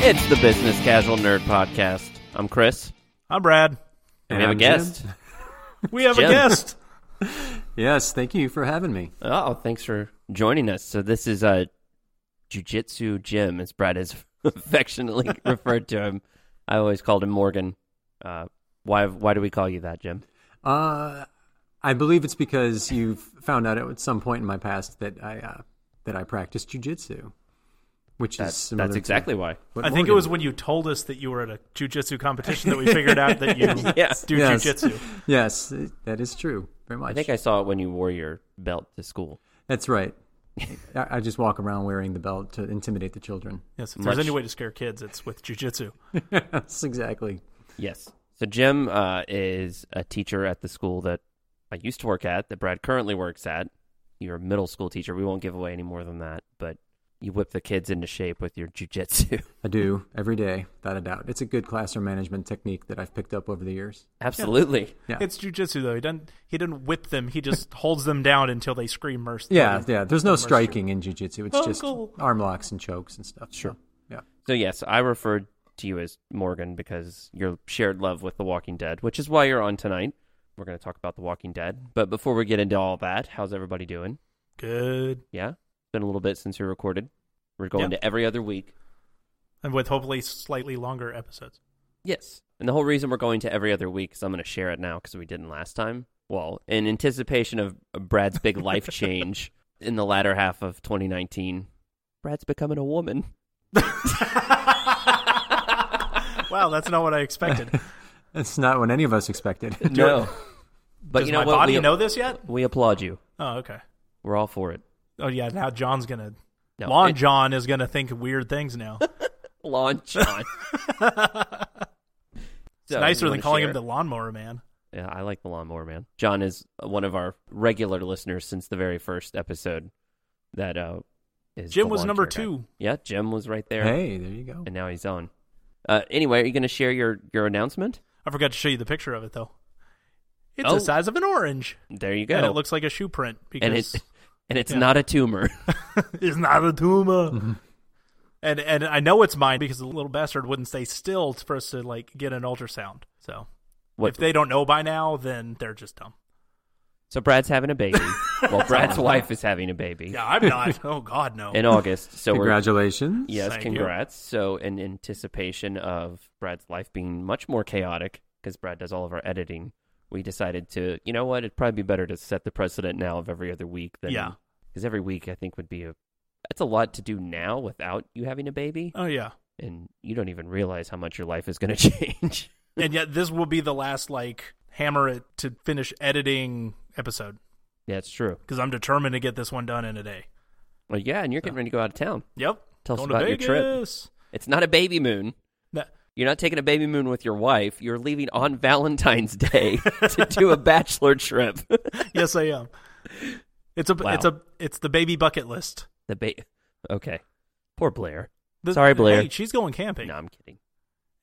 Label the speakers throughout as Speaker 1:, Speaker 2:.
Speaker 1: It's the Business Casual Nerd Podcast. I'm Chris.
Speaker 2: I'm Brad.
Speaker 1: And
Speaker 3: And
Speaker 1: we have
Speaker 3: I'm
Speaker 1: a guest.
Speaker 3: Jim.
Speaker 2: We have
Speaker 1: Jim.
Speaker 2: a guest.
Speaker 3: Yes, thank you for having me.
Speaker 1: Oh, thanks for joining us. So this is uh, Jujitsu Jim, as Brad has affectionately referred to him. I always called him Morgan. Uh, why? Why do we call you that, Jim?
Speaker 3: Uh, I believe it's because you found out at some point in my past that I uh, that I practice jujitsu, which is
Speaker 1: That's,
Speaker 3: similar
Speaker 1: that's
Speaker 3: to
Speaker 1: exactly why.
Speaker 3: what
Speaker 2: I think it
Speaker 3: Morgan-
Speaker 2: was when you told us that you were at a jujitsu competition that we figured out that you
Speaker 1: Yes.
Speaker 2: do
Speaker 3: Yes.
Speaker 2: jujitsu.
Speaker 3: Yes, it- that is true. Very much.
Speaker 1: I think I saw it when you wore your belt to school.
Speaker 3: That's right. I, I just walk around wearing the belt to intimidate the children.
Speaker 2: Yes, if
Speaker 1: Much-
Speaker 2: there's any way to scare kids, it's with jujitsu.
Speaker 3: That's exactly.
Speaker 1: Yes. So Jim uh, is a teacher at the school that I used to work at, that Brad currently works at. You're a middle school teacher. We won't give away any more than that, but you whip the kids into shape with your jujitsu.
Speaker 3: I do every day, without a doubt. It's a good classroom management technique that I've picked up over the years.
Speaker 1: Absolutely.
Speaker 3: Yeah.
Speaker 2: It's jujitsu though. He doesn't he didn't whip them. He just holds them down until they scream mercy.
Speaker 3: Yeah, yeah. There's no striking in jujitsu. It's just
Speaker 2: Uncle.
Speaker 3: arm locks and chokes and stuff. Sure. Yeah.
Speaker 1: So yes, I referred to you as Morgan because your shared love with The Walking Dead, which is why you're on tonight. We're going to talk about The Walking Dead. But before we get into all that, how's everybody doing?
Speaker 2: Good.
Speaker 1: Yeah. Been a little bit since we recorded. We're going
Speaker 2: Yeah.
Speaker 1: to every other week.
Speaker 2: And with hopefully slightly longer episodes.
Speaker 1: Yes. And the whole reason we're going to every other week is I'm going to share it now because we didn't last time. Well, in anticipation of Brad's big life change in the latter half of 2019, Brad's becoming a woman.
Speaker 2: Wow, that's not what I expected.
Speaker 3: That's not what any of us expected.
Speaker 1: No. But
Speaker 2: Does
Speaker 1: you know
Speaker 2: my
Speaker 1: what?
Speaker 2: body
Speaker 1: we,
Speaker 2: know this yet?
Speaker 1: we applaud you.
Speaker 2: Oh, okay.
Speaker 1: We're all for it.
Speaker 2: Oh yeah, now John's gonna
Speaker 1: No,
Speaker 2: Lon
Speaker 1: it-
Speaker 2: John is gonna think weird things now.
Speaker 1: Lawn John.
Speaker 2: It's nicer than calling him the lawnmower man.
Speaker 1: Yeah, I like the lawnmower man. John is one of our regular listeners since the very first episode. That uh, is the
Speaker 2: Jim was
Speaker 1: lawn
Speaker 2: number
Speaker 1: care guy.
Speaker 2: two.
Speaker 1: Yeah, Jim was right there.
Speaker 3: Hey, there you go.
Speaker 1: and now he's on. Uh, anyway, are you going to share your your announcement?
Speaker 2: I forgot to show you the picture of it though. It's
Speaker 1: Oh.
Speaker 2: the size of an orange,
Speaker 1: There you go.
Speaker 2: and it looks like a shoe print
Speaker 1: and
Speaker 2: because
Speaker 1: it and it's
Speaker 2: yeah.
Speaker 1: not a tumor.
Speaker 2: it's not a tumor. and and I know it's mine because the little bastard wouldn't stay still for us to like get an ultrasound. So
Speaker 1: What-
Speaker 2: if they don't know by now, then they're just dumb.
Speaker 1: so Brad's having a baby. well, Brad's wife is having a baby
Speaker 2: Yeah, I'm not. oh God, no.
Speaker 1: in August. So we're
Speaker 3: Congratulations.
Speaker 1: yes,
Speaker 2: Thank you.
Speaker 1: congrats. So in anticipation of Brad's life being much more chaotic because Brad does all of our editing, we decided to you know what it'd probably be better to set the precedent now of every other week than
Speaker 2: Yeah.
Speaker 1: because every week I think would be a that's a lot to do now without you having a baby
Speaker 2: oh yeah.
Speaker 1: and you don't even realize how much your life is going to change.
Speaker 2: And yet this will be the last like hammer it to finish editing episode
Speaker 1: Yeah, it's true.
Speaker 2: because I'm determined to get this one done in a day.
Speaker 1: Well, yeah, and you're getting ready to go out of town.
Speaker 2: Yep.
Speaker 1: Tell us
Speaker 2: Going
Speaker 1: about
Speaker 2: to
Speaker 1: your
Speaker 2: Vegas.
Speaker 1: trip. It's not a baby moon.
Speaker 2: No-
Speaker 1: You're not taking a baby moon with your wife. You're leaving on Valentine's Day to do a bachelor trip.
Speaker 2: yes, I am. It's a
Speaker 1: Wow.
Speaker 2: it's a it's the baby bucket list.
Speaker 1: the ba- Okay. Poor Blair.
Speaker 2: The-
Speaker 1: Sorry, Blair.
Speaker 2: Hey, she's going camping.
Speaker 1: No, I'm kidding.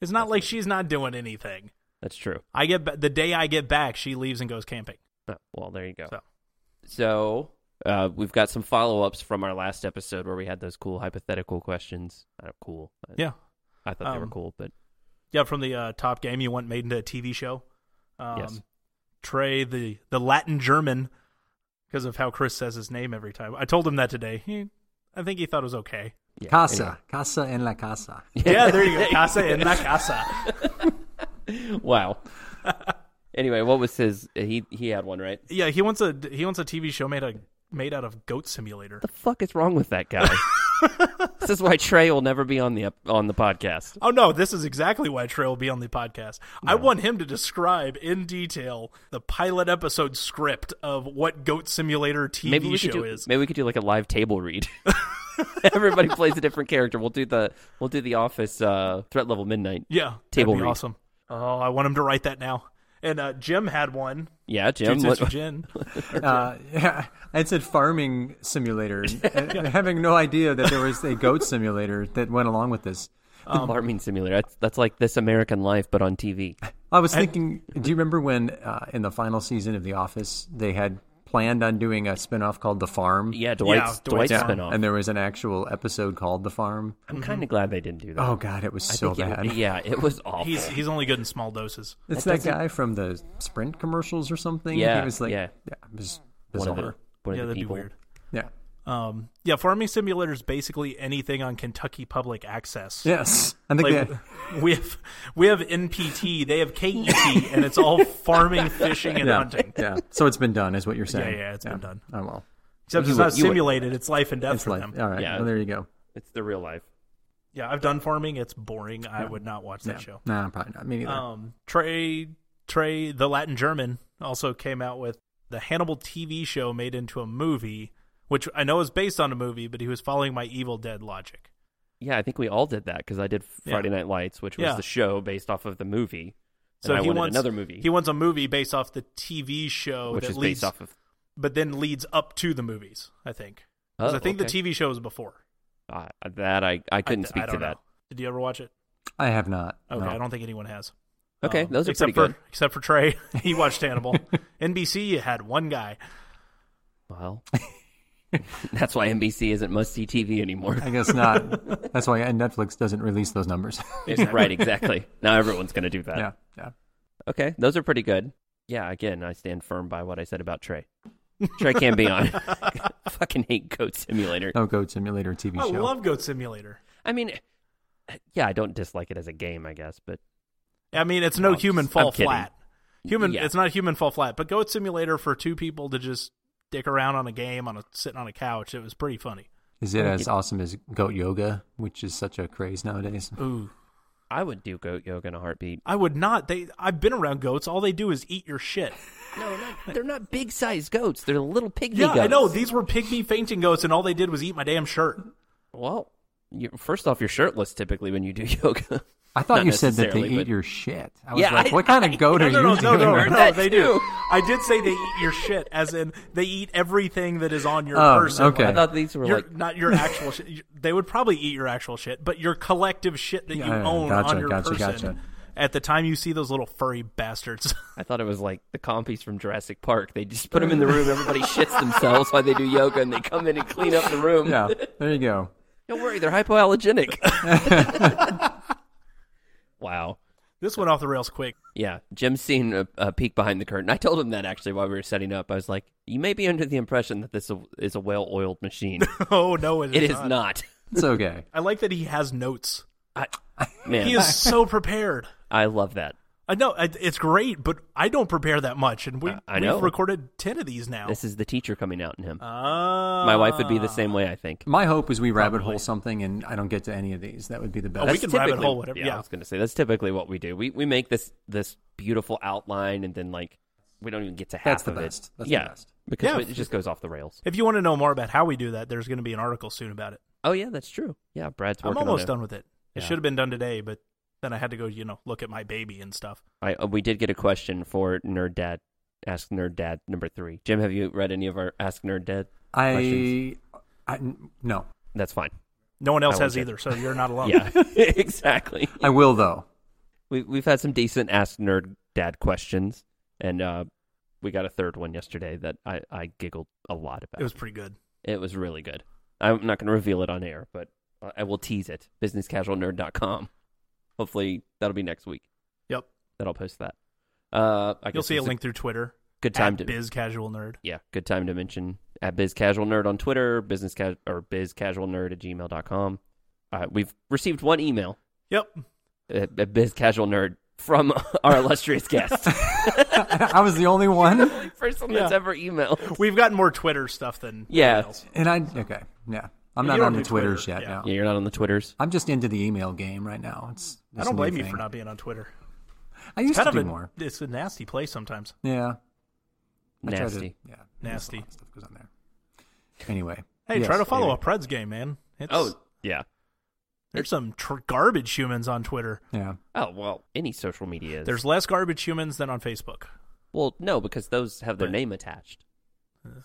Speaker 2: It's not like she's not doing anything.
Speaker 1: That's true.
Speaker 2: I get ba- the day I get back, she leaves and goes camping.
Speaker 1: Oh, well, there you go.
Speaker 2: So.
Speaker 1: So, uh, we've got some follow ups from our last episode where we had those cool hypothetical questions. Not cool. I-
Speaker 2: Yeah,
Speaker 1: I thought they were
Speaker 2: Um,
Speaker 1: cool, but
Speaker 2: yeah. From the uh, top game you want made into a TV show. Um,
Speaker 1: Yes.
Speaker 2: Trey, the the Latin German, because of how Chris says his name every time. I told him that today. He, I think he thought it was okay.
Speaker 1: yeah.
Speaker 3: Casa.
Speaker 1: anyway.
Speaker 3: Casa en la casa.
Speaker 2: Yeah, there you go. Casa en la casa.
Speaker 1: Wow. anyway, what was his? He he had one, right?
Speaker 2: Yeah, he wants a he wants a TV show made a made out of Goat Simulator.
Speaker 1: the fuck is wrong with that guy? this is why Trey will never be on the on the podcast.
Speaker 2: Oh no, this is exactly why Trey will be on the podcast. I want him to describe in detail the pilot episode script of what Goat Simulator TV
Speaker 1: Maybe we
Speaker 2: show
Speaker 1: could do,
Speaker 2: is.
Speaker 1: maybe we could do like a live table read. Everybody plays a different character. We'll do the we'll do the office uh, threat level midnight.
Speaker 2: yeah,
Speaker 1: Table
Speaker 2: that'd be
Speaker 1: read.
Speaker 2: awesome. Oh, I want him to write that now. And uh, Jim had one.
Speaker 1: Yeah, Jim.
Speaker 2: Dude,
Speaker 1: What,
Speaker 2: Sister Jen.
Speaker 3: Uh, yeah, I said farming simulator, and having no idea that there was a goat simulator that went along with this.
Speaker 1: farming simulator. That's, that's like This American Life, but on TV.
Speaker 3: I was thinking, do you remember when uh, in the final season of The Office they had planned on doing a spin-off called The Farm.
Speaker 1: Yeah, Dwight's,
Speaker 2: Yeah,
Speaker 1: Dwight's
Speaker 2: Dwight's
Speaker 3: Yeah,
Speaker 1: spinoff.
Speaker 3: and there was an actual episode called The Farm.
Speaker 1: I'm kind of glad they didn't do that.
Speaker 3: Oh god, it was
Speaker 1: I
Speaker 3: so
Speaker 1: think it-
Speaker 3: bad.
Speaker 1: yeah, it was awful.
Speaker 2: He's he's only good in small doses.
Speaker 3: it's that guy from the Sprint commercials or something.
Speaker 1: Yeah,
Speaker 3: he was like,
Speaker 1: yeah.
Speaker 3: it was
Speaker 1: one of the,
Speaker 3: bizarre.
Speaker 1: one of
Speaker 2: yeah,
Speaker 1: the
Speaker 2: that'd
Speaker 1: people.
Speaker 2: be weird.
Speaker 3: Yeah.
Speaker 2: Um, yeah, Farming Simulator is basically anything on Kentucky Public Access.
Speaker 3: Yes, I think
Speaker 2: Like,
Speaker 3: they-
Speaker 2: we have we have NPT, they have KET, and it's all farming, fishing, and
Speaker 3: yeah,
Speaker 2: hunting.
Speaker 3: yeah. So it's been done, is what you're saying.
Speaker 2: yeah, it's been done.
Speaker 3: Oh well,
Speaker 2: Except
Speaker 1: You
Speaker 2: it's
Speaker 1: would-
Speaker 2: not
Speaker 1: you would-
Speaker 2: simulated; it's life and death
Speaker 3: it's
Speaker 2: for
Speaker 3: like
Speaker 2: them.
Speaker 3: all right.
Speaker 1: Yeah.
Speaker 3: Well, there you go.
Speaker 1: It's the real life.
Speaker 2: Yeah, I've done farming; it's boring. I would not watch that
Speaker 3: Yeah.
Speaker 2: show.
Speaker 3: Nah, probably not. Me neither.
Speaker 2: Um, Trey Trey, the Latin German, also came out with the Hannibal TV show made into a movie, which I know is based on a movie, but he was following my Evil Dead logic.
Speaker 1: Yeah, I think we all did that because I did
Speaker 2: Yeah.
Speaker 1: Friday Night Lights, which was
Speaker 2: Yeah.
Speaker 1: the show based off of the movie. And
Speaker 2: So
Speaker 1: I
Speaker 2: he
Speaker 1: wanted
Speaker 2: wants
Speaker 1: another movie,
Speaker 2: He wants a movie based off the TV show
Speaker 1: which
Speaker 2: Oh, that
Speaker 1: is
Speaker 2: leads,
Speaker 1: based off of.
Speaker 2: but then leads up to the movies. I think 'Cause
Speaker 1: Oh,
Speaker 2: I think
Speaker 1: okay.
Speaker 2: the TV show was before.
Speaker 1: Uh, that I, I couldn't
Speaker 2: I,
Speaker 1: speak
Speaker 2: I
Speaker 1: to
Speaker 2: don't know.
Speaker 1: that.
Speaker 2: Did you ever watch it?
Speaker 3: I have not.
Speaker 2: Okay,
Speaker 3: no.
Speaker 2: I don't think anyone has.
Speaker 1: Okay,
Speaker 2: Um,
Speaker 1: those are
Speaker 2: except
Speaker 1: pretty
Speaker 2: for,
Speaker 1: good.
Speaker 2: Except for Trey, he watched Hannibal. NBC had one guy.
Speaker 1: Well, that's why NBC isn't must see TV anymore.
Speaker 3: I guess not. That's why Netflix doesn't release those numbers.
Speaker 1: right, exactly. Now everyone's going to do that.
Speaker 3: yeah, yeah.
Speaker 1: Okay, those are pretty good. Yeah, again, I stand firm by what I said about Trey. Trey can't be on. Fucking hate Goat Simulator.
Speaker 3: No Goat Simulator TV
Speaker 2: I
Speaker 3: show.
Speaker 2: love Goat Simulator.
Speaker 1: I mean, yeah, I don't dislike it as a game, I guess, but
Speaker 2: I mean, it's no
Speaker 1: I'm
Speaker 2: human
Speaker 1: just-
Speaker 2: fall
Speaker 1: I'm kidding.
Speaker 2: flat. Human,
Speaker 1: Yeah.
Speaker 2: it's not human fall flat, but Goat Simulator for two people to just dick around on a game on a sitting on a couch. It was pretty funny.
Speaker 3: Is it as awesome as Goat Yoga, which is such a craze nowadays?
Speaker 2: Ooh,
Speaker 1: I would do goat yoga in a heartbeat.
Speaker 2: I would not. They, I've been around goats. All they do is eat your shit.
Speaker 1: No, not, they're not big sized goats. They're little pygmy
Speaker 2: Yeah,
Speaker 1: goats.
Speaker 2: I know. These were pygmy fainting goats, and all they did was eat my damn shirt.
Speaker 1: Well, you, first off, you're shirtless typically when you do yoga.
Speaker 3: I thought
Speaker 1: Not
Speaker 3: you said that they
Speaker 1: necessarily,
Speaker 3: eat
Speaker 1: but-
Speaker 3: your shit. I was
Speaker 1: Yeah,
Speaker 3: like,
Speaker 1: I-
Speaker 3: what kind of goat are
Speaker 2: No,
Speaker 3: you
Speaker 2: no, no,
Speaker 3: doing?
Speaker 2: no,
Speaker 1: heard
Speaker 2: no,
Speaker 1: that
Speaker 2: they
Speaker 1: too.
Speaker 2: do. I did say they eat your shit, as in they eat everything that is on your
Speaker 3: Oh,
Speaker 2: person.
Speaker 3: okay.
Speaker 1: I thought these were
Speaker 2: Your-
Speaker 1: like
Speaker 2: not your actual shit. You- They would probably eat your actual shit, but your collective shit that you
Speaker 3: Yeah, yeah,
Speaker 2: own
Speaker 3: gotcha,
Speaker 2: on your
Speaker 3: gotcha,
Speaker 2: person
Speaker 3: gotcha.
Speaker 2: at the time you see those little furry bastards.
Speaker 1: I thought it was like the compies from Jurassic Park. They just put them in the room. Everybody shits themselves while they do yoga, and they come in and clean up the room.
Speaker 3: Yeah, there you go.
Speaker 1: Don't worry, they're hypoallergenic. wow.
Speaker 2: this went off the rails quick.
Speaker 1: Yeah, Jim's seen a, a peek behind the curtain. I told him that actually while we were setting up. I was like, "You may be under the impression that this is a well-oiled machine.
Speaker 2: Oh no, it is,
Speaker 1: it is not."
Speaker 3: It's okay.
Speaker 2: I like that he has notes.
Speaker 1: I, man,
Speaker 2: He is so prepared.
Speaker 1: I love that.
Speaker 2: I know I- it's great, but I don't prepare that much, and we
Speaker 1: I- I know.
Speaker 2: we've recorded ten of these now.
Speaker 1: This is the teacher coming out in him.
Speaker 2: Ah.
Speaker 1: My wife would be the same way. I think.
Speaker 3: My hope is we rabbit hole something and I don't get to any of these. That would be the
Speaker 1: oh,
Speaker 3: best.
Speaker 2: Oh, we can rabbit
Speaker 1: typically-
Speaker 2: hole whatever-
Speaker 1: Yeah, I
Speaker 2: yeah.
Speaker 1: was going to say that's typically what we do. We we make this this beautiful outline, and then like we don't even get to half
Speaker 3: That's the
Speaker 1: of
Speaker 3: best.
Speaker 1: it.
Speaker 3: That's the
Speaker 1: yeah,
Speaker 3: best.
Speaker 1: because
Speaker 2: Yeah.
Speaker 1: it just goes off the rails.
Speaker 2: If you want to know more about how we do that, there's going to be an article soon about it.
Speaker 1: Oh yeah, that's true. Yeah, Brad's
Speaker 2: I'm
Speaker 1: working.
Speaker 2: almost
Speaker 1: on it.
Speaker 2: done with it.
Speaker 1: Yeah.
Speaker 2: It should have been done today, but then I had to go, you know, look at my baby and stuff.
Speaker 1: I uh, we did get a question for Nerd Dad. Ask Nerd Dad number three. Jim, have you read any of our Ask Nerd Dad?
Speaker 3: I,
Speaker 1: Questions?
Speaker 3: I, no,
Speaker 1: That's fine.
Speaker 2: No one else
Speaker 1: I
Speaker 2: has
Speaker 1: like it.
Speaker 2: either, so you're not alone.
Speaker 1: Yeah, exactly.
Speaker 3: I will though.
Speaker 1: We we've had some decent Ask Nerd Dad questions, and uh, we got a third one yesterday that I I giggled a lot about.
Speaker 2: It was pretty good.
Speaker 1: It was really good. I'm not going to reveal it on air, but I- I will tease it. BusinessCasualNerd.com. Hopefully that'll be next week
Speaker 2: Yep.
Speaker 1: that I'll post that. Uh, I
Speaker 2: You'll
Speaker 1: guess
Speaker 2: see a
Speaker 1: it's
Speaker 2: link through Twitter.
Speaker 1: good time
Speaker 2: at
Speaker 1: to
Speaker 2: Biz Casual Nerd.
Speaker 1: yeah, good time to mention at Biz Casual Nerd on Twitter, business ca- or bizcasualnerd at gmail.com. Uh, we've received one email
Speaker 2: Yep.
Speaker 1: at, at Biz Casual Nerd from our illustrious guest,
Speaker 3: I was the only one,
Speaker 1: person that's
Speaker 2: Yeah.
Speaker 1: ever emailed.
Speaker 2: We've gotten more Twitter stuff than
Speaker 1: Yeah.
Speaker 2: else.
Speaker 3: and I okay. Yeah, I'm
Speaker 2: You
Speaker 3: not
Speaker 2: don't
Speaker 3: on the
Speaker 2: do Twitter,
Speaker 3: Twitters yet.
Speaker 2: yeah.
Speaker 3: No,
Speaker 1: Yeah, you're not on the Twitters.
Speaker 3: I'm just into the email game right now. It's
Speaker 2: I
Speaker 3: it's a
Speaker 2: don't
Speaker 3: new
Speaker 2: blame you
Speaker 3: thing.
Speaker 2: for not being on Twitter.
Speaker 3: I used
Speaker 2: Kind
Speaker 3: to
Speaker 2: of
Speaker 3: do
Speaker 2: a,
Speaker 3: more.
Speaker 2: it's a nasty place sometimes.
Speaker 3: Yeah, I try to-
Speaker 1: Nasty.
Speaker 3: yeah,
Speaker 2: Nasty.
Speaker 3: there's a lot of Stuff goes on there. Anyway,
Speaker 2: Hey,
Speaker 3: yes,
Speaker 2: try to follow
Speaker 3: anyway.
Speaker 2: a Preds game, man. It's,
Speaker 1: Oh, yeah.
Speaker 2: there's some tr- garbage humans on Twitter.
Speaker 3: Yeah,
Speaker 1: Oh, well, any social media is.
Speaker 2: There's less garbage humans than on Facebook.
Speaker 1: Well, no, because those have their
Speaker 2: But-
Speaker 1: name attached.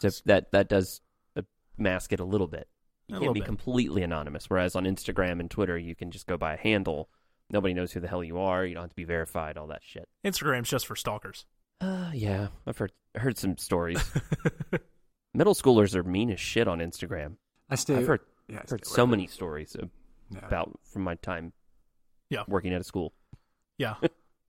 Speaker 1: So that that does uh, mask it a little bit. You
Speaker 2: A
Speaker 1: can't
Speaker 2: little
Speaker 1: be
Speaker 2: bit.
Speaker 1: completely anonymous. Whereas on Instagram and Twitter, you can just go by a handle. Nobody knows who the hell you are. You don't have to be verified. All that shit.
Speaker 2: Instagram's just for stalkers.
Speaker 1: Uh, yeah, I've heard heard some stories. Middle schoolers are mean as shit on Instagram.
Speaker 3: I stay.
Speaker 1: I've heard,
Speaker 3: yeah, I
Speaker 1: heard
Speaker 3: stay
Speaker 1: so
Speaker 3: away.
Speaker 1: many stories
Speaker 3: Yeah.
Speaker 1: about from my time.
Speaker 2: Yeah.
Speaker 1: working at a school.
Speaker 2: Yeah.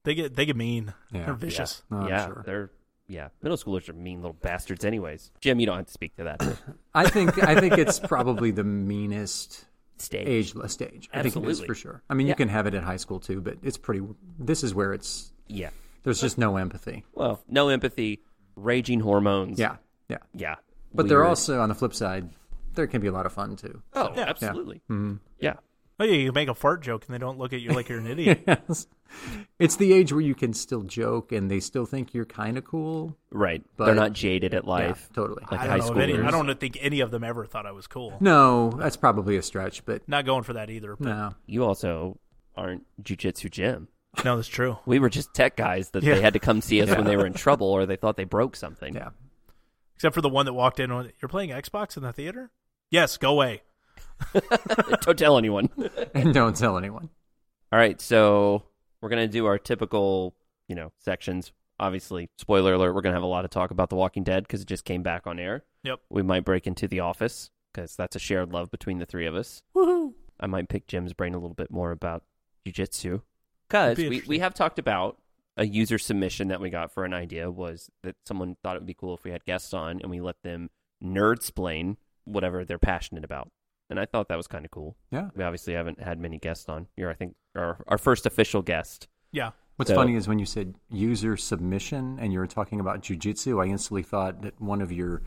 Speaker 2: They get they get mean.
Speaker 3: Yeah.
Speaker 2: They're vicious.
Speaker 3: No, I'm
Speaker 1: yeah,
Speaker 3: sure.
Speaker 1: they're yeah. Middle schoolers are mean little bastards, anyways. Jim, you don't have to speak to that
Speaker 3: I think I think it's probably the meanest
Speaker 1: stage.
Speaker 3: age uh, stage. I think it is
Speaker 1: Absolutely.
Speaker 3: for sure. I mean, you
Speaker 1: Yeah.
Speaker 3: can have it at high school too, but it's pretty. This is where it's.
Speaker 1: Yeah.
Speaker 3: There's just no empathy.
Speaker 1: Well, no empathy, raging hormones.
Speaker 3: Yeah, yeah.
Speaker 1: yeah.
Speaker 3: But they're
Speaker 1: Weird.
Speaker 3: also on the flip side. There can be a lot of fun too.
Speaker 1: oh, absolutely. Yeah.
Speaker 3: Mm-hmm.
Speaker 2: Oh yeah, you make a fart joke and they don't look at you like you're an idiot.
Speaker 3: Yes. It's the age where you can still joke and they still think you're kind of cool.
Speaker 1: right.
Speaker 3: But-
Speaker 1: they're not jaded at
Speaker 3: Yeah,
Speaker 1: life.
Speaker 3: totally.
Speaker 1: Like
Speaker 2: I
Speaker 1: high
Speaker 2: don't know if any,
Speaker 1: schoolers.
Speaker 2: I don't think any of them ever thought I was cool.
Speaker 3: no, that's probably a stretch, but
Speaker 2: Not going for that either. But
Speaker 3: no.
Speaker 1: You also aren't jujitsu Jim.
Speaker 2: no, that's true.
Speaker 1: We were just tech guys that
Speaker 2: Yeah.
Speaker 1: they had to come see us when they were in trouble or they thought they broke something.
Speaker 3: Yeah.
Speaker 2: Except for the one that walked in on you're playing Xbox in the theater? Yes, go away.
Speaker 1: Don't tell anyone.
Speaker 3: And don't tell anyone.
Speaker 1: All right, so we're gonna do our typical, you know, sections. Obviously, spoiler alert: we're gonna have a lot of talk about The Walking Dead because it just came back on air.
Speaker 2: Yep.
Speaker 1: We might break into The Office because that's a shared love between the three of us.
Speaker 2: Woohoo.
Speaker 1: I might pick Jim's brain a little bit more about jujitsu because
Speaker 2: Be
Speaker 1: we, we
Speaker 2: interesting.
Speaker 1: have talked about a user submission that we got for an idea was that someone thought it would be cool if we had guests on and we let them nerd splain whatever they're passionate about. And I thought that was kind of cool.
Speaker 3: Yeah.
Speaker 1: We obviously haven't had many guests on. You're, I think, our, our first official guest.
Speaker 2: Yeah.
Speaker 3: What's
Speaker 1: So-
Speaker 3: funny is when you said user submission and you were talking about jujitsu, I instantly thought that one of your,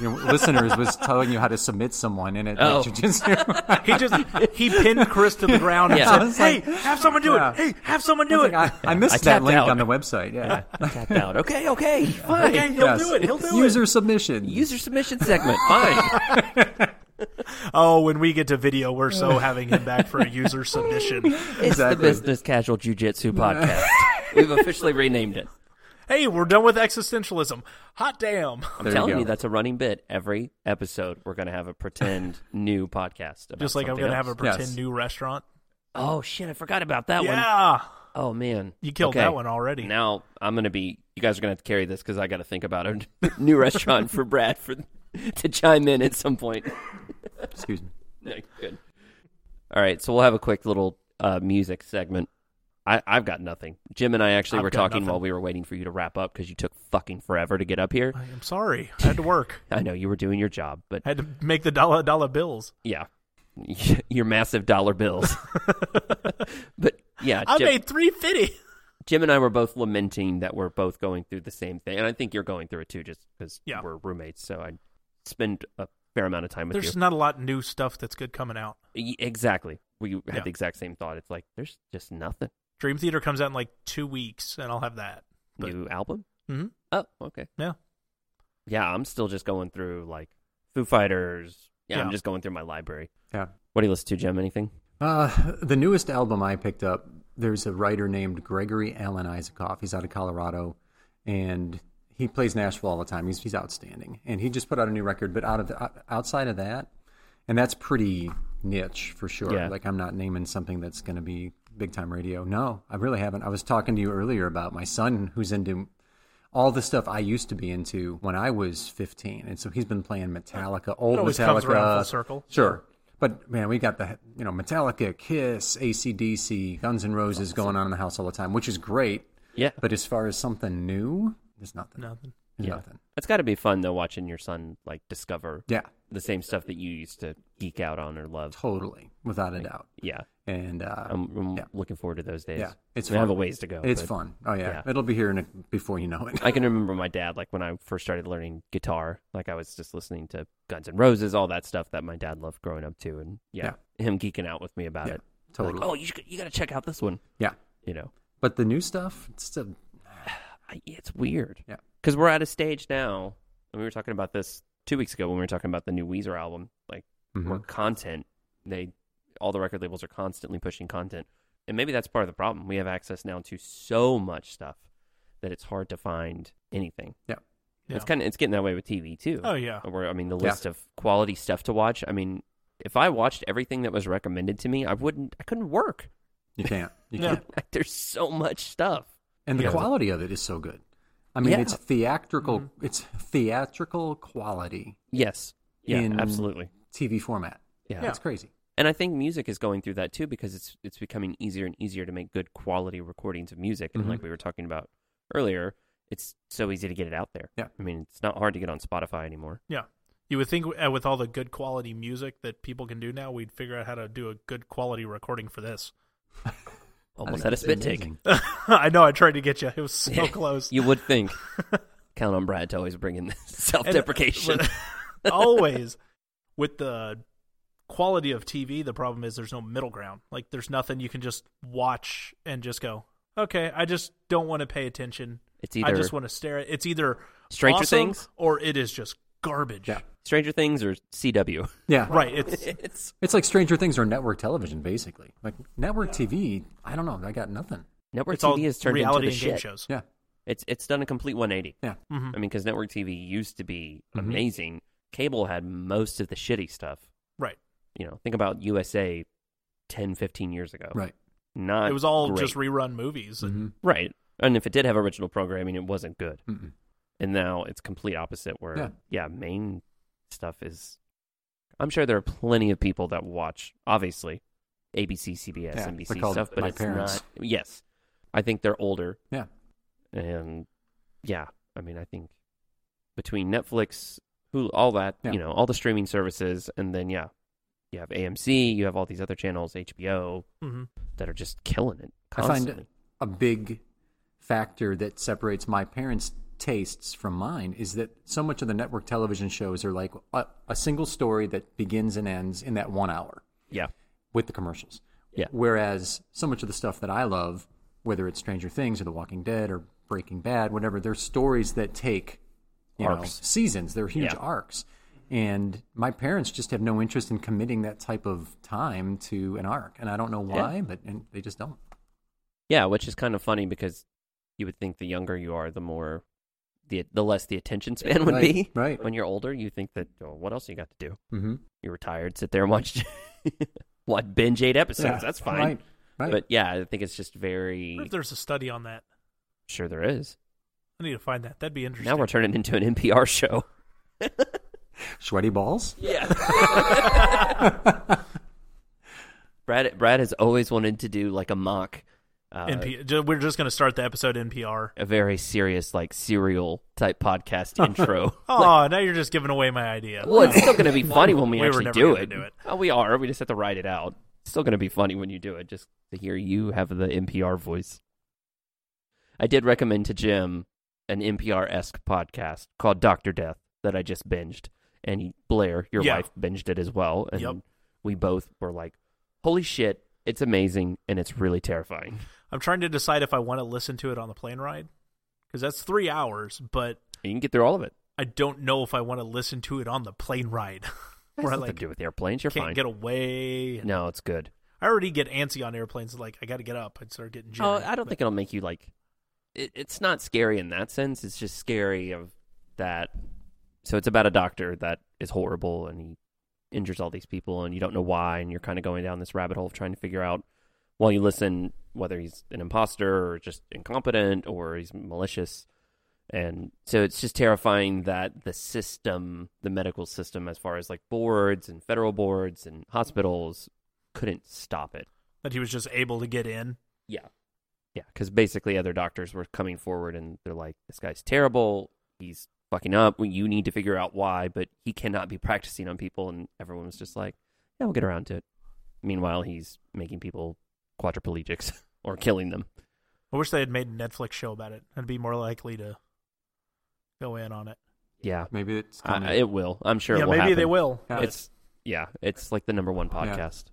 Speaker 3: your listeners was telling you how to submit someone in it
Speaker 1: Oh.
Speaker 3: like jujitsu.
Speaker 2: He just he pinned Chris to the ground and
Speaker 1: Yeah.
Speaker 2: said,
Speaker 1: I
Speaker 3: was
Speaker 2: Hey,
Speaker 3: like-
Speaker 2: have someone do
Speaker 3: Yeah.
Speaker 2: it. Hey, have someone do
Speaker 3: It's like,
Speaker 2: it.
Speaker 3: I, I
Speaker 1: I
Speaker 3: missed that
Speaker 1: tapped
Speaker 3: link
Speaker 1: out.
Speaker 3: on the website. Yeah.
Speaker 1: Tapped out. Okay, okay, fine.
Speaker 2: okay, he'll
Speaker 3: Yes.
Speaker 2: do it. He'll do
Speaker 3: user
Speaker 2: it.
Speaker 3: submission.
Speaker 1: User submission segment. Fine.
Speaker 2: Oh, when we get to video, we're so having him back for a user submission.
Speaker 1: It's
Speaker 3: Exactly.
Speaker 1: the Business Casual Jiu-Jitsu podcast. We've officially renamed it.
Speaker 2: Hey, we're done with existentialism. Hot damn.
Speaker 1: I'm
Speaker 3: There you
Speaker 1: telling you,
Speaker 3: go.
Speaker 1: that's a running bit. Every episode, we're going to have a pretend new podcast. About
Speaker 2: Just like I'm
Speaker 1: something
Speaker 2: going to
Speaker 1: else.
Speaker 2: have a pretend
Speaker 3: Yes.
Speaker 2: new restaurant.
Speaker 1: Oh shit! I forgot about that one.
Speaker 2: yeah.
Speaker 1: Oh man,
Speaker 2: You killed
Speaker 1: Okay.
Speaker 2: that one already.
Speaker 1: Now I'm going to be. You guys are going to have to carry this because I got to think about a new restaurant for Brad for to chime in at some point.
Speaker 3: Excuse me.
Speaker 1: No, good. All right, so we'll have a quick little uh, music segment. I, I've got nothing. Jim and I actually
Speaker 2: I've
Speaker 1: were
Speaker 2: got
Speaker 1: talking
Speaker 2: nothing.
Speaker 1: while we were waiting for you to wrap up because you took fucking forever to get up here.
Speaker 2: I am sorry. I had to work.
Speaker 1: I know you were doing your job, but
Speaker 2: I had to make the dollar dollar bills.
Speaker 1: yeah, your massive dollar bills. but yeah,
Speaker 2: I
Speaker 1: Jim,
Speaker 2: made three fifty.
Speaker 1: Jim and I were both lamenting that we're both going through the same thing, and I think you're going through it too, just because
Speaker 2: Yeah.
Speaker 1: we're roommates. So I spend a fair amount of time with you.
Speaker 2: There's not a lot of new stuff that's good coming out.
Speaker 1: E- Exactly, we had
Speaker 2: Yeah.
Speaker 1: the exact same thought. It's like there's just nothing
Speaker 2: Dream Theater comes out in like two weeks, and I'll have that. But-
Speaker 1: new album.
Speaker 2: Mhm.
Speaker 1: Oh, okay.
Speaker 2: Yeah.
Speaker 1: Yeah, I'm still just going through like Foo Fighters. Yeah, I'm
Speaker 2: Yeah.
Speaker 1: just going through my library.
Speaker 3: Yeah.
Speaker 1: What do you listen to, Jim? Anything?
Speaker 3: Uh, the newest album I picked up, there's a writer named Gregory Allen Isaacoff. He's out of Colorado and he plays Nashville all the time. He's, he's outstanding. And he just put out a new record, but out of the, out- outside of that, and that's pretty niche for sure.
Speaker 1: Yeah.
Speaker 3: Like I'm not naming something that's going to be big time radio. No, I really haven't. I was talking to you earlier about my son who's into all the stuff I used to be into when I was 15. And so he's been playing Metallica, old
Speaker 2: It always
Speaker 3: Metallica.
Speaker 2: comes
Speaker 1: uh,
Speaker 2: around full circle.
Speaker 3: Sure. But man, we got the you know Metallica, Kiss, AC/DC, Guns N' Roses going on in the house all the time, which is great.
Speaker 1: Yeah.
Speaker 3: But as far as something new, there's nothing.
Speaker 2: Nothing.
Speaker 3: There's
Speaker 1: Yeah.
Speaker 3: nothing.
Speaker 1: It's got to be fun though, watching your son like discover
Speaker 3: Yeah,
Speaker 1: the same stuff that you used to geek out on or love.
Speaker 3: totally, without a doubt.
Speaker 1: Yeah.
Speaker 3: And uh,
Speaker 1: I'm, I'm
Speaker 3: Yeah.
Speaker 1: looking forward to those days.
Speaker 3: Yeah, it's
Speaker 1: we Um, have a
Speaker 3: fun.
Speaker 1: ways to go.
Speaker 3: it's
Speaker 1: but
Speaker 3: fun. Oh yeah.
Speaker 1: yeah.
Speaker 3: it'll be here in a, before you know it.
Speaker 1: I can remember my dad, like when I first started learning guitar, like I was just listening to Guns N' Roses, all that stuff that my dad loved growing up too, and yeah, him geeking out with me about
Speaker 3: Yeah,
Speaker 1: it. Like,
Speaker 3: totally.
Speaker 1: oh, you should, you got to check out this one.
Speaker 3: Yeah,
Speaker 1: You know,
Speaker 3: but the new stuff, it's still
Speaker 1: I, it's weird.
Speaker 3: Yeah.
Speaker 1: because we're at a stage now, and we were talking about this two weeks ago when we were talking about the new Weezer album, like
Speaker 3: Mhm.
Speaker 1: where content they all the record labels are constantly pushing content and maybe that's part of the problem we have access now to so much stuff that it's hard to find anything
Speaker 3: Yeah.
Speaker 2: Yeah.
Speaker 1: it's kind of it's getting that way with tv too
Speaker 2: Oh, yeah.
Speaker 1: where i mean the
Speaker 3: Yeah.
Speaker 1: list of quality stuff to watch i mean if i watched everything that was recommended to me i wouldn't i couldn't work
Speaker 3: you can't. You
Speaker 2: Yeah.
Speaker 3: can't.
Speaker 1: there's so much stuff
Speaker 3: And the
Speaker 2: Yeah.
Speaker 3: quality of it is so good. I mean,
Speaker 1: Yeah.
Speaker 3: it's theatrical. It's theatrical quality
Speaker 1: Yes. Yeah,
Speaker 3: In-
Speaker 1: absolutely.
Speaker 3: TV format.
Speaker 1: Yeah.
Speaker 3: That's crazy.
Speaker 1: And I think music is going through that too because it's it's becoming easier and easier to make good quality recordings of music. And
Speaker 2: Mm-hmm.
Speaker 3: Mhm.
Speaker 1: like we were talking about earlier, it's so easy to get it out there.
Speaker 3: Yeah.
Speaker 1: I mean, it's not hard to get on Spotify anymore.
Speaker 2: Yeah. You would think uh, with all the good quality music that people can do now, we'd figure out how to do a good quality recording for this.
Speaker 1: Almost
Speaker 3: I think
Speaker 1: had a
Speaker 3: it's
Speaker 1: spit take.
Speaker 3: amazing.
Speaker 2: I know I tried to get you. It was so close. uh,
Speaker 1: You would think. Count on Brad to always bring in self deprecation.
Speaker 2: And- always with the quality of TV, the problem is there's no middle ground. Like there's nothing you can just watch and just go, okay, I just don't want to pay attention.
Speaker 1: It's
Speaker 2: I
Speaker 1: either
Speaker 2: just want to stare at. It's either
Speaker 1: Stranger
Speaker 2: awesome
Speaker 1: Things?
Speaker 2: or it is just garbage.
Speaker 3: Yeah.
Speaker 1: Stranger Things or CW.
Speaker 3: Yeah.
Speaker 2: Right. It's
Speaker 1: it's
Speaker 3: It's like Stranger Things or network television, basically. Like network TV, I don't know. I got nothing.
Speaker 1: network
Speaker 2: it's
Speaker 1: TV
Speaker 2: all
Speaker 1: has turned into
Speaker 2: reality
Speaker 1: the
Speaker 2: and game
Speaker 1: shit.
Speaker 2: shows.
Speaker 3: Yeah.
Speaker 1: It's it's done a complete 180.
Speaker 3: Yeah.
Speaker 2: Mhm.
Speaker 1: I mean, because network TV used to be
Speaker 2: Mm-hmm.
Speaker 1: amazing. Cable had most of the shitty stuff.
Speaker 2: Right.
Speaker 1: You know, think about USA 10, 15 years ago.
Speaker 3: Right.
Speaker 1: Not
Speaker 2: It was all
Speaker 1: great.
Speaker 2: just rerun movies. and-
Speaker 3: Mhm.
Speaker 1: right. And if it did have original programming, it wasn't good.
Speaker 3: Mm-mm.
Speaker 1: And now it's complete opposite. Where yeah.
Speaker 3: Yeah.
Speaker 1: main stuff is. I'm sure there are plenty of people that watch, obviously, ABC, CBS,
Speaker 3: Yeah, they're
Speaker 1: NBC
Speaker 3: called
Speaker 1: stuff, but
Speaker 3: my
Speaker 1: it's
Speaker 3: parents.
Speaker 1: not. Yes, I think they're older.
Speaker 3: Yeah.
Speaker 1: and yeah, I mean, I think between Netflix, Hulu, all that,
Speaker 3: Yeah.
Speaker 1: you know, all the streaming services, and then yeah, you have AMC, you have all these other channels, HBO,
Speaker 2: Mhm.
Speaker 1: that are just killing it
Speaker 3: I
Speaker 1: constantly.
Speaker 3: find a big factor that separates my parents' tastes from mine is that so much of the network television shows are like a, a single story that begins and ends in that one hour
Speaker 1: yeah,
Speaker 3: with the commercials.
Speaker 1: Yeah.
Speaker 3: Whereas so much of the stuff that I love, whether it's Stranger Things or The Walking Dead or Breaking Bad, whatever, they're stories that take you know,
Speaker 1: Arcs.
Speaker 3: seasons. They're huge
Speaker 1: Yeah.
Speaker 3: arcs. And my parents just have no interest in committing that type of time to an arc. And I don't know why, but and they just don't.
Speaker 1: yeah, which is kind of funny because you would think the younger you are, the more the the less the attention span would
Speaker 3: Right,
Speaker 1: be.
Speaker 3: right.
Speaker 1: When you're older, you think that oh, what else you got to do?
Speaker 3: Mm-hmm.
Speaker 1: You're retired, sit there and watch what binge eight episodes. That's fine.
Speaker 3: Right. right.
Speaker 1: But yeah, I think it's just
Speaker 2: I wonder
Speaker 1: very
Speaker 2: if there's a study on that.
Speaker 1: sure there is.
Speaker 2: I need to find that. That'd be interesting.
Speaker 1: Now we're turning into an NPR show.
Speaker 3: Sweaty balls?
Speaker 1: Yeah. Brad Brad has always wanted to do like a mock uh,
Speaker 2: NP- ju- we're just going to start the episode NPR.
Speaker 1: a very serious like serial type podcast intro.
Speaker 2: Oh, now you're just giving away my idea.
Speaker 1: Well, it's still going to be funny when we,
Speaker 2: We were
Speaker 1: actually
Speaker 2: never
Speaker 1: do
Speaker 2: gonna
Speaker 1: it.
Speaker 2: do it.
Speaker 1: Oh, we are. We just have to write it out. It's still going to be funny when you do it, just to hear you have the NPR voice. I did recommend to Jim an NPR esque podcast called Doctor Death that I just binged, and he, Blair, your
Speaker 2: Yeah.
Speaker 1: wife, binged it as well, and
Speaker 2: Yep.
Speaker 1: we both were like, "Holy shit, it's amazing and it's really terrifying."
Speaker 2: I'm trying to decide if I want to listen to it on the plane ride because that's three hours, but
Speaker 1: You can get through all of it.
Speaker 2: I don't know if I want to listen to it on the plane ride
Speaker 1: That's
Speaker 2: where I
Speaker 1: nothing
Speaker 2: like
Speaker 1: to do with airplanes. You're
Speaker 2: can't
Speaker 1: fine.
Speaker 2: get away.
Speaker 1: no, it's good.
Speaker 2: I already get antsy on airplanes. Like I got to get up. I start getting. Jittery,
Speaker 1: Oh, I don't
Speaker 2: but-
Speaker 1: think it'll make you like. It, it's not scary in that sense. It's just scary of that. So it's about a doctor that is horrible and he injures all these people and you don't know why and you're kind of going down this rabbit hole of trying to figure out while you listen whether he's an imposter or just incompetent or he's malicious. And so it's just terrifying that the system, the medical system, as far as like boards and federal boards and hospitals, couldn't stop it.
Speaker 2: that he was just able to get in.
Speaker 1: Yeah. Yeah, because basically other doctors were coming forward and they're like, this guy's terrible. He's fucking up. You need to figure out why, but he cannot be practicing on people. And everyone was just like, yeah, we'll get around to it. Meanwhile, he's making people quadriplegics or killing them.
Speaker 2: I wish they had made a Netflix show about it. I'd be more likely to go in on it.
Speaker 1: Yeah.
Speaker 3: Maybe it's
Speaker 1: I,
Speaker 3: coming.
Speaker 1: it will. I'm sure
Speaker 2: yeah,
Speaker 1: it will
Speaker 2: maybe
Speaker 1: happen.
Speaker 2: they will.
Speaker 3: Yeah.
Speaker 2: but-
Speaker 1: It's, yeah, it's like the number one podcast.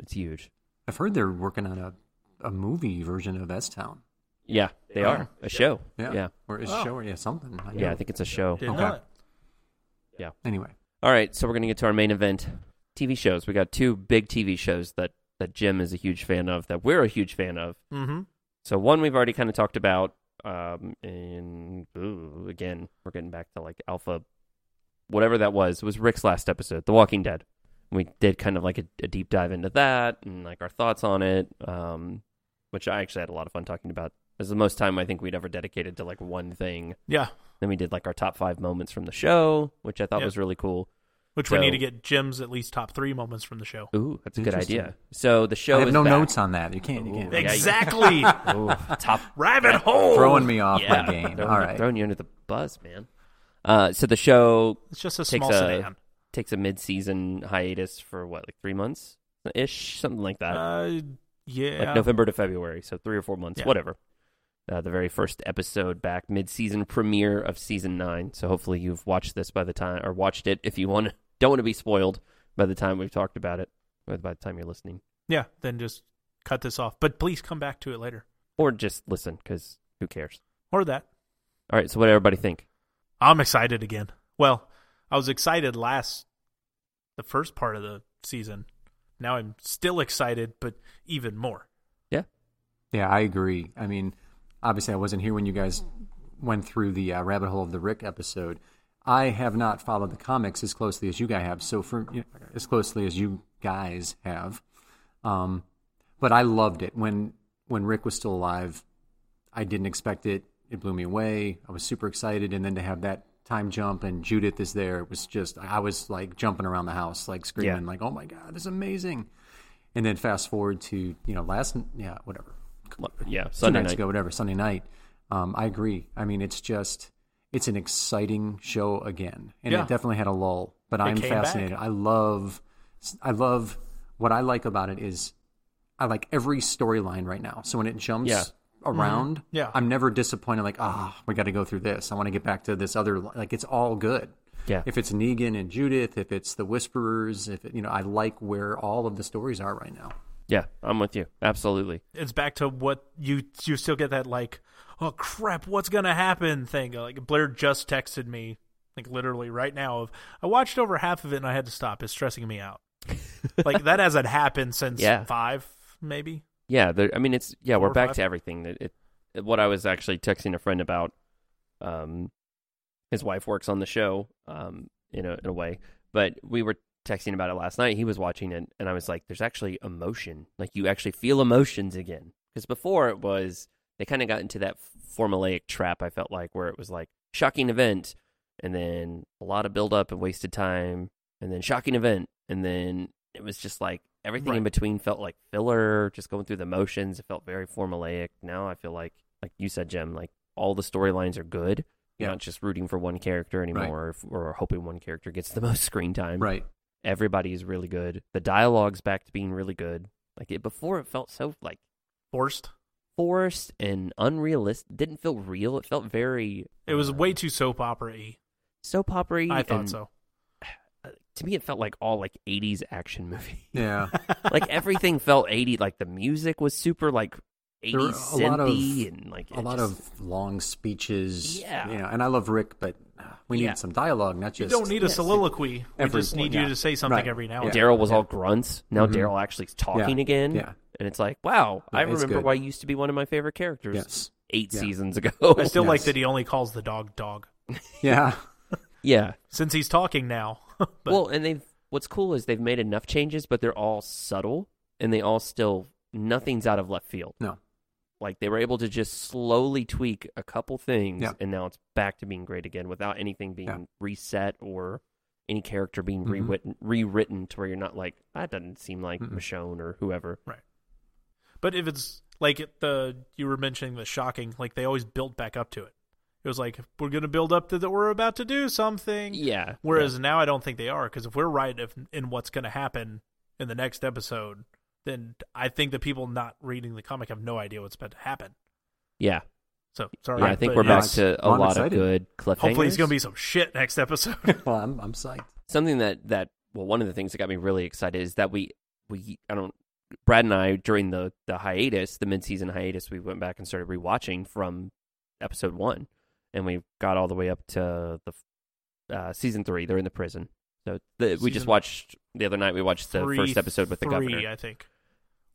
Speaker 1: It's huge.
Speaker 3: I've heard they're working on a, a movie version of S Town.
Speaker 1: Yeah, they
Speaker 3: Yeah.
Speaker 1: are. A show.
Speaker 3: Yeah.
Speaker 1: Yeah.
Speaker 3: Or is
Speaker 2: Oh.
Speaker 3: show or yeah, something. I
Speaker 1: Yeah, I
Speaker 3: know.
Speaker 1: think it's a show.
Speaker 2: Did
Speaker 3: Okay.
Speaker 2: not.
Speaker 3: Anyway.
Speaker 1: All right, so we're going to get to our main event, TV shows. We got two big TV shows that that Jim is a huge fan of, that we're a huge fan of.
Speaker 2: Mm-hmm.
Speaker 1: So one we've already kind of talked about, um, and ooh, again we're getting back to like Alpha, whatever that was. It was Rick's last episode, The Walking Dead. We did kind of like a, a deep dive into that and like our thoughts on it, um, which I actually had a lot of fun talking about This is the most time I think we'd ever dedicated to like one thing.
Speaker 2: Yeah,
Speaker 1: Then we did like our top five moments from the show, which I thought
Speaker 2: Yep.
Speaker 1: was really cool.
Speaker 2: which
Speaker 1: So-
Speaker 2: we need to get Jim's at least top three moments from the show.
Speaker 1: Ooh, that's a good
Speaker 3: Interesting.
Speaker 1: idea. So the show
Speaker 3: I have
Speaker 1: is
Speaker 3: no
Speaker 1: back.
Speaker 3: notes on that. You can't. You
Speaker 1: Ooh.
Speaker 3: can't.
Speaker 1: Yeah, you-
Speaker 2: Exactly,
Speaker 1: Ooh, top
Speaker 2: rabbit hole.
Speaker 3: Throwing me off
Speaker 1: yeah,
Speaker 3: my game.
Speaker 1: Throwing,
Speaker 3: All right.
Speaker 1: throwing you under the bus, man. Uh, so the show
Speaker 2: It's just a
Speaker 1: takes
Speaker 2: small
Speaker 1: a-
Speaker 2: sedan.
Speaker 1: takes a mid-season hiatus for what, like three months ish, something like that,
Speaker 2: Uh, yeah,
Speaker 1: like November to February, so three or four months,
Speaker 2: Yeah.
Speaker 1: whatever. Uh, the very first episode back mid-season premiere of season nine. So hopefully you've watched this by the time, or watched it if you want. Don't want to be spoiled by the time we've talked about it, or by the time you're listening,
Speaker 2: yeah. Then just cut this off. But please come back to it later
Speaker 1: or just listen because who cares?
Speaker 2: or that.
Speaker 1: All right. So what did everybody think?
Speaker 2: I'm excited again. Well, I was excited last the first part of the season. Now I'm still excited, but even more.
Speaker 3: Yeah, I agree. I mean, obviously, I wasn't here when you guys went through the uh, rabbit hole of the Rick episode. I have not followed the comics as closely as you guys have. So for you know, as closely as you guys have, um, but I loved it when when Rick was still alive. I didn't expect it. It blew me away. I was super excited, and then to have that time jump and Judith is there, it was just I was like jumping around the house, like screaming, like "Oh my god, this is amazing!" And then fast forward to you know last yeah whatever
Speaker 1: Yeah,
Speaker 3: two
Speaker 1: Sunday
Speaker 3: nights
Speaker 1: night.
Speaker 3: ago, whatever, Sunday night. Um, I agree. I mean, it's just it's an exciting show again, and
Speaker 2: Yeah.
Speaker 3: it definitely had a lull. But I'm
Speaker 2: came back.
Speaker 3: fascinated. I love, I love what I like about it is I like every storyline right now. So when it jumps
Speaker 1: Yeah.
Speaker 3: around,
Speaker 2: Yeah.
Speaker 3: I'm never disappointed. Like ah, we got to go through this. I want to get back to this other. li-" Like it's all good.
Speaker 1: Yeah.
Speaker 3: If it's Negan and Judith, if it's the Whisperers, if it, you know, I like where all of the stories are right now.
Speaker 1: Yeah, I'm with you. Absolutely.
Speaker 2: It's back to what you you still get that like, oh crap, what's gonna happen thing. Like Blair just texted me, like literally right now. Of I watched over half of it and I had to stop. It's stressing me out. like that hasn't happened since
Speaker 1: Yeah.
Speaker 2: five, maybe.
Speaker 1: Yeah, there, I mean it's yeah,
Speaker 2: Four
Speaker 1: we're
Speaker 2: or
Speaker 1: back
Speaker 2: five?
Speaker 1: to everything. That it, it- what I was actually texting a friend about. Um, his wife works on the show. Um, in a in a way, but we were texting about it last night. He was watching it, and I was like, "There's actually emotion. Like you actually feel emotions again." Because before it was they kind of got into that formulaic trap. I felt like where it was like shocking event, and then a lot of build up and wasted time, and then shocking event, and then it was just like everything in
Speaker 2: Right.
Speaker 1: between felt like filler, just going through the motions. It felt very formulaic. Now I feel like, like you said, Jim, like all the storylines are good. You're
Speaker 3: Yeah.
Speaker 1: not just rooting for one character anymore, or, or hoping one character gets the most screen time.
Speaker 3: Right.
Speaker 1: Everybody is really good. The dialogue's back to being really good. Like it before, it felt so like
Speaker 2: Forced.
Speaker 1: forced and unrealistic. Didn't feel real. It felt very.
Speaker 2: It was
Speaker 3: Uh,
Speaker 1: um,
Speaker 2: way too soap opera y.
Speaker 1: soap opera.
Speaker 2: I thought so.
Speaker 1: To me, it felt like all like '80s action movie.
Speaker 3: Yeah.
Speaker 1: like everything felt 80. Like the music was super like
Speaker 3: There were
Speaker 1: 80s
Speaker 3: a lot of-
Speaker 1: synthy and like
Speaker 3: a
Speaker 1: it
Speaker 3: lot
Speaker 1: just-
Speaker 3: of long speeches.
Speaker 1: Yeah.
Speaker 3: You know, and I love Rick, but uh, we
Speaker 1: Yeah.
Speaker 3: need some dialogue, not
Speaker 2: You
Speaker 3: just.
Speaker 2: don't need a
Speaker 1: yes.
Speaker 2: soliloquy. We
Speaker 3: Every-
Speaker 2: just need
Speaker 3: yeah.
Speaker 2: you to say something
Speaker 3: Right.
Speaker 2: every now
Speaker 3: Yeah.
Speaker 2: and then.
Speaker 1: Daryl was all grunts. Now
Speaker 3: Mhm.
Speaker 1: Daryl actually is talking
Speaker 3: Yeah.
Speaker 1: again.
Speaker 3: Yeah.
Speaker 1: And it's like, wow,
Speaker 3: Yeah,
Speaker 1: I
Speaker 3: it's
Speaker 1: remember
Speaker 3: good.
Speaker 1: why you used to be one of my favorite characters
Speaker 3: Yes.
Speaker 1: eight
Speaker 3: Yeah.
Speaker 1: seasons ago.
Speaker 2: I still like
Speaker 3: Yes.
Speaker 2: that he only calls the dog dog
Speaker 3: Yeah.
Speaker 1: yeah.
Speaker 2: since he's talking now. but
Speaker 1: well, and they've what's cool is they've made enough changes, but they're all subtle and they all still nothing's out of left field.
Speaker 3: No.
Speaker 1: Like they were able to just slowly tweak a couple things,
Speaker 3: Yeah.
Speaker 1: and now it's back to being great again without anything being
Speaker 3: Yeah.
Speaker 1: reset or any character being
Speaker 3: Mhm.
Speaker 1: rewritten, rewritten to where you're not like that doesn't seem like
Speaker 3: Mm-mm.
Speaker 1: Michonne or whoever.
Speaker 2: but if it's like it- the you were mentioning the shocking, like they always built back up to it. It was like we're going to build up to that we're about to do something.
Speaker 1: Yeah.
Speaker 2: Whereas now I don't think they are because if we're right if, in what's going to happen in the next episode, then I think the people not reading the comic have no idea what's about to happen.
Speaker 1: yeah,
Speaker 2: So sorry.
Speaker 1: yeah. I think
Speaker 2: but
Speaker 1: we're
Speaker 2: yeah,
Speaker 1: back
Speaker 3: it's-
Speaker 1: to a
Speaker 3: well, I'm
Speaker 1: lot
Speaker 3: excited.
Speaker 1: of good cliffhangers.
Speaker 2: Hopefully, it's going to be some shit next episode.
Speaker 3: Well, I'm, I'm psyched.
Speaker 1: something that that well one of the things that got me really excited is that we we I don't Brad and I during the the hiatus the mid season hiatus we went back and started rewatching from episode one and we got all the way up to the uh, season three they're in the prison so the, we just
Speaker 2: Season-
Speaker 1: watched the other night we watched the
Speaker 2: Three,
Speaker 1: first episode with the
Speaker 2: three,
Speaker 1: governor
Speaker 2: I think.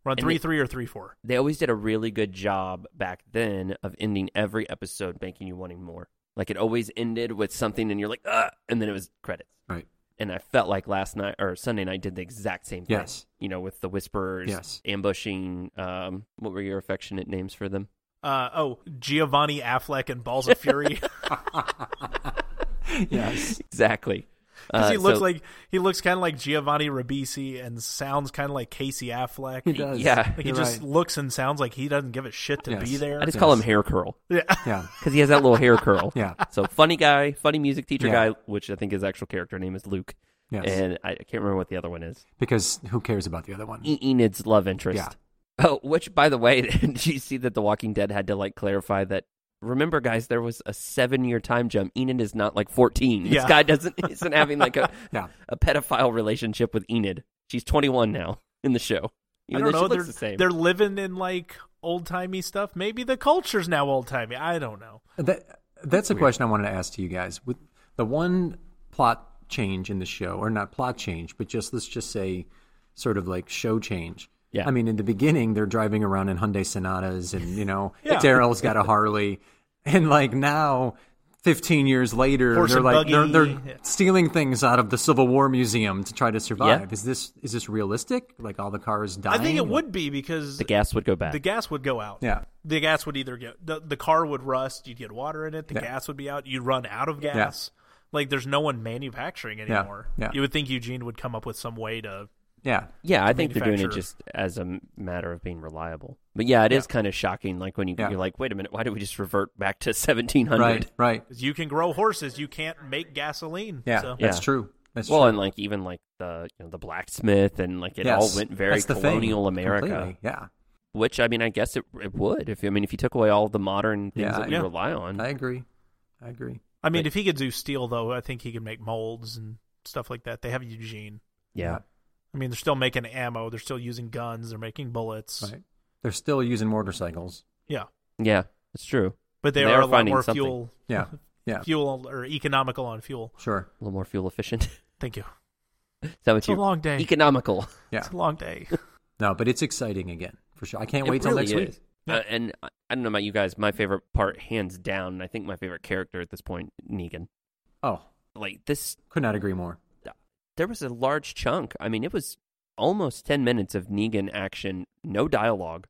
Speaker 2: We're on
Speaker 1: And
Speaker 2: three
Speaker 1: it-
Speaker 2: three or three four.
Speaker 1: they always did a really good job back then of ending every episode making you wanting more. Like it always ended with something and you're like, ah, and then it was credits.
Speaker 3: Right.
Speaker 1: And I felt like last night or Sunday night did the exact same thing.
Speaker 3: Yes.
Speaker 1: You know, with the whisperers
Speaker 3: Yes.
Speaker 1: ambushing um what were your affectionate names for them?
Speaker 2: Uh, oh, Giovanni Affleck and Balls of Fury.
Speaker 3: yes.
Speaker 1: Exactly.
Speaker 2: Because
Speaker 1: Uh,
Speaker 2: he looks
Speaker 1: so-
Speaker 2: like he looks kind of like Giovanni Ribisi and sounds kind of like Casey Affleck.
Speaker 3: He does.
Speaker 1: Yeah.
Speaker 2: Like he
Speaker 3: You're
Speaker 2: just
Speaker 3: right.
Speaker 2: looks and sounds like he doesn't give a shit to
Speaker 3: Yes.
Speaker 2: be there.
Speaker 1: I just call him hair curl
Speaker 2: yeah.
Speaker 3: Yeah.
Speaker 1: because he has that little hair curl.
Speaker 3: Yeah.
Speaker 1: So funny guy, funny music teacher
Speaker 3: Yeah.
Speaker 1: guy, which I think his actual character name is Luke,
Speaker 3: Yes.
Speaker 1: and I I can't remember what the other one is.
Speaker 3: because who cares about the other one?
Speaker 1: E- Enid's love interest.
Speaker 3: Yeah.
Speaker 1: Oh, which by the way, did you see that The Walking Dead had to like clarify that? Remember, guys, there was a seven-year time jump. Enid is not like fourteen. This
Speaker 2: Yeah.
Speaker 1: guy doesn't isn't having like a
Speaker 3: Yeah.
Speaker 1: a pedophile relationship with Enid. She's twenty-one now in the show.
Speaker 2: I
Speaker 1: Even
Speaker 2: don't
Speaker 1: though
Speaker 2: know.
Speaker 1: She
Speaker 2: They're
Speaker 1: looks the same.
Speaker 2: they're living in like old timey stuff. Maybe the culture's now old timey. I don't know.
Speaker 3: That that's a question I wanted to ask to you guys. With the one plot change in the show, or not plot change, but just let's just say sort of like show change.
Speaker 1: Yeah.
Speaker 3: I mean, in the beginning, they're driving around in Hyundai Sonatas, and you know,
Speaker 2: Yeah.
Speaker 3: Daryl's got a Harley, and like now. 15 years later
Speaker 2: Horse
Speaker 3: they're
Speaker 2: and
Speaker 3: like they're,
Speaker 2: buggy.
Speaker 3: they're
Speaker 2: Yeah.
Speaker 3: stealing things out of the Civil War museum to try to survive. Is this is this realistic? Like all the cars
Speaker 2: I
Speaker 3: dying?
Speaker 2: think it would be because
Speaker 1: the gas would go bad.
Speaker 2: the gas would go out.
Speaker 3: Yeah.
Speaker 2: The gas would either get the, the car would rust, you'd get water in it, the
Speaker 3: Yeah.
Speaker 2: gas would be out, you'd run out of gas. Like there's no one manufacturing anymore.
Speaker 3: Yeah.
Speaker 2: You would think Eugene would come up with some way to
Speaker 3: Yeah.
Speaker 1: Yeah, I think they're doing it
Speaker 2: manufacturer.
Speaker 1: just as a m- matter of being reliable. But yeah, it is kind of shocking. Like when you,
Speaker 3: Yeah.
Speaker 1: you're like, wait a minute, why did we just revert back to 1700?
Speaker 3: Right, right.
Speaker 2: 'cause you can grow horses, you can't make gasoline.
Speaker 3: Yeah.
Speaker 2: So.
Speaker 3: That's
Speaker 1: Yeah.
Speaker 3: true. That's
Speaker 1: Well,
Speaker 3: true.
Speaker 1: and like even like the you know the blacksmith and like it
Speaker 3: Yes.
Speaker 1: all went very
Speaker 3: That's the thing.
Speaker 1: colonial America.
Speaker 3: Completely. Yeah.
Speaker 1: Which I mean, I guess it, it would. If I mean, if you took away all the modern things
Speaker 3: Yeah,
Speaker 1: that we
Speaker 2: yeah.
Speaker 1: rely on,
Speaker 3: I agree. I agree.
Speaker 2: I mean,
Speaker 1: Like-
Speaker 2: if he could do steel though, I think he could make molds and stuff like that. They have Eugene.
Speaker 1: yeah,
Speaker 2: I mean, they're still making ammo, they're still using guns, they're making bullets.
Speaker 3: Right. They're still using motorcycles.
Speaker 2: Yeah.
Speaker 1: yeah, it's true.
Speaker 2: But they,
Speaker 1: They
Speaker 2: are,
Speaker 1: are
Speaker 2: a lot
Speaker 1: finding
Speaker 2: more
Speaker 1: something.
Speaker 2: fuel
Speaker 3: Yeah. Yeah.
Speaker 2: fuel or economical on fuel.
Speaker 3: Sure.
Speaker 1: A little more fuel efficient. Is
Speaker 2: Thank you.
Speaker 1: that what
Speaker 2: It's a
Speaker 1: you?
Speaker 2: long day.
Speaker 1: Economical.
Speaker 3: Yeah.
Speaker 2: It's a long day.
Speaker 3: No, but it's exciting again for sure. I can't
Speaker 1: It
Speaker 3: wait till
Speaker 1: really
Speaker 3: next
Speaker 1: is.
Speaker 3: week.
Speaker 1: Uh, and I I don't know about you guys. My favorite part, hands down, and I think my favorite character at this point, Negan.
Speaker 3: Oh,
Speaker 1: Like this
Speaker 3: could not agree more.
Speaker 1: there was a large chunk. I mean, it was almost 10 minutes of Negan action, no dialogue.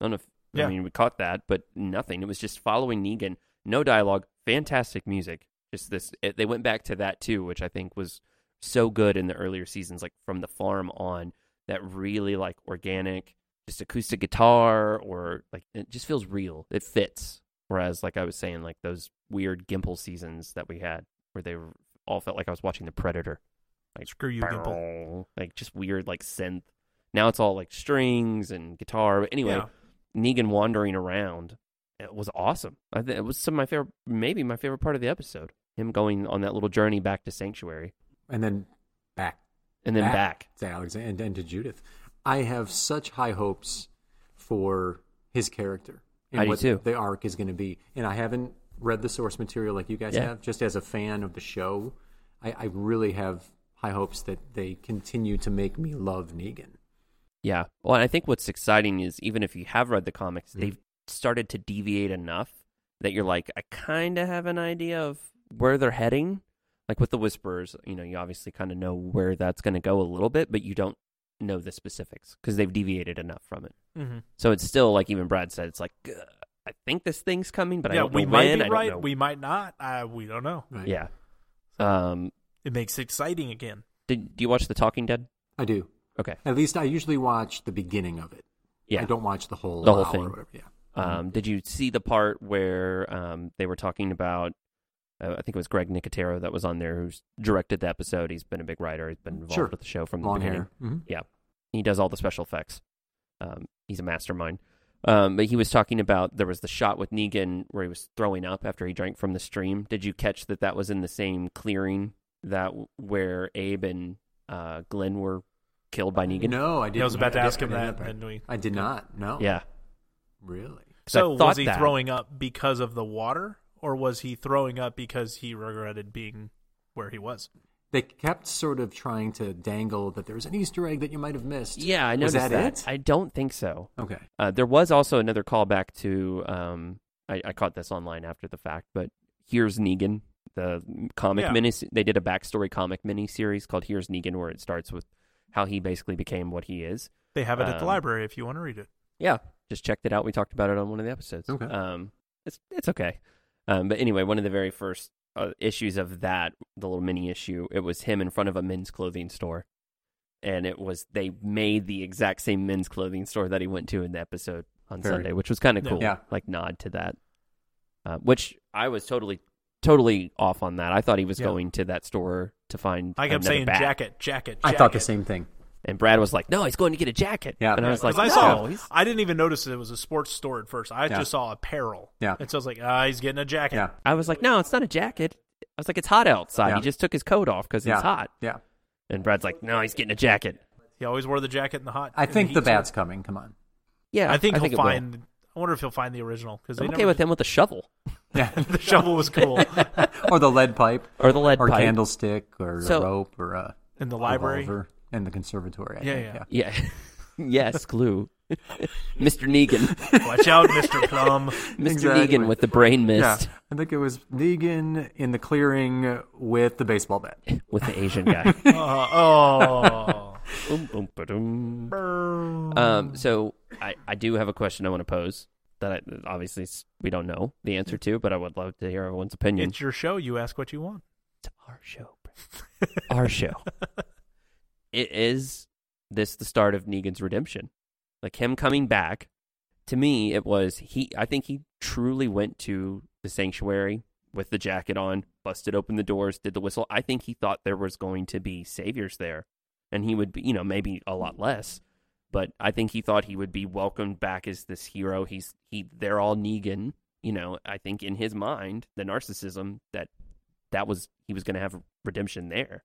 Speaker 1: I don't know if,
Speaker 2: Yeah.
Speaker 1: I mean, we caught that, but nothing. It was just following Negan, no dialogue, fantastic music. Just this, it, they went back to that too, which I think was so good in the earlier seasons, like from the farm on, that really like organic, just acoustic guitar or like, it just feels real. It fits. Whereas, like I was saying, like those weird Gimple seasons that we had where they were, all felt like I was watching The Predator
Speaker 2: Screw you, Gimple.
Speaker 1: like just weird like synth. Now it's all like strings and guitar. But anyway,
Speaker 2: Yeah.
Speaker 1: Negan wandering around it was awesome. I th- it was some of my favorite, maybe my favorite part of the episode. Him going on that little journey back to Sanctuary
Speaker 3: And then back
Speaker 1: and then back.
Speaker 3: to Alexander and, and to Judith. I have such high hopes for his character and
Speaker 1: I do
Speaker 3: what
Speaker 1: too.
Speaker 3: the arc is going to be. And I haven't read the source material like you guys
Speaker 1: Yeah.
Speaker 3: have. Just as a fan of the show, I, I really have high hopes that they continue to make me love Negan.
Speaker 1: Yeah. Well, and I think what's exciting is even if you have read the comics,
Speaker 2: Mm-hmm.
Speaker 1: they've started to deviate enough that you're like, I kind of have an idea of where they're heading. Like with the Whisperers, you know, you obviously kind of know where that's going to go a little bit, but you don't know the specifics because they've deviated enough from it.
Speaker 2: Mhm.
Speaker 1: So it's still like even Brad said, it's like, "Ugh, I think this thing's coming, but I
Speaker 2: yeah,
Speaker 1: don't know
Speaker 2: we
Speaker 1: when.
Speaker 2: might
Speaker 1: I
Speaker 2: be
Speaker 1: don't
Speaker 2: right.
Speaker 1: know-
Speaker 2: We might not. Uh, we don't know.
Speaker 3: Right?
Speaker 1: yeah. Um.
Speaker 2: It makes it exciting again.
Speaker 1: Did do you watch The Talking Dead?
Speaker 3: I do.
Speaker 1: Okay.
Speaker 3: At least I usually watch the beginning of it.
Speaker 1: Yeah.
Speaker 3: I don't watch the whole
Speaker 1: The whole
Speaker 3: hour
Speaker 1: thing.
Speaker 3: Or whatever. Yeah. Mm-hmm.
Speaker 1: Um, did you see the part where um, they were talking about? Uh, I think it was Greg Nicotero that was on there, who's directed the episode. He's been a big writer. He's been involved
Speaker 3: Sure.
Speaker 1: with the show from
Speaker 3: Long
Speaker 1: the beginning.
Speaker 3: hair. hmm
Speaker 1: Yeah, he does all the special effects. Um, he's a mastermind. Um, but he was talking about there was the shot with Negan where he was throwing up after he drank from the stream. Did you catch that? That was in the same clearing that where Abe and uh, Glenn were killed by Negan.
Speaker 3: No, I didn't.
Speaker 2: I was about to
Speaker 3: did-
Speaker 2: ask him
Speaker 3: I didn't
Speaker 2: that,
Speaker 3: know
Speaker 2: and we-
Speaker 3: I did not. No.
Speaker 1: Yeah,
Speaker 3: Really.
Speaker 1: So I
Speaker 2: So
Speaker 1: thought
Speaker 2: was he
Speaker 1: that.
Speaker 2: throwing up because of the water, or was he throwing up because he regretted being where he was?
Speaker 3: They kept sort of trying to dangle that there's an Easter egg that you might have missed.
Speaker 1: yeah, I
Speaker 3: Was
Speaker 1: noticed
Speaker 3: that it?
Speaker 1: I don't think so.
Speaker 3: Okay.
Speaker 1: Uh, there was also another callback to. Um, I, I caught this online after the fact, but here's Negan, the comic
Speaker 2: Yeah.
Speaker 1: mini. They did a backstory comic mini series called "Here's Negan," where it starts with how he basically became what he is.
Speaker 2: They have it at the
Speaker 1: Um,
Speaker 2: library if you want to read it.
Speaker 1: Yeah, just checked it out. We talked about it on one of the episodes.
Speaker 3: Okay.
Speaker 1: Um, it's it's okay. Um, but anyway, one of the very first uh, issues of that, the little mini issue, it was him in front of a men's clothing store, and it was they made the exact same men's clothing store that he went to in the episode on
Speaker 3: Very-
Speaker 1: Sunday, which was kind of
Speaker 2: Yeah.
Speaker 1: cool.
Speaker 3: Yeah.
Speaker 1: Like nod to that, uh, which I was totally totally off on that. I thought he was
Speaker 2: Yeah.
Speaker 1: going to that store to find.
Speaker 2: I kept
Speaker 1: another
Speaker 2: saying
Speaker 1: bat.
Speaker 2: jacket, jacket, jacket.
Speaker 3: I thought the same thing.
Speaker 1: and Brad was like, "No, he's going to get a jacket."
Speaker 3: Yeah.
Speaker 1: and I was like,
Speaker 2: 'Cause
Speaker 1: "No,
Speaker 2: I saw,
Speaker 1: he's
Speaker 2: I didn't even notice it was a sports store at first. I
Speaker 3: Yeah.
Speaker 2: just saw apparel.
Speaker 3: Yeah.
Speaker 2: And so I was like, ah, he's getting a jacket.
Speaker 3: Yeah.
Speaker 1: I was like, no, it's not a jacket. I was like, it's hot outside.
Speaker 3: Yeah.
Speaker 1: He just took his coat off because
Speaker 3: Yeah.
Speaker 1: it's hot.
Speaker 3: Yeah.
Speaker 1: And Brad's like, no, he's getting a jacket.
Speaker 2: He always wore the jacket in the hot.
Speaker 3: I
Speaker 2: in
Speaker 3: think
Speaker 2: heat
Speaker 3: the
Speaker 2: too.
Speaker 3: bat's coming. Come on.
Speaker 1: Yeah,
Speaker 2: I think he'll
Speaker 1: it will.
Speaker 2: find. I wonder if he'll find the original because
Speaker 1: I'm okay with him with a shovel
Speaker 3: Yeah.
Speaker 2: The shovel was cool
Speaker 3: or the lead pipe,
Speaker 1: or the lead
Speaker 3: or
Speaker 1: pipe.
Speaker 3: candlestick, or
Speaker 1: So-
Speaker 3: a rope, or a
Speaker 2: in the library.
Speaker 3: revolver in the conservatory. I
Speaker 2: Yeah,
Speaker 3: think.
Speaker 2: yeah.
Speaker 1: Yeah. yes, glue. Mr. Negan.
Speaker 2: Watch out, Mister Plum.
Speaker 1: Mr.
Speaker 3: Exactly.
Speaker 1: Negan with the brain mist
Speaker 3: Yeah, I think it was Negan in the clearing with the baseball bat.
Speaker 1: with the Asian guy.
Speaker 2: Uh,
Speaker 1: Boom, boom, ba-dum.
Speaker 2: oh.
Speaker 1: Um, so I, I do have a question I want to pose that I, obviously s- we don't know the answer to, but I would love to hear everyone's opinion.
Speaker 2: It's your show. You ask what you want.
Speaker 1: It's our show. bro. our show. It is this the start of Negan's redemption. Like him coming back. To me, it was he I think he truly went to the sanctuary with the jacket on, busted open the doors, did the whistle. I think he thought there was going to be saviors there. And he would be, you know, maybe a lot less. But I think he thought he would be welcomed back as this hero. He's he they're all Negan, you know, I think in his mind, the narcissism that that was he was going to have redemption there.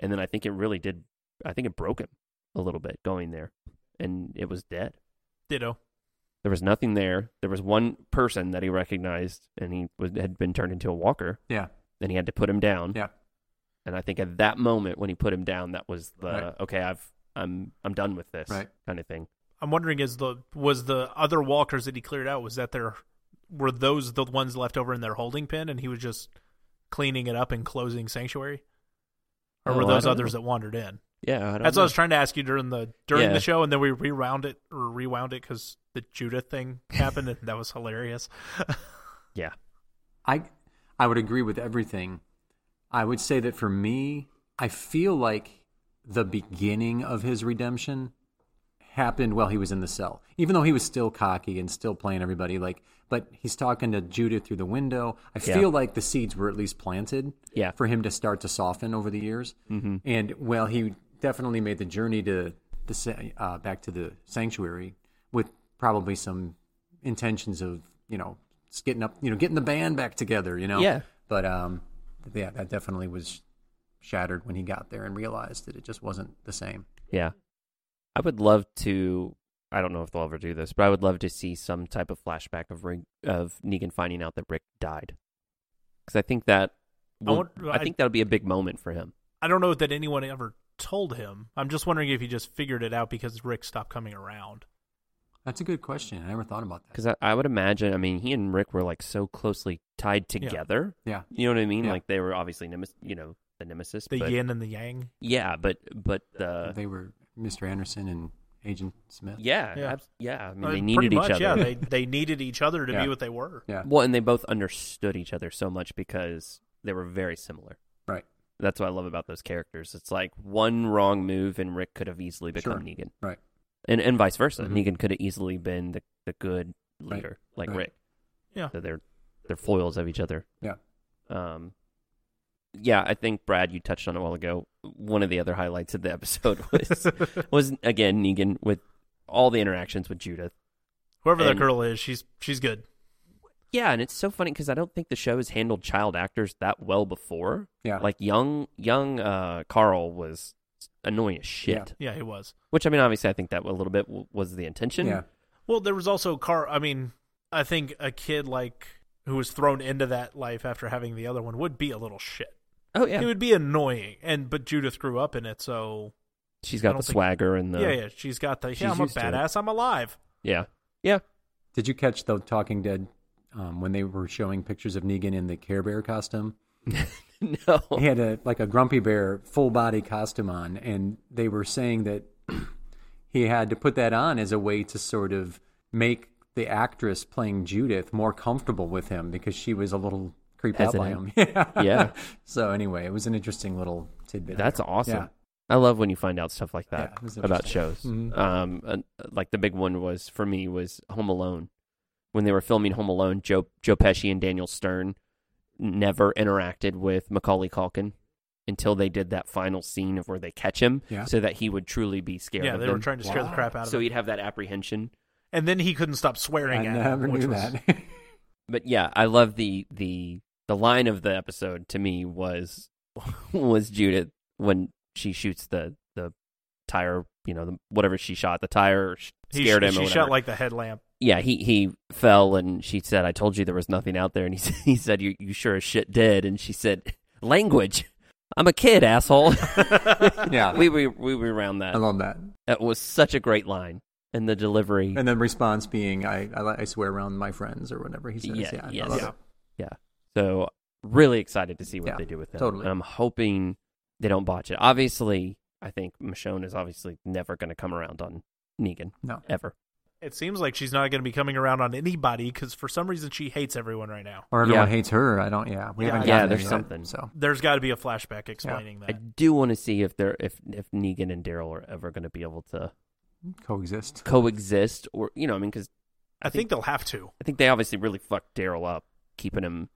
Speaker 1: And then I think it really did. I think it broke him a little bit going there, and it was dead.
Speaker 2: Ditto.
Speaker 1: There was nothing there. There was one person that he recognized, and he was, had been turned into a walker,
Speaker 3: Yeah,
Speaker 1: and he had to put him down.
Speaker 3: yeah,
Speaker 1: And I think at that moment when he put him down, that was the
Speaker 3: Right.
Speaker 1: okay. I've I'm I'm done with this
Speaker 3: Right.
Speaker 1: kind of thing.
Speaker 2: I'm wondering is the was the other walkers that he cleared out was that there were those the ones left over in their holding pen and he was just cleaning it up and closing sanctuary or were
Speaker 1: Oh, I
Speaker 2: those
Speaker 1: don't
Speaker 2: others
Speaker 1: know.
Speaker 2: that wandered in
Speaker 1: Yeah, I don't
Speaker 2: that's what I was trying to ask you during the during
Speaker 1: Yeah.
Speaker 2: the show and then we rewound it or rewound it because the Judah thing happened and that was hilarious
Speaker 1: yeah,
Speaker 3: I I would agree with everything. I would say that for me, I feel like the beginning of his redemption happened while he was in the cell. Even though he was still cocky and still playing everybody like but he's talking to Judith through the window. I
Speaker 1: Yeah.
Speaker 3: feel like the seeds were at least planted
Speaker 1: yeah,
Speaker 3: for him to start to soften over the years. Mm-hmm. And well, he definitely made the journey to the sa- uh, back to the sanctuary with probably some intentions of you know just getting up, you know, getting the band back together, you know.
Speaker 1: Yeah.
Speaker 3: But um, yeah, that definitely was shattered when he got there and realized that it just wasn't the same.
Speaker 1: yeah. I would love to. I don't know if they'll ever do this, but I would love to see some type of flashback of Rick, of Negan finding out that Rick died, because I think that
Speaker 2: I
Speaker 1: will-
Speaker 2: want-
Speaker 1: I, think that'll be a big moment for him.
Speaker 2: I don't know that anyone ever told him I'm just wondering if he just figured it out because Rick stopped coming around
Speaker 3: That's a good question. I never thought about that.
Speaker 1: Because I, I would imagine, I mean, he and Rick were like so closely tied
Speaker 2: Yeah.
Speaker 1: together.
Speaker 3: Yeah.
Speaker 1: You know what I mean?
Speaker 3: Yeah.
Speaker 1: Like they were obviously nemes- you know, the nemesis.
Speaker 2: the
Speaker 1: but,
Speaker 2: yin and the yang
Speaker 1: yeah, but but the
Speaker 3: Uh, they were Mr. Anderson and Agent Smith.
Speaker 1: yeah,
Speaker 2: Yeah.
Speaker 1: yeah, yeah. I mean,
Speaker 2: Uh,
Speaker 1: they
Speaker 2: pretty
Speaker 1: needed each
Speaker 2: much,
Speaker 1: other.
Speaker 2: yeah they they needed each other to
Speaker 3: Yeah.
Speaker 2: be what they were
Speaker 3: Yeah.
Speaker 1: Well, and they both understood each other so much because they were very similar.
Speaker 3: Right.
Speaker 1: That's what I love about those characters. It's like one wrong move and Rick could have easily become
Speaker 3: Sure.
Speaker 1: Negan.
Speaker 3: Right.
Speaker 1: And and vice versa.
Speaker 3: Mhm.
Speaker 1: Negan could have easily been the, the good leader like
Speaker 3: Right.
Speaker 1: Rick.
Speaker 2: Yeah.
Speaker 1: So they're they're foils of each other.
Speaker 3: Yeah.
Speaker 1: Um yeah, I think Brad, you touched on it a while ago. One of the other highlights of the episode was was again Negan with all the interactions with Judith.
Speaker 2: whoever that
Speaker 1: And-
Speaker 2: girl is she's she's good
Speaker 1: Yeah, and it's so funny because I don't think the show has handled child actors that well before.
Speaker 3: Yeah.
Speaker 1: Like young young uh, Carl was annoying as shit.
Speaker 3: Yeah.
Speaker 2: Yeah, he was.
Speaker 1: Which I mean, obviously, I think that a little bit w- was the intention.
Speaker 3: Yeah.
Speaker 2: Well, there was also Car. I mean, I think a kid like who was thrown into that life after having the other one would be a little shit.
Speaker 1: Oh
Speaker 2: It
Speaker 1: yeah.
Speaker 2: would be annoying. And but Judith grew up in it, so
Speaker 1: She's
Speaker 2: I
Speaker 1: got
Speaker 2: don't
Speaker 1: the
Speaker 2: think-
Speaker 1: swagger and the
Speaker 2: yeah, yeah. She's got the
Speaker 1: She's
Speaker 2: yeah. I'm a
Speaker 1: used to it.
Speaker 2: badass. I'm alive.
Speaker 1: yeah yeah.
Speaker 3: Did you catch the Talking Dead um, when they were showing pictures of Negan in the Care Bear costume?
Speaker 1: no.
Speaker 3: He had a like a Grumpy Bear full body costume on, and they were saying that he had to put that on as a way to sort of make the actress playing Judith more comfortable with him because she was a little creeped out by him.
Speaker 1: Hesitant.
Speaker 3: Yeah.
Speaker 1: Yeah.
Speaker 3: so anyway, it was an interesting little tidbit.
Speaker 1: That's awesome.
Speaker 3: Yeah.
Speaker 1: I love when you find out stuff like that
Speaker 3: Yeah, it was
Speaker 1: about
Speaker 3: interesting.
Speaker 1: shows.
Speaker 2: Mm-hmm.
Speaker 3: Mhm.
Speaker 1: Um, and, uh, like the big one was for me was Home Alone. When they were filming Home Alone, Joe Joe Pesci and Daniel Stern never interacted with Macaulay Culkin until they did that final scene of where they catch him,
Speaker 3: Yeah.
Speaker 1: so that he would truly be scared.
Speaker 2: yeah,
Speaker 1: of
Speaker 2: they
Speaker 1: them.
Speaker 2: were trying to scare the
Speaker 3: Wow.
Speaker 2: crap out of
Speaker 1: so
Speaker 2: him,
Speaker 1: he'd have that apprehension.
Speaker 2: and then he couldn't stop
Speaker 3: I
Speaker 2: swearing at
Speaker 3: never
Speaker 2: him, which
Speaker 3: knew
Speaker 2: was
Speaker 3: that.
Speaker 1: But yeah, I love the the the line of the episode to me was was Judith when she shoots the the tire, you know, the, whatever she shot, the tire sh-
Speaker 2: he,
Speaker 1: scared
Speaker 2: she,
Speaker 1: him. or
Speaker 2: She
Speaker 1: whatever.
Speaker 2: shot like the headlamp.
Speaker 1: yeah, he he fell and she said, "I told you there was nothing out there," and he s- he said, "You you sure as shit did," and she said, "Language." I'm a kid, asshole.
Speaker 3: yeah.
Speaker 1: we we we were around that.
Speaker 3: I love that.
Speaker 1: That was such a great line, and the delivery.
Speaker 3: And then response being, I, I, li- I swear around my friends or whatever he says.
Speaker 1: Yeah,
Speaker 3: Yeah, I
Speaker 1: yes.
Speaker 3: love
Speaker 2: Yeah.
Speaker 3: it.
Speaker 1: So really excited to see what
Speaker 3: Yeah,
Speaker 1: they do with that.
Speaker 3: totally.
Speaker 1: I'm hoping they don't botch it. Obviously, I think Michonne is obviously never going to come around on Negan
Speaker 3: No.
Speaker 1: ever.
Speaker 2: It seems like she's not going to be coming around on anybody because for some reason she hates everyone right now.
Speaker 3: Or everyone
Speaker 1: Yeah.
Speaker 3: hates her. I don't. Yeah, we
Speaker 2: Yeah,
Speaker 3: haven't.
Speaker 2: yeah,
Speaker 3: gotten
Speaker 2: there's
Speaker 3: there yet,
Speaker 1: something.
Speaker 3: So
Speaker 2: There's got to be a flashback explaining
Speaker 1: I
Speaker 2: that.
Speaker 1: do want to see if they're if if Negan and Daryl are ever going to be able to
Speaker 3: coexist.
Speaker 1: coexist, or you know, I mean, because
Speaker 2: I, think they'll have to.
Speaker 1: I think they obviously really fucked Daryl up, keeping him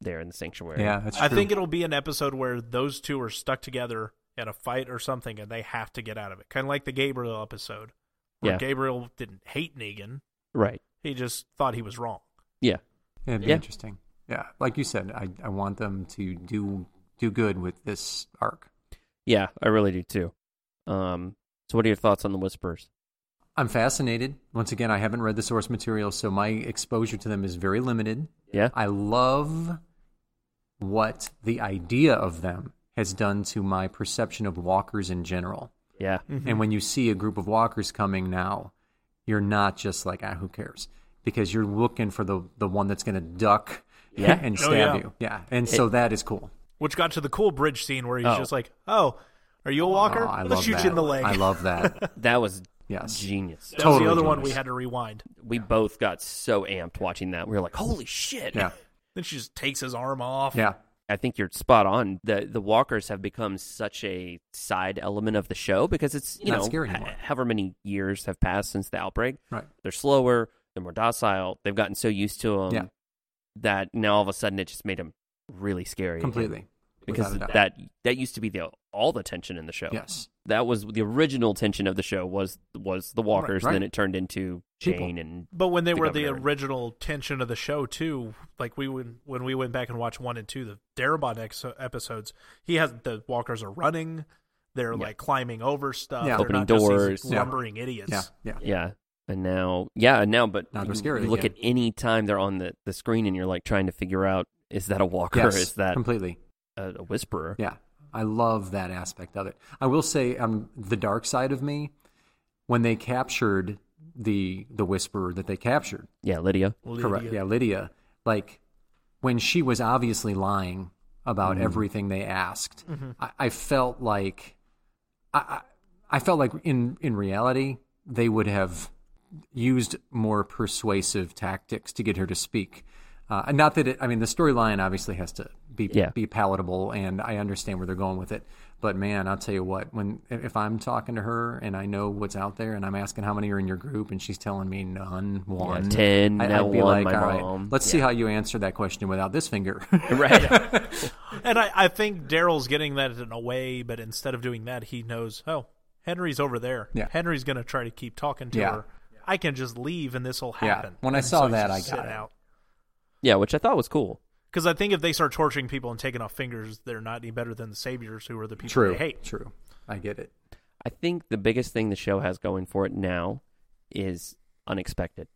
Speaker 1: there in the sanctuary.
Speaker 3: Yeah, that's true.
Speaker 2: I think it'll be an episode where those two are stuck together in a fight or something, and they have to get out of it. Kind of like the Gabriel episode, where
Speaker 1: Yeah.
Speaker 2: Gabriel didn't hate Negan;
Speaker 1: right.
Speaker 2: he just thought he was wrong.
Speaker 1: Yeah,
Speaker 3: It'd be
Speaker 1: Yeah.
Speaker 3: interesting. Yeah, like you said, I, I want them to do do good with this arc.
Speaker 1: yeah, I really do too. Um, so what are your thoughts on the Whispers?
Speaker 3: I'm fascinated. Once again, I haven't read the source material, so my exposure to them is very limited.
Speaker 1: Yeah,
Speaker 3: I love what the idea of them has done to my perception of walkers in general.
Speaker 1: yeah,
Speaker 3: And when you see a group of walkers coming now, you're not just like, ah, who cares? Because you're looking for the, the one that's going to duck
Speaker 1: Yeah.
Speaker 3: and
Speaker 2: Oh,
Speaker 3: stab
Speaker 2: yeah.
Speaker 3: you. Yeah. And so that is cool.
Speaker 2: Which got to the cool bridge scene where he's
Speaker 1: Oh.
Speaker 2: just like, "Oh, are you a walker?
Speaker 3: Oh, I
Speaker 2: Let's
Speaker 3: love
Speaker 2: shoot
Speaker 3: that.
Speaker 2: you in the leg."
Speaker 3: I love that.
Speaker 1: that was
Speaker 3: Yes.
Speaker 1: genius.
Speaker 2: that was
Speaker 3: totally
Speaker 2: the other one
Speaker 3: genius.
Speaker 2: we had to rewind.
Speaker 1: we both got so amped watching that. We were like, "Holy shit!"
Speaker 3: yeah.
Speaker 2: Then she just takes his arm off.
Speaker 3: Yeah.
Speaker 1: I think you're spot on. the The walkers have become such a side element of the show because it's you
Speaker 3: Not
Speaker 1: know
Speaker 3: scary anymore.
Speaker 1: however many years have passed since the outbreak.
Speaker 3: Right.
Speaker 1: They're slower. They're more docile. They've gotten so used to them
Speaker 3: Yeah.
Speaker 1: that now all of a sudden it just made them really scary. again.
Speaker 3: Completely.
Speaker 1: because
Speaker 3: Without a doubt.
Speaker 1: that that used to be the all the tension in the show.
Speaker 3: Yes.
Speaker 1: That was the original tension of the show was was the walkers.
Speaker 3: right.
Speaker 1: Then it turned into
Speaker 3: People.
Speaker 1: Jane and
Speaker 2: But when they
Speaker 1: The
Speaker 2: were the
Speaker 1: governor.
Speaker 2: original tension of the show too, like we when when we went back and watched one and two, the Darabont ex- episodes, he has the walkers are running, they're
Speaker 1: Yeah.
Speaker 2: like climbing over stuff,
Speaker 3: Yeah.
Speaker 2: they're
Speaker 1: Opening
Speaker 2: not just these
Speaker 1: doors.
Speaker 3: Yeah.
Speaker 2: lumbering idiots.
Speaker 3: Yeah. Yeah.
Speaker 1: Yeah. And now, yeah, and now, but
Speaker 3: Now they're
Speaker 1: you-
Speaker 3: scary
Speaker 1: you look
Speaker 3: again.
Speaker 1: at any time they're on the, the screen and you're like trying to figure out is that a walker?
Speaker 3: Yes.
Speaker 1: Or is that
Speaker 3: completely?
Speaker 1: a, a whisperer?
Speaker 3: Yeah. I love that aspect of it. I will say um the dark side of me when they captured the the whisperer that they captured.
Speaker 1: Yeah, Lydia.
Speaker 3: Correct. Yeah, Lydia. Like when she was obviously lying about
Speaker 1: Mm-hmm.
Speaker 3: everything they asked, I, I felt like I, I I felt like in in reality they would have used more persuasive tactics to get her to speak. Uh, and not that it, I mean, the storyline obviously has to be
Speaker 1: Yeah.
Speaker 3: be palatable, and I understand where they're going with it. But man, I'll tell you what, when if I'm talking to her and I know what's out there, and I'm asking how many are in your group, and she's telling me none, one,
Speaker 1: 10,
Speaker 3: I,
Speaker 1: now
Speaker 3: would be
Speaker 1: one, my
Speaker 3: like, all right,
Speaker 1: mom."
Speaker 3: let's see how you answer that question without this finger.
Speaker 1: Right.
Speaker 2: And I, I think Daryl's getting that in a way, but instead of doing that, he knows, oh, Henry's over there.
Speaker 3: Yeah.
Speaker 2: Henry's going to try to keep talking to
Speaker 3: Yeah.
Speaker 2: her. I can just leave and this will
Speaker 3: Yeah.
Speaker 2: happen.
Speaker 3: When I
Speaker 2: And
Speaker 3: saw
Speaker 2: he
Speaker 3: that,
Speaker 2: just
Speaker 3: I got
Speaker 2: sit
Speaker 3: it.
Speaker 2: out.
Speaker 1: yeah, which I thought was cool.
Speaker 2: Because I think if they start torturing people and taking off fingers, they're not any better than the saviors who are the people they hate.
Speaker 3: true. I get it.
Speaker 1: I think the biggest thing the show has going for it now is unexpected.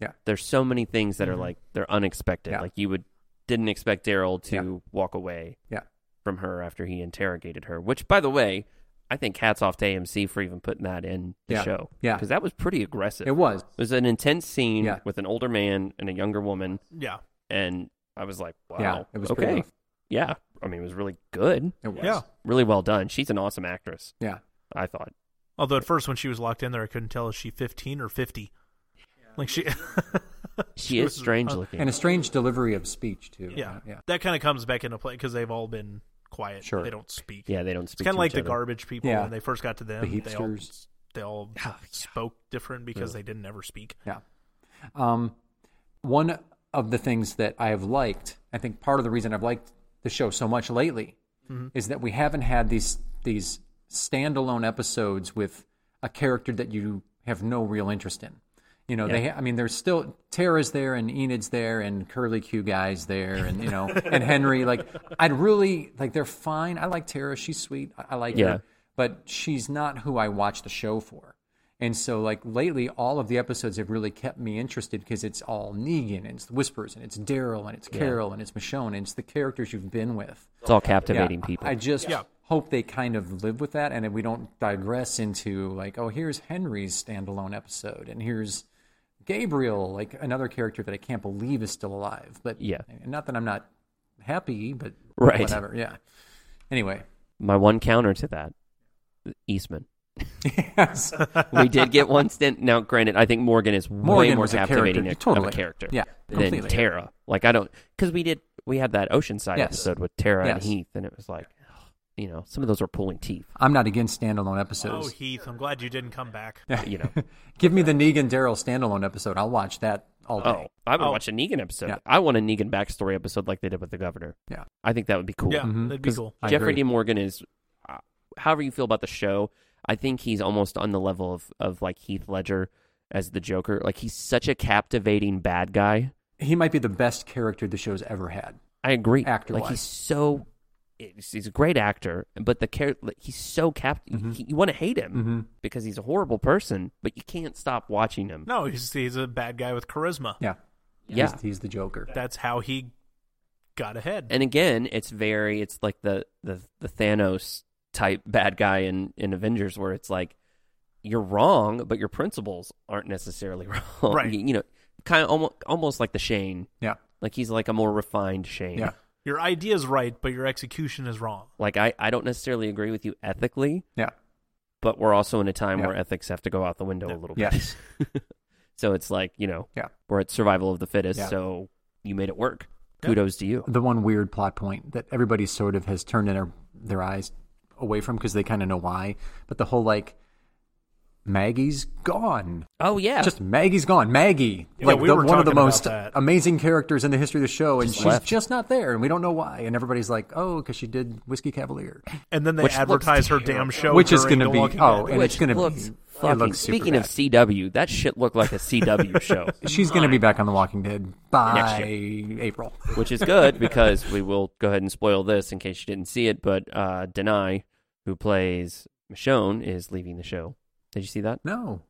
Speaker 3: Yeah. Mm-hmm.
Speaker 1: There's so many things that are like they're unexpected.
Speaker 3: Yeah.
Speaker 1: Like you would didn't expect Daryl to walk away
Speaker 3: Yeah.
Speaker 1: from her after he interrogated her. Which, by the way, I think hats off to AMC for even putting that in the
Speaker 3: Yeah.
Speaker 1: show.
Speaker 3: Yeah.
Speaker 1: because that was pretty aggressive.
Speaker 3: It was.
Speaker 1: It was an intense scene
Speaker 3: Yeah.
Speaker 1: with an older man and a younger woman,
Speaker 2: Yeah.
Speaker 1: and I was like, "Wow,
Speaker 3: Yeah, it was pretty
Speaker 1: okay,
Speaker 3: rough.
Speaker 1: yeah." I mean, it was really good,
Speaker 3: It was.
Speaker 2: Yeah.
Speaker 1: really well done. She's an awesome actress.
Speaker 3: Yeah.
Speaker 1: I thought.
Speaker 2: Although at first when she was locked in there, I couldn't tell if she 15 or 50. Like she,
Speaker 1: She is strange looking.
Speaker 3: and a strange delivery of speech too.
Speaker 2: yeah,
Speaker 3: yeah.
Speaker 2: that kind of comes back into play because they've all been quiet.
Speaker 3: Sure.
Speaker 2: they don't speak.
Speaker 1: yeah, they don't
Speaker 2: it's
Speaker 1: speak.
Speaker 2: kind of
Speaker 1: to
Speaker 2: like
Speaker 1: each
Speaker 2: the
Speaker 1: other.
Speaker 2: garbage people
Speaker 3: Yeah.
Speaker 2: when they first got to them.
Speaker 3: The
Speaker 2: they all
Speaker 3: hipsters.
Speaker 2: they all
Speaker 1: Oh,
Speaker 2: spoke different because they didn't ever speak.
Speaker 3: Yeah. Um, one of the things that I've liked, I think part of the reason I've liked the show so much lately is that we haven't had these these standalone episodes with a character that you have no real interest in. You know, they I mean there's still Tara's there and Enid's there and Curly Q guys there and you know and Henry like I'd really like they're fine. I like Tara, she's sweet. I, I like
Speaker 1: Yeah.
Speaker 3: her but she's not who I watch the show for. And so, like lately, all of the episodes have really kept me interested because it's all Negan, and it's the Whispers, and it's Daryl, and it's Carol, and it's Michonne, and it's the characters you've been with.
Speaker 1: It's all
Speaker 3: Yeah,
Speaker 1: captivating people.
Speaker 3: I just
Speaker 2: Yeah.
Speaker 3: hope they kind of live with that, and that we don't digress into like, oh, here's Henry's standalone episode, and here's Gabriel, like another character that I can't believe is still alive. But
Speaker 1: Yeah.
Speaker 3: not that I'm not happy, but
Speaker 1: Right.
Speaker 3: whatever. Yeah. Anyway,
Speaker 1: My one counter to that, Eastman.
Speaker 3: yes.
Speaker 1: we did get one stint. Now, granted, I think Morgan is way
Speaker 3: Morgan
Speaker 1: more
Speaker 3: was a
Speaker 1: captivating
Speaker 3: character,
Speaker 1: of-
Speaker 3: totally.
Speaker 1: of a character,
Speaker 3: Yeah,
Speaker 1: than
Speaker 3: completely.
Speaker 1: Tara. Like I don't because we did we had that Oceanside
Speaker 3: Yes.
Speaker 1: episode with Tara
Speaker 3: Yes.
Speaker 1: and Heath, and it was like, you know, some of those were pulling teeth.
Speaker 3: I'm not against standalone
Speaker 2: Oh,
Speaker 3: episodes.
Speaker 2: Heath, I'm glad you didn't come back.
Speaker 1: You know,
Speaker 3: Give me the Negan Daryl standalone episode. I'll watch that all day.
Speaker 1: oh, I would
Speaker 2: Oh.
Speaker 1: watch a Negan episode.
Speaker 3: Yeah.
Speaker 1: I want a Negan backstory episode like they did with the Governor.
Speaker 3: Yeah. Mm-hmm.
Speaker 1: I think that would be cool. Mm-hmm.
Speaker 2: Yeah, that'd be
Speaker 1: 'Cause
Speaker 2: cool.
Speaker 3: I
Speaker 1: Jeffrey
Speaker 3: agree.
Speaker 1: D. Morgan is, uh, however you feel about the show, I think he's almost on the level of, of like Heath Ledger as the Joker. Like he's such a captivating bad guy.
Speaker 3: He might be the best character the show's ever had.
Speaker 1: I agree. like
Speaker 3: Actor-wise.
Speaker 1: he's so, he's, he's a great actor, but the character he's so cap.
Speaker 3: Mm-hmm.
Speaker 1: You, want to hate him because he's a horrible person, but you can't stop watching him.
Speaker 2: No, he's he's a bad guy with charisma.
Speaker 3: Yeah.
Speaker 1: yeah,
Speaker 3: He's, he's the Joker.
Speaker 2: That's how he got ahead.
Speaker 1: and again, it's very it's like the the the Thanos type bad guy in in Avengers where it's like you're wrong, but your principles aren't necessarily wrong.
Speaker 2: Right.
Speaker 1: You, you know, kind of almost almost like the Shane.
Speaker 3: Yeah.
Speaker 1: Like he's like a more refined Shane.
Speaker 3: Yeah.
Speaker 2: Your idea's right, but your execution is wrong.
Speaker 1: Like I I don't necessarily agree with you ethically,
Speaker 3: Yeah.
Speaker 1: but we're also in a time
Speaker 3: Yeah.
Speaker 1: where ethics have to go out the window a little bit.
Speaker 3: Yes.
Speaker 1: So it's like, you know,
Speaker 3: Yeah.
Speaker 1: we're at survival of the fittest,
Speaker 3: Yeah.
Speaker 1: so you made it work.
Speaker 2: Yeah.
Speaker 1: Kudos to you.
Speaker 3: the one weird plot point that everybody sort of has turned in their, their eyes away from because they kind of know why. But the whole like, Maggie's gone.
Speaker 1: Oh yeah.
Speaker 3: Just Maggie's gone. Maggie,
Speaker 2: Yeah,
Speaker 3: like
Speaker 2: we
Speaker 3: the,
Speaker 2: were
Speaker 3: one of the
Speaker 2: talking about
Speaker 3: most
Speaker 2: that.
Speaker 3: amazing characters in the history of the show, and
Speaker 1: Just
Speaker 3: she's
Speaker 1: left.
Speaker 3: just not there, and we don't know why. And everybody's like, "Oh, because she did Whiskey Cavalier."
Speaker 2: And then they
Speaker 1: Which looks
Speaker 2: advertise her damn
Speaker 1: terrible.
Speaker 2: show,
Speaker 3: Which is
Speaker 2: during
Speaker 3: gonna
Speaker 2: The
Speaker 3: be-
Speaker 2: Walking
Speaker 3: oh,
Speaker 2: Dead.
Speaker 3: and- it's gonna be-
Speaker 1: looks
Speaker 3: it
Speaker 1: fucking-
Speaker 3: looks super
Speaker 1: speaking of
Speaker 3: bad.
Speaker 1: CW, that shit looked like a CW show,
Speaker 3: She's going to be back on The Walking Dead by
Speaker 1: Next
Speaker 3: April.
Speaker 1: which is good because we will go ahead and spoil this in case you didn't see it. But uh, Denai, who plays Michonne, is leaving the show. Did you see that?
Speaker 3: No.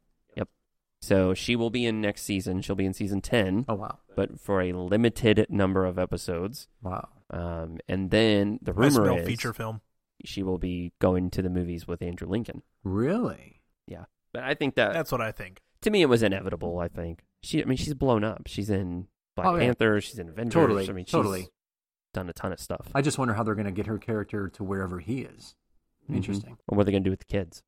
Speaker 1: So she will be in next season. She'll be in season ten,
Speaker 3: Oh wow.
Speaker 1: but for a limited number of episodes.
Speaker 3: Wow.
Speaker 1: Um, and then the
Speaker 2: I smell
Speaker 1: rumor is
Speaker 2: feature film.
Speaker 1: she will be going to the movies with Andrew Lincoln.
Speaker 3: Really?
Speaker 1: Yeah, but I think that
Speaker 2: That's what I think.
Speaker 1: to me it was inevitable. I think she. I mean, she's blown up. She's in Black
Speaker 3: Oh, yeah.
Speaker 1: Panther. She's in Avengers.
Speaker 3: Totally,
Speaker 1: I mean, she's
Speaker 3: totally.
Speaker 1: done a ton of stuff.
Speaker 3: I just wonder how they're going to get her character to wherever he is.
Speaker 1: Mhm.
Speaker 3: Interesting.
Speaker 1: And what are they going to do with the kids?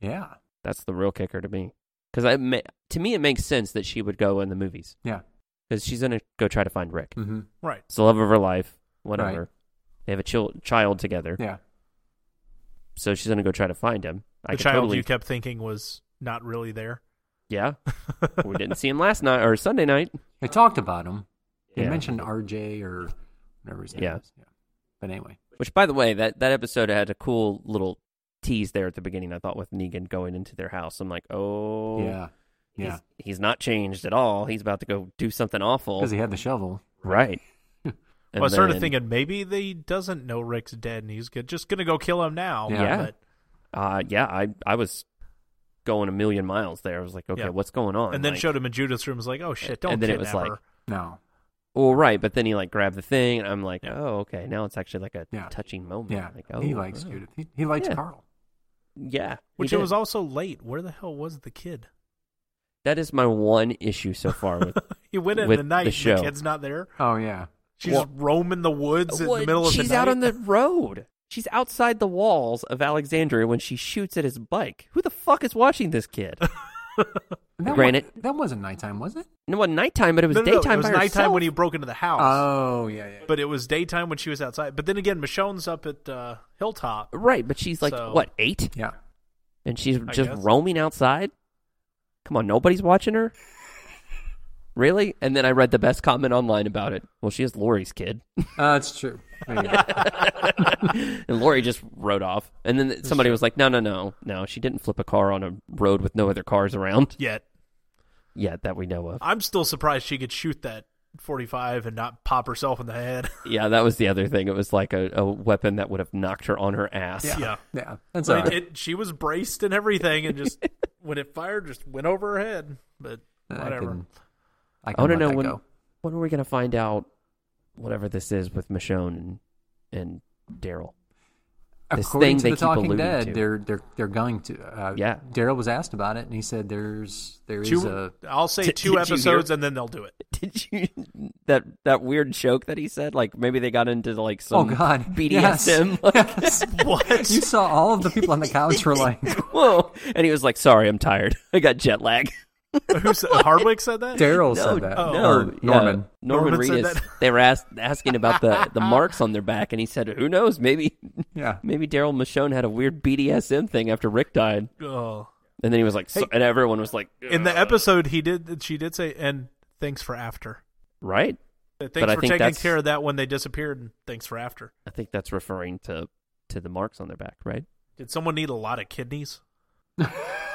Speaker 3: Yeah.
Speaker 1: That's the real kicker to me. Because I, ma- to me, it makes sense that she would go in the movies
Speaker 3: Yeah.
Speaker 1: because she's going to go try to find Rick.
Speaker 3: hmm
Speaker 2: Right.
Speaker 1: It's the love of her life. Whatever.
Speaker 3: Right.
Speaker 1: They have a chil- child together,
Speaker 3: Yeah.
Speaker 1: so she's going to go try to find him. I
Speaker 2: the
Speaker 1: could
Speaker 2: child
Speaker 1: totally,
Speaker 2: you kept thinking was not really there.
Speaker 1: yeah. we didn't see him last night or Sunday night.
Speaker 3: They talked about him. They
Speaker 1: Yeah.
Speaker 3: mentioned RJ or whatever his name
Speaker 1: Yeah.
Speaker 3: is. Yeah. But anyway.
Speaker 1: Which, by the way, that, that episode had a cool little tease there at the beginning. I thought with Negan going into their house, I'm like, oh,
Speaker 3: Yeah. Yeah.
Speaker 1: he's, he's not changed at all. He's about to go do something awful,
Speaker 3: Because he had the shovel.
Speaker 1: right? And
Speaker 2: Well, I started
Speaker 1: then-
Speaker 2: thinking maybe they doesn't know Rick's dead and he's go- just going to go kill him now.
Speaker 1: Yeah.
Speaker 2: But,
Speaker 1: uh, yeah, I I was going a million miles there. I was like, okay,
Speaker 2: Yeah.
Speaker 1: what's going on?
Speaker 2: and then
Speaker 1: Like,
Speaker 2: showed him in Judith's room. Is like, oh shit, don't
Speaker 1: And then it
Speaker 2: kidnap
Speaker 1: was like-
Speaker 2: her.
Speaker 3: No.
Speaker 1: well, right, but then he like grabbed the thing, and I'm like,
Speaker 2: Yeah.
Speaker 1: oh, okay, now it's actually like a
Speaker 3: Yeah.
Speaker 1: touching moment.
Speaker 3: Yeah.
Speaker 1: like, oh,
Speaker 3: he likes
Speaker 1: wow.
Speaker 3: Judith. He, he likes
Speaker 1: Yeah.
Speaker 3: Carl.
Speaker 1: Yeah, he
Speaker 2: Which it
Speaker 1: did.
Speaker 2: was also late. Where the hell was the kid?
Speaker 1: that is my one issue so far with
Speaker 2: He went in
Speaker 1: With
Speaker 2: the night.
Speaker 1: the
Speaker 2: and
Speaker 1: show.
Speaker 2: kid's not there.
Speaker 3: Oh, yeah.
Speaker 2: She's
Speaker 1: Well-
Speaker 2: roaming the woods in
Speaker 1: Well,
Speaker 2: the middle of the
Speaker 1: she's
Speaker 2: night.
Speaker 1: out on the road. She's outside the walls of Alexandria when she shoots at his bike. Who the fuck is watching this kid?
Speaker 3: That
Speaker 1: Granted-
Speaker 3: wa- that wasn't nighttime, was it?
Speaker 1: No, it wasn't nighttime, but it was
Speaker 2: no, no, no,
Speaker 1: daytime.
Speaker 2: It was
Speaker 1: by
Speaker 2: nighttime
Speaker 1: herself.
Speaker 2: when he broke into the house.
Speaker 3: Oh yeah, yeah.
Speaker 2: but it was daytime when she was outside. But then again, Michonne's up at uh, Hilltop.
Speaker 1: Right, but she's like
Speaker 2: So-
Speaker 1: what eight,
Speaker 3: yeah.
Speaker 1: and she's just
Speaker 2: guess.
Speaker 1: roaming outside. Come on, nobody's watching her. Really? And then I read the best comment online about it. Well, she is Lori's kid,
Speaker 3: Uh, it's true. Yeah.
Speaker 1: and Lori just rode off. And then somebody was like, "No, no, no, no! She didn't flip a car on a road with no other cars around
Speaker 2: Yet
Speaker 1: yet that we know of."
Speaker 2: I'm still surprised she could shoot that 45 and not pop herself in the head.
Speaker 1: Yeah, that was the other thing. It was like a, a weapon that would have knocked her on her ass.
Speaker 2: yeah,
Speaker 3: yeah, that's all
Speaker 2: Like,
Speaker 3: right.
Speaker 2: it, she was braced and everything, and just when it fired, just went over her head. But
Speaker 3: I
Speaker 2: whatever.
Speaker 3: can, I
Speaker 1: I
Speaker 3: can
Speaker 1: want to
Speaker 3: let
Speaker 1: know
Speaker 3: that
Speaker 1: when.
Speaker 3: go.
Speaker 1: When are we going to find out whatever this is with Michonne and, and Daryl? this thing
Speaker 3: According to
Speaker 1: they
Speaker 3: the
Speaker 1: keep
Speaker 3: Talking
Speaker 1: alluding
Speaker 3: Dead,
Speaker 1: to.
Speaker 3: they're they're they're going to. Uh,
Speaker 1: Yeah.
Speaker 3: Daryl was asked about it, and he said there's there is
Speaker 2: Two,
Speaker 3: a
Speaker 2: I'll say
Speaker 1: Did-
Speaker 2: two
Speaker 1: did you hear-
Speaker 2: episodes, and then they'll do it.
Speaker 1: Did you that that weird joke that he said? Like maybe they got into like
Speaker 3: oh
Speaker 1: some
Speaker 3: god
Speaker 1: BDSM.
Speaker 3: Yes.
Speaker 1: Like,
Speaker 3: Yes.
Speaker 2: What?
Speaker 3: You saw all of the people on the couch were like,
Speaker 1: Whoa! And he was like, "Sorry, I'm tired. I got jet lag."
Speaker 2: Who said, Hardwick said that?
Speaker 3: Daryl
Speaker 1: no,
Speaker 3: said that.
Speaker 1: no,
Speaker 3: or
Speaker 1: yeah,
Speaker 3: Norman.
Speaker 1: Norman,
Speaker 2: Norman said
Speaker 1: Reedus.
Speaker 2: that.
Speaker 1: They were asked, asking about the the marks on their back, and he said, "Who knows? Maybe
Speaker 3: Yeah.
Speaker 1: maybe Daryl Michonne had a weird BDSM thing after Rick died."
Speaker 2: Oh.
Speaker 1: And then he was like, so, and everyone was like,
Speaker 2: In the episode, he did. She did say, "And thanks for after.
Speaker 1: "Right."
Speaker 2: Thanks
Speaker 1: But I
Speaker 2: for
Speaker 1: think
Speaker 2: taking
Speaker 1: that's-
Speaker 2: care of that when they disappeared. And thanks for after."
Speaker 1: I think that's referring to to the marks on their back, right?
Speaker 2: Did someone need a lot of kidneys?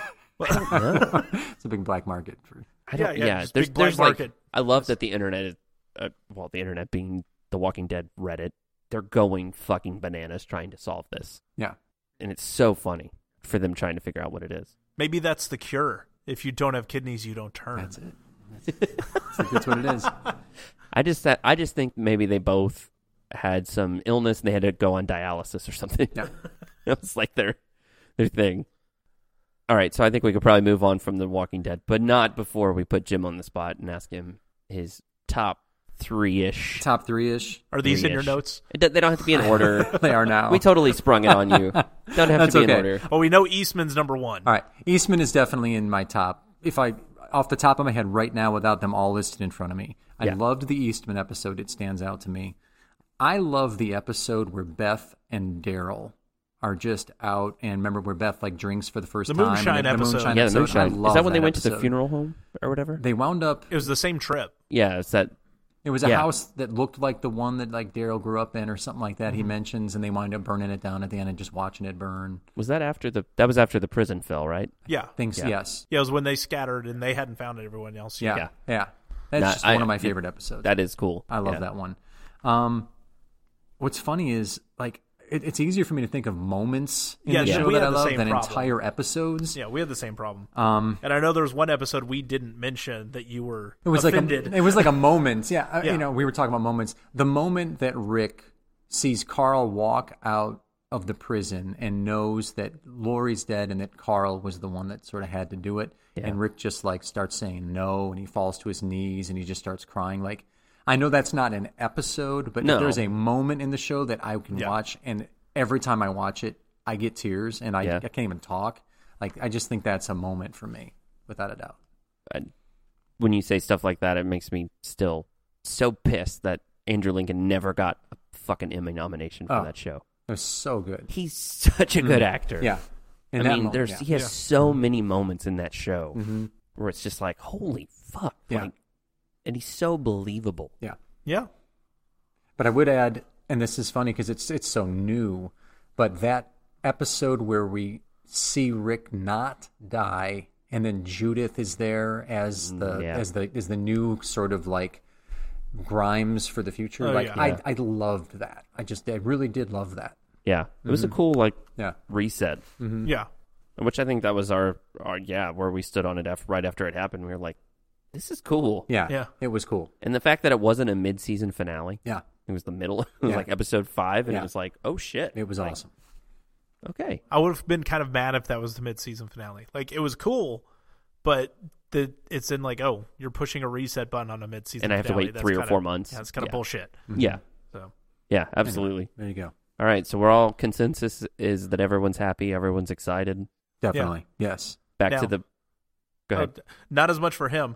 Speaker 3: it's a big black market for
Speaker 1: I
Speaker 2: Yeah,
Speaker 1: don't.
Speaker 2: yeah,
Speaker 1: Yeah,
Speaker 2: just
Speaker 1: there's
Speaker 2: big black
Speaker 1: there's like
Speaker 2: market.
Speaker 1: I love that the internet is, uh, well, the internet being the Walking Dead Reddit, they're going fucking bananas trying to solve this,
Speaker 3: yeah.
Speaker 1: and it's so funny for them trying to figure out what it is.
Speaker 2: Maybe that's the cure. If you don't have kidneys, you don't turn.
Speaker 3: That's it. That's, it. that's what it is.
Speaker 1: I just that I just think maybe they both had some illness and they had to go on dialysis or something.
Speaker 3: Yeah.
Speaker 1: that was like their their thing. All right, so I think we could probably move on from The Walking Dead, but not before we put Jim on the spot and ask him his top three ish.
Speaker 3: Top three ish.
Speaker 2: Are these in your
Speaker 1: Three-ish.
Speaker 2: notes?
Speaker 1: It do- They don't have to be in order.
Speaker 3: They are now.
Speaker 1: We totally sprung it on you. Don't have
Speaker 3: That's
Speaker 1: to be
Speaker 3: okay.
Speaker 1: in order.
Speaker 2: Oh, we know Eastman's number one.
Speaker 3: All right. Eastman is definitely in my top. If I, off the top of my head right now, without them all listed in front of me, I
Speaker 1: Yeah.
Speaker 3: loved the Eastman episode. It stands out to me. I love the episode where Beth and Daryl are just out, and remember where Beth like drinks for the first
Speaker 2: The
Speaker 3: time. and
Speaker 2: moonshine
Speaker 3: the
Speaker 2: episode.
Speaker 3: moonshine
Speaker 1: Yeah, the
Speaker 3: episode. I
Speaker 1: moonshine.
Speaker 3: love
Speaker 1: Is that when they went to the
Speaker 3: episode.
Speaker 1: funeral home or whatever?
Speaker 3: They wound up
Speaker 2: It was the same trip.
Speaker 1: Yeah, it's that.
Speaker 3: It was a
Speaker 1: Yeah.
Speaker 3: house that looked like the one that like Daryl grew up in or something like that. He
Speaker 1: Mm-hmm.
Speaker 3: mentions, and they wind up burning it down at the end and just watching it burn.
Speaker 1: Was that after the? That was after the prison fell, right?
Speaker 2: Yeah.
Speaker 3: Things,
Speaker 1: Yeah.
Speaker 3: yes,
Speaker 2: Yeah, it was when they scattered and they hadn't found everyone else.
Speaker 3: yeah,
Speaker 1: Yeah.
Speaker 3: yeah. That's
Speaker 1: Nah,
Speaker 3: just
Speaker 1: I-
Speaker 3: one of my
Speaker 1: it-
Speaker 3: favorite episodes.
Speaker 1: That is cool.
Speaker 3: I love
Speaker 1: Yeah.
Speaker 3: that one. Um, what's funny is like it, it's easier for me to think of moments in
Speaker 2: Yeah,
Speaker 3: the
Speaker 2: yeah.
Speaker 3: show
Speaker 2: We
Speaker 3: that
Speaker 2: had
Speaker 3: I
Speaker 2: the
Speaker 3: love
Speaker 2: same
Speaker 3: than
Speaker 2: problem.
Speaker 3: entire episodes.
Speaker 2: Yeah, we had the same problem.
Speaker 3: Um,
Speaker 2: And I know there was one episode we didn't mention that you were
Speaker 3: it was
Speaker 2: offended.
Speaker 3: like a, it was like a moment. Yeah, I-
Speaker 2: Yeah.
Speaker 3: you know, we were talking about moments. The moment that Rick sees Carl walk out of the prison and knows that Lori's dead and that Carl was the one that sort of had to do it, and Rick just like starts saying no, and he falls to his knees and he just starts crying. Like, I know that's not an episode, but
Speaker 1: No.
Speaker 3: if there's a moment in the show that I can
Speaker 2: Yeah.
Speaker 3: watch, and every time I watch it, I get tears and I,
Speaker 1: Yeah.
Speaker 3: I can't even talk. Like, I just think that's a moment for me, without a doubt.
Speaker 1: uh, When you say stuff like that, it makes me still so pissed that Andrew Lincoln never got a fucking Emmy nomination for
Speaker 3: Oh.
Speaker 1: that show.
Speaker 3: It was so good.
Speaker 1: He's such a good actor.
Speaker 3: Mm-hmm. Yeah. And
Speaker 1: I
Speaker 3: that
Speaker 1: mean,
Speaker 3: moment,
Speaker 1: there's
Speaker 3: yeah. Hmm. Mm-hmm.
Speaker 1: he has so many moments in that show where it's just like, holy fuck,
Speaker 3: Yeah.
Speaker 1: like, and he's so believable.
Speaker 3: Yeah.
Speaker 2: yeah.
Speaker 3: But I would add, and this is funny because it's it's so new, but that episode where we see Rick not die, and then Judith is there as the
Speaker 1: Mm, yeah.
Speaker 3: as the as the new sort of like Grimes for the future.
Speaker 2: Oh,
Speaker 3: like
Speaker 2: yeah.
Speaker 3: I I loved that. I just I really did love that.
Speaker 1: Yeah, it
Speaker 3: Hmm.
Speaker 1: was a cool like
Speaker 3: Yeah.
Speaker 1: reset.
Speaker 3: Mm.
Speaker 2: Yeah.
Speaker 1: which I think that was our, our yeah, where we stood on it after, right after it happened. We were like, this is cool.
Speaker 3: Yeah.
Speaker 2: Yeah.
Speaker 3: It was cool.
Speaker 1: And the fact that it wasn't a mid-season finale,
Speaker 3: Yeah.
Speaker 1: it was the middle, it was
Speaker 3: Yeah.
Speaker 1: like episode five, and
Speaker 3: Yeah.
Speaker 1: it was like, oh shit,
Speaker 3: It was
Speaker 1: Like,
Speaker 3: awesome.
Speaker 1: Okay,
Speaker 2: I would have been kind of mad if that was the mid season finale. Like it was cool, but the it's in like, oh, you're pushing a reset button on a mid season
Speaker 1: And I have to wait three or four months.
Speaker 2: That's kind of
Speaker 1: Yeah.
Speaker 2: bullshit.
Speaker 3: Mm-hmm.
Speaker 1: yeah,
Speaker 2: So
Speaker 1: yeah, absolutely.
Speaker 3: There you go.
Speaker 1: All right, so we're all consensus is that everyone's happy, everyone's excited.
Speaker 3: Definitely. Yes.
Speaker 1: Back
Speaker 2: Now-
Speaker 1: to the Go ahead.
Speaker 2: Uh, not as much for him.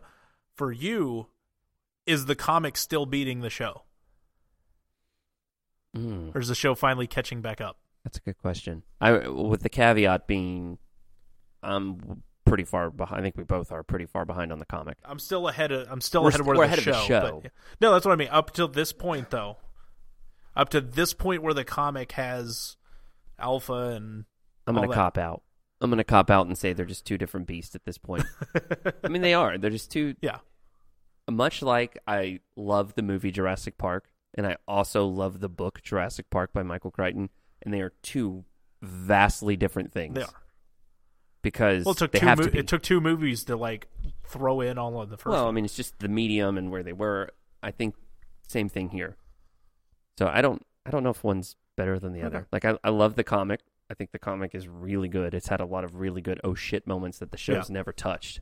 Speaker 2: For you, is the comic still beating the show,
Speaker 1: Mm,
Speaker 2: or is the show finally catching back up?
Speaker 1: that's a good question. I with the caveat being, I'm pretty far behind. I think we both are pretty far behind on the comic.
Speaker 2: I'm still ahead of. I'm still
Speaker 1: We're
Speaker 2: ahead of
Speaker 1: st-
Speaker 2: where
Speaker 1: we're
Speaker 2: the
Speaker 1: ahead of
Speaker 2: show.
Speaker 1: the show.
Speaker 2: But, yeah. No, that's what I mean. Up till this point, though, up to this point where the comic has alpha and
Speaker 1: I'm
Speaker 2: all
Speaker 1: gonna
Speaker 2: that.
Speaker 1: cop out. I'm gonna cop out and say they're just two different beasts at this point. I mean, they are. They're just two.
Speaker 2: yeah,
Speaker 1: Much like I love the movie Jurassic Park, and I also love the book Jurassic Park by Michael Crichton, and they are two vastly different things.
Speaker 2: they are.
Speaker 1: because
Speaker 2: Well, it took
Speaker 1: they
Speaker 2: two.
Speaker 1: have
Speaker 2: mo-
Speaker 1: to be.
Speaker 2: it took two movies to like throw in all of the first.
Speaker 1: well, I
Speaker 2: one.
Speaker 1: mean, it's just the medium and where they were. I think same thing here. So I don't, I don't know if one's better than the other. Like I, I love the comic. I think the comic is really good. It's had a lot of really good oh shit moments that the show's never touched.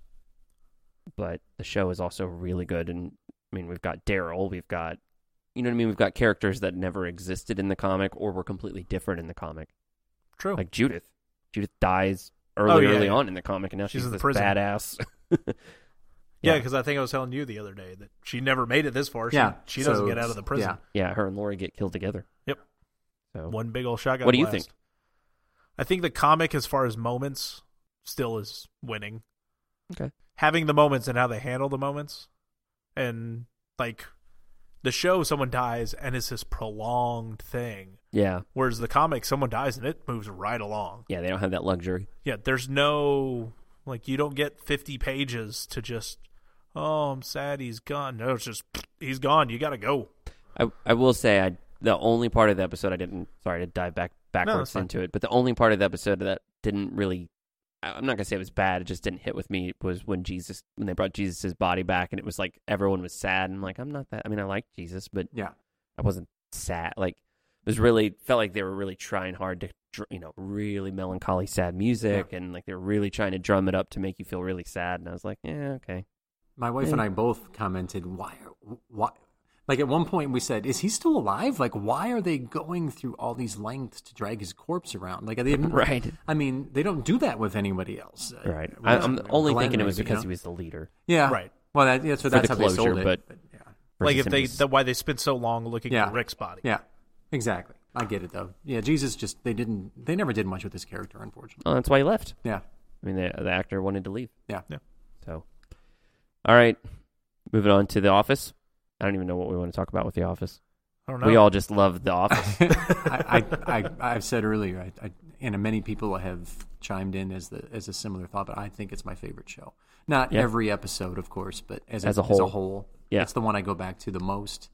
Speaker 1: But the show is also really good, and I mean, we've got Daryl, we've got, you know what I mean, we've got characters that never existed in the comic or were completely different in the comic
Speaker 2: True. Oh,
Speaker 1: like Judith. Judith dies early,
Speaker 2: yeah,
Speaker 1: early
Speaker 2: yeah.
Speaker 1: on in the comic, and now
Speaker 2: She's
Speaker 1: she's,
Speaker 2: in the
Speaker 1: this
Speaker 2: prison.
Speaker 1: badass.
Speaker 2: yeah,
Speaker 1: yeah.
Speaker 2: because I think I was telling you the other day that she never made it this far. She,
Speaker 3: Yeah,
Speaker 2: she
Speaker 3: so
Speaker 2: doesn't get out
Speaker 3: it's-
Speaker 2: of the prison.
Speaker 1: Yeah, her and Lori get killed together.
Speaker 2: Yep.
Speaker 1: So
Speaker 2: One big old shotgun.
Speaker 1: What do you
Speaker 2: blast.
Speaker 1: think?
Speaker 2: I think the comic, as far as moments, still is winning.
Speaker 1: okay,
Speaker 2: having the moments and how they handle the moments and like the show someone dies and it's this prolonged thing
Speaker 1: yeah,
Speaker 2: whereas the comic someone dies and it moves right along
Speaker 1: yeah. They don't have that luxury.
Speaker 2: yeah there's no like you don't get 50 pages to just oh i'm sad he's gone no it's just he's gone you gotta go
Speaker 1: I I will say I the only part of the episode I didn't sorry to dive back backwards
Speaker 2: fine.
Speaker 1: into it, but the only part of the episode that didn't really I- I'm not gonna say it was bad. It just didn't hit with me. Was when Jesus when they brought Jesus' body back, and it was like everyone was sad. And I'm like I'm not that. I mean I like Jesus, but
Speaker 3: Yeah.
Speaker 1: I wasn't sad. Like it was really felt like they were really trying hard to dr- you know really melancholy sad music and like they were really trying to drum it up to make you feel really sad. And I was like, yeah, okay,
Speaker 3: My wife
Speaker 1: Mm.
Speaker 3: and I both commented, "Why? Are, why?" Like at one point we said, "Is he still alive? Like, why are they going through all these lengths to drag his corpse around? Like, they
Speaker 1: right,
Speaker 3: I mean, they don't do that with anybody else, Uh,
Speaker 1: right. I, I'm only
Speaker 3: Glenn
Speaker 1: thinking it was
Speaker 3: maybe,
Speaker 1: because he
Speaker 3: you know?
Speaker 1: was the leader.
Speaker 3: yeah,
Speaker 2: Right.
Speaker 3: Well, that, yeah, so
Speaker 1: For the
Speaker 3: that's how they sold
Speaker 1: closure,
Speaker 3: it.
Speaker 1: but-
Speaker 3: yeah.
Speaker 2: like
Speaker 1: versus
Speaker 2: if
Speaker 1: him
Speaker 2: they
Speaker 1: just-
Speaker 2: that why they spent so long looking
Speaker 3: Yeah.
Speaker 2: at rick's body
Speaker 3: yeah, exactly. I get it though. Yeah, Jesus just they didn't they never did much with his character, unfortunately.
Speaker 1: Oh, that's why he left.
Speaker 3: Yeah,
Speaker 1: I mean, the, the actor wanted to leave.
Speaker 3: yeah.
Speaker 1: So, all right, moving on to The Office. I don't even know what we want to talk about with The Office.
Speaker 2: i
Speaker 3: Oh,
Speaker 2: don't know
Speaker 1: We all just love The Office.
Speaker 3: I, I, I I've said earlier, I, I, and many people have chimed in as the as a similar thought, but I think it's my favorite show. Not
Speaker 1: Yeah.
Speaker 3: every episode, of course, but
Speaker 1: As
Speaker 3: as,
Speaker 1: a
Speaker 3: as a
Speaker 1: whole.
Speaker 3: whole,
Speaker 1: Yeah.
Speaker 3: it's the one I go back to the most.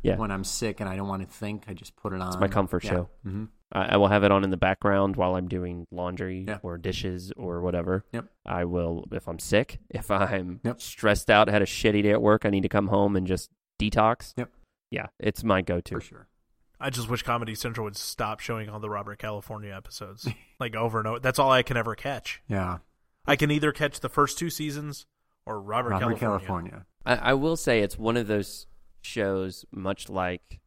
Speaker 1: Yeah.
Speaker 3: When I'm sick and I don't want to think, I just put it on. It's
Speaker 1: my comfort show.
Speaker 3: hmm
Speaker 1: I, I will have it on in the background while I'm doing laundry
Speaker 3: Yeah.
Speaker 1: or dishes or whatever.
Speaker 3: Yep.
Speaker 1: I will if I'm sick, if I'm
Speaker 3: Yep.
Speaker 1: stressed out, had a shitty day at work, I need to come home and just detox.
Speaker 3: Yep.
Speaker 1: Yeah, it's my go-to.
Speaker 3: For sure.
Speaker 2: I just wish Comedy Central would stop showing all the Robert California episodes like over and over. That's all I can ever catch.
Speaker 3: Yeah.
Speaker 2: I can either catch the first two seasons or Robert,
Speaker 3: Robert
Speaker 2: California.
Speaker 3: California.
Speaker 1: I, I will say it's one of those shows, much like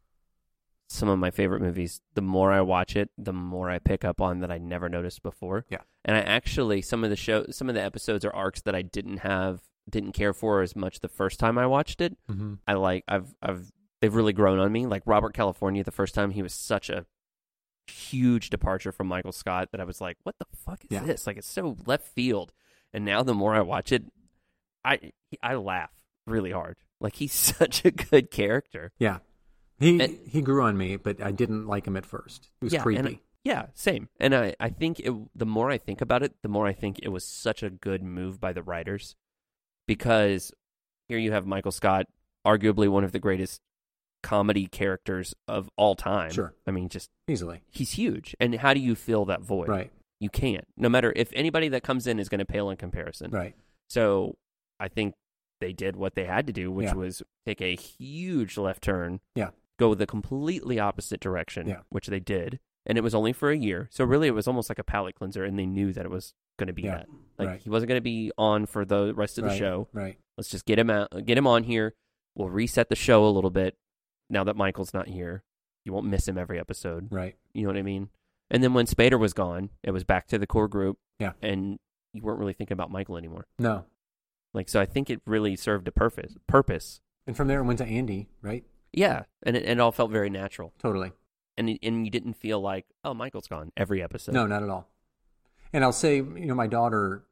Speaker 1: some of my favorite movies. The more I watch it, the more I pick up on that I never noticed before.
Speaker 3: Yeah.
Speaker 1: And I actually some of the show, some of the episodes or arcs that I didn't have, didn't care for as much the first time I watched it.
Speaker 3: hmm
Speaker 1: I like I've I've they've really grown on me. Like Robert California the first time he was such a huge departure from Michael Scott that I was like, what the fuck is
Speaker 3: Yeah.
Speaker 1: this? Like it's so left field. And now the more I watch it, I I laugh really hard. Like he's such a good character.
Speaker 3: Yeah. He
Speaker 1: And-
Speaker 3: he grew on me, but I didn't like him at first. He was
Speaker 1: yeah,
Speaker 3: creepy.
Speaker 1: And, yeah, same. And I, I think it, the more I think about it, the more I think it was such a good move by the writers because here you have Michael Scott, arguably one of the greatest comedy characters of all time.
Speaker 3: Sure.
Speaker 1: I mean, just
Speaker 3: Easily.
Speaker 1: he's huge. And how do you fill that void?
Speaker 3: Right.
Speaker 1: You can't. No matter if anybody that comes in is going to pale in comparison.
Speaker 3: Right.
Speaker 1: So I think they did what they had to do, which
Speaker 3: Yeah.
Speaker 1: was take a huge left turn,
Speaker 3: Yeah.
Speaker 1: go the completely opposite direction,
Speaker 3: Yeah.
Speaker 1: which they did. And it was only for a year. So really, it was almost like a palate cleanser, and they knew that it was going to be
Speaker 3: Yeah.
Speaker 1: that. Like
Speaker 3: Right.
Speaker 1: he wasn't going to be on for the rest of the
Speaker 3: right.
Speaker 1: show.
Speaker 3: Right.
Speaker 1: Let's just get him out, get him on here. We'll reset the show a little bit now that Michael's not here. You won't miss him every episode.
Speaker 3: Right.
Speaker 1: You know what I mean? And then when Spader was gone, it was back to the core group.
Speaker 3: Yeah.
Speaker 1: And you weren't really thinking about Michael anymore.
Speaker 3: No.
Speaker 1: Like so, I think it really served a purpose. Purpose.
Speaker 3: And from there it went to Andy, right?
Speaker 1: Yeah, and it, and it all felt very natural,
Speaker 3: Totally.
Speaker 1: and it- and you didn't feel like oh Michael's gone every episode.
Speaker 3: No, not at all. And I'll say, you know, my daughter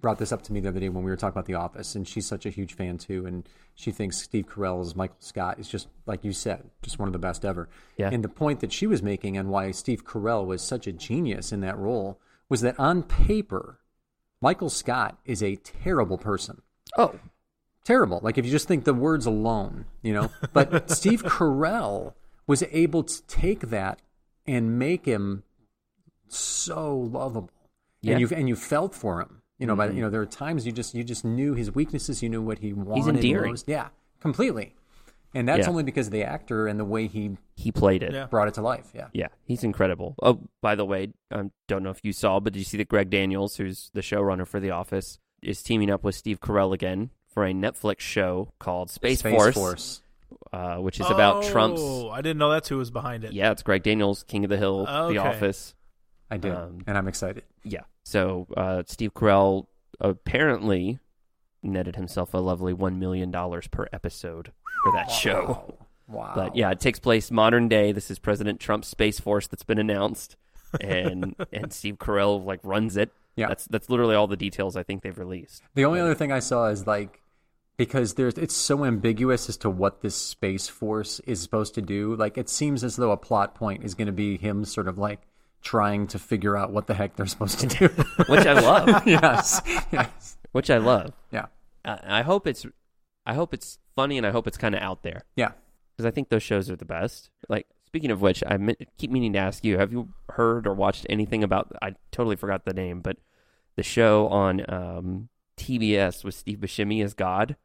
Speaker 3: brought this up to me the other day when we were talking about The Office, and she's such a huge fan too, and she thinks Steve Carell's Michael Scott is just like you said, just one of the best ever.
Speaker 1: Yeah.
Speaker 3: And the point that she was making and why Steve Carell was such a genius in that role was that on paper, Michael Scott is a terrible person.
Speaker 1: Oh,
Speaker 3: terrible. Like if you just think the words alone, you know. But Steve Carell was able to take that and make him so lovable,
Speaker 1: Yeah. Mm-hmm.
Speaker 3: and you and you felt for him. You know, by the you know, there are times you just you just knew his weaknesses. You knew what he wanted.
Speaker 1: endearing.
Speaker 3: most. Yeah, completely. And that's
Speaker 1: Yeah.
Speaker 3: only because of the actor and the way he
Speaker 1: he played it.
Speaker 2: Yeah.
Speaker 3: brought it to life. Yeah.
Speaker 1: Yeah, he's incredible. Oh, by the way, I don't know if you saw, but did you see that Greg Daniels, who's the showrunner for The Office, is teaming up with Steve Carell again for a Netflix show called Space, Force, Uh, which is about Trump's.
Speaker 2: Oh, I didn't know that's who was behind it.
Speaker 1: Yeah, it's Greg Daniels, King of the Hill,
Speaker 2: Okay.
Speaker 1: The Office.
Speaker 3: I did,
Speaker 1: Um,
Speaker 3: and I'm excited.
Speaker 1: Yeah. So uh, Steve Carell apparently netted himself a lovely $1 million per episode for that show.
Speaker 3: Wow.
Speaker 1: But yeah, it takes place modern day. This is President Trump's space force that's been announced, and and Steve Carell like runs it.
Speaker 3: Yeah.
Speaker 1: that's that's literally all the details I think they've released.
Speaker 3: The only other thing I saw is like because there's it's so ambiguous as to what this space force is supposed to do. Like it seems as though a plot point is going to be him sort of like trying to figure out what the heck they're supposed to do.
Speaker 1: Which I love.
Speaker 3: yes. Yes.
Speaker 1: Which I love.
Speaker 3: Yeah.
Speaker 1: I, I hope it's, I hope it's funny, and I hope it's kind of out there
Speaker 3: Yeah.
Speaker 1: because I think those shows are the best. Like speaking of which, I me- keep meaning to ask you: Have you heard or watched anything about? I totally forgot the name, but the show on um, TBS with Steve Buscemi as God.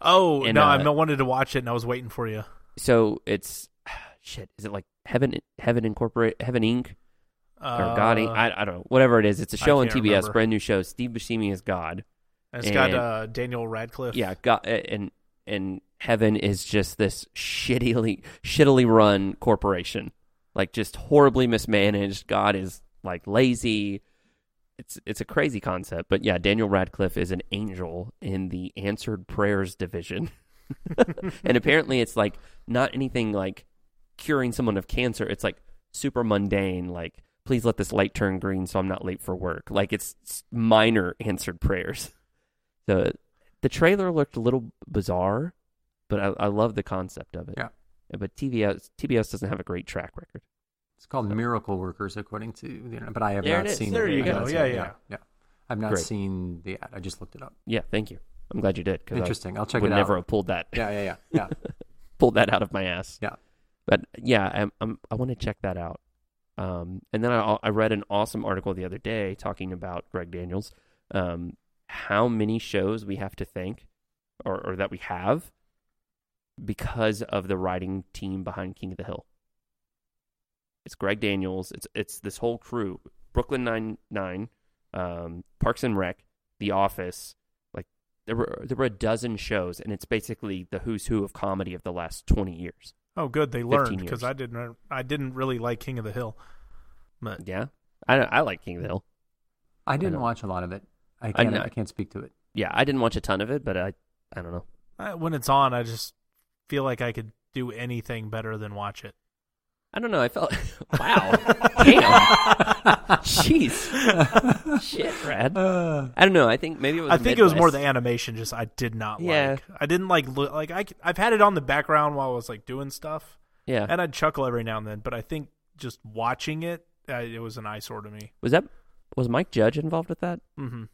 Speaker 2: Oh
Speaker 1: And,
Speaker 2: no, I
Speaker 1: uh,
Speaker 2: I wanted to watch it and I was waiting for you.
Speaker 1: so it's shit. Is it like Heaven Heaven Incorporate Heaven Inc.
Speaker 2: Uh,
Speaker 1: or God Inc. I, I don't know. Whatever it is, it's a show on
Speaker 2: can't
Speaker 1: TBS,
Speaker 2: remember.
Speaker 1: brand new show. Steve Buscemi is God.
Speaker 2: and it's got
Speaker 1: and-
Speaker 2: uh, Daniel Radcliffe.
Speaker 1: Yeah, God and and Heaven is just this shittily shittily run corporation, like just horribly mismanaged. God is like lazy. It's it's a crazy concept, but yeah, Daniel Radcliffe is an angel in the answered prayers division. and apparently it's like not anything like curing someone of cancer it's like super mundane like please let this light turn green so i'm not late for work like it's s- minor answered prayers so the trailer looked a little bizarre but i, I love the concept of it
Speaker 3: Yeah.
Speaker 1: but TBS, TBS doesn't have a great track record.
Speaker 3: It's called Miracle Workers according to the internet, but I have
Speaker 1: There
Speaker 3: not
Speaker 1: it is.
Speaker 3: seen
Speaker 2: There
Speaker 3: it.
Speaker 2: you
Speaker 3: I have
Speaker 2: go.
Speaker 3: not seen
Speaker 2: Yeah,
Speaker 3: it.
Speaker 2: yeah.
Speaker 3: Yeah. I've not
Speaker 1: Great.
Speaker 3: seen the ad. I just looked it up.
Speaker 1: Yeah, thank you. I'm glad you did. 'cause I
Speaker 3: Interesting. I'll check
Speaker 1: would
Speaker 3: it out.
Speaker 1: never have pulled that
Speaker 3: Yeah, yeah, yeah. Yeah.
Speaker 1: pulled that out of my ass.
Speaker 3: Yeah.
Speaker 1: But yeah, I'm, I'm, I want to check that out. Um, and then I, I read an awesome article the other day talking about Greg Daniels, um, how many shows we have to thank or, or that we have because of the writing team behind King of the Hill. It's Greg Daniels. It's it's this whole crew: Brooklyn Nine Nine, um, Parks and Rec, The Office, there were there were a dozen shows, and it's basically the who's who of comedy of the last twenty years.
Speaker 2: Oh, good. They
Speaker 1: 15
Speaker 2: learned
Speaker 1: years.
Speaker 2: because I didn't. I didn't really like King of the Hill. But
Speaker 1: Yeah, I I like King of the Hill.
Speaker 3: I didn't
Speaker 1: know.
Speaker 3: watch a lot of it. I can't,
Speaker 1: know.
Speaker 3: I can't speak to it.
Speaker 1: Yeah, I didn't watch a ton of it, but I I don't know.
Speaker 2: I, when it's on, I just feel like I could do anything better than watch it.
Speaker 1: I don't know. I felt wow, damn, jeez, shit, Brad.
Speaker 3: Uh,
Speaker 1: I don't know. I think maybe it was.
Speaker 2: I think it was more the
Speaker 1: Midwest.
Speaker 2: animation. Just I did not
Speaker 1: Yeah.
Speaker 2: like. I didn't like. Look, like I, have had it on the background while I was like doing stuff,
Speaker 1: yeah.
Speaker 2: and I'd chuckle every now and then. But I think just watching it, uh, it was an eyesore to me.
Speaker 1: Was that was Mike Judge involved with that?
Speaker 2: hmm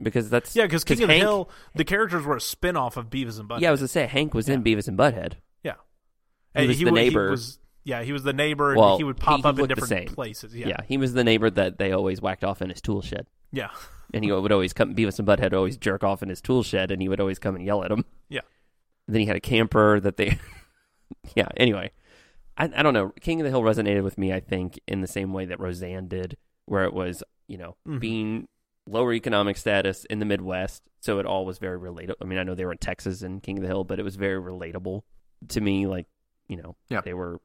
Speaker 1: Because that's
Speaker 2: Yeah, because King of
Speaker 1: Hank-
Speaker 2: the Hill, the characters were a spin off of Beavis and Butt.
Speaker 1: Yeah, I was gonna say Hank was in Beavis and Butthead.
Speaker 2: yeah.
Speaker 1: he
Speaker 2: And
Speaker 1: was the
Speaker 2: wa-
Speaker 1: neighbor.
Speaker 2: was- yeah, he was the neighbor, and
Speaker 1: Well,
Speaker 2: he would pop
Speaker 1: he- he
Speaker 2: up in
Speaker 1: looked the
Speaker 2: different
Speaker 1: same.
Speaker 2: places.
Speaker 1: Yeah.
Speaker 2: Yeah,
Speaker 1: he was the neighbor that they always whacked off in his tool shed,
Speaker 2: yeah,
Speaker 1: and he would always come. Beavis and Butthead would always jerk off in his tool shed, and he would always come and yell at him.
Speaker 2: yeah.
Speaker 1: then he had a camper that they yeah anyway I, I don't know king of the hill resonated with me i think in the same way that roseanne did where it was you know
Speaker 2: Mhm.
Speaker 1: being lower economic status in the midwest so it all was very relatable i mean i know they were in texas in king of the hill but it was very relatable to me like you know
Speaker 3: Yeah.
Speaker 1: they were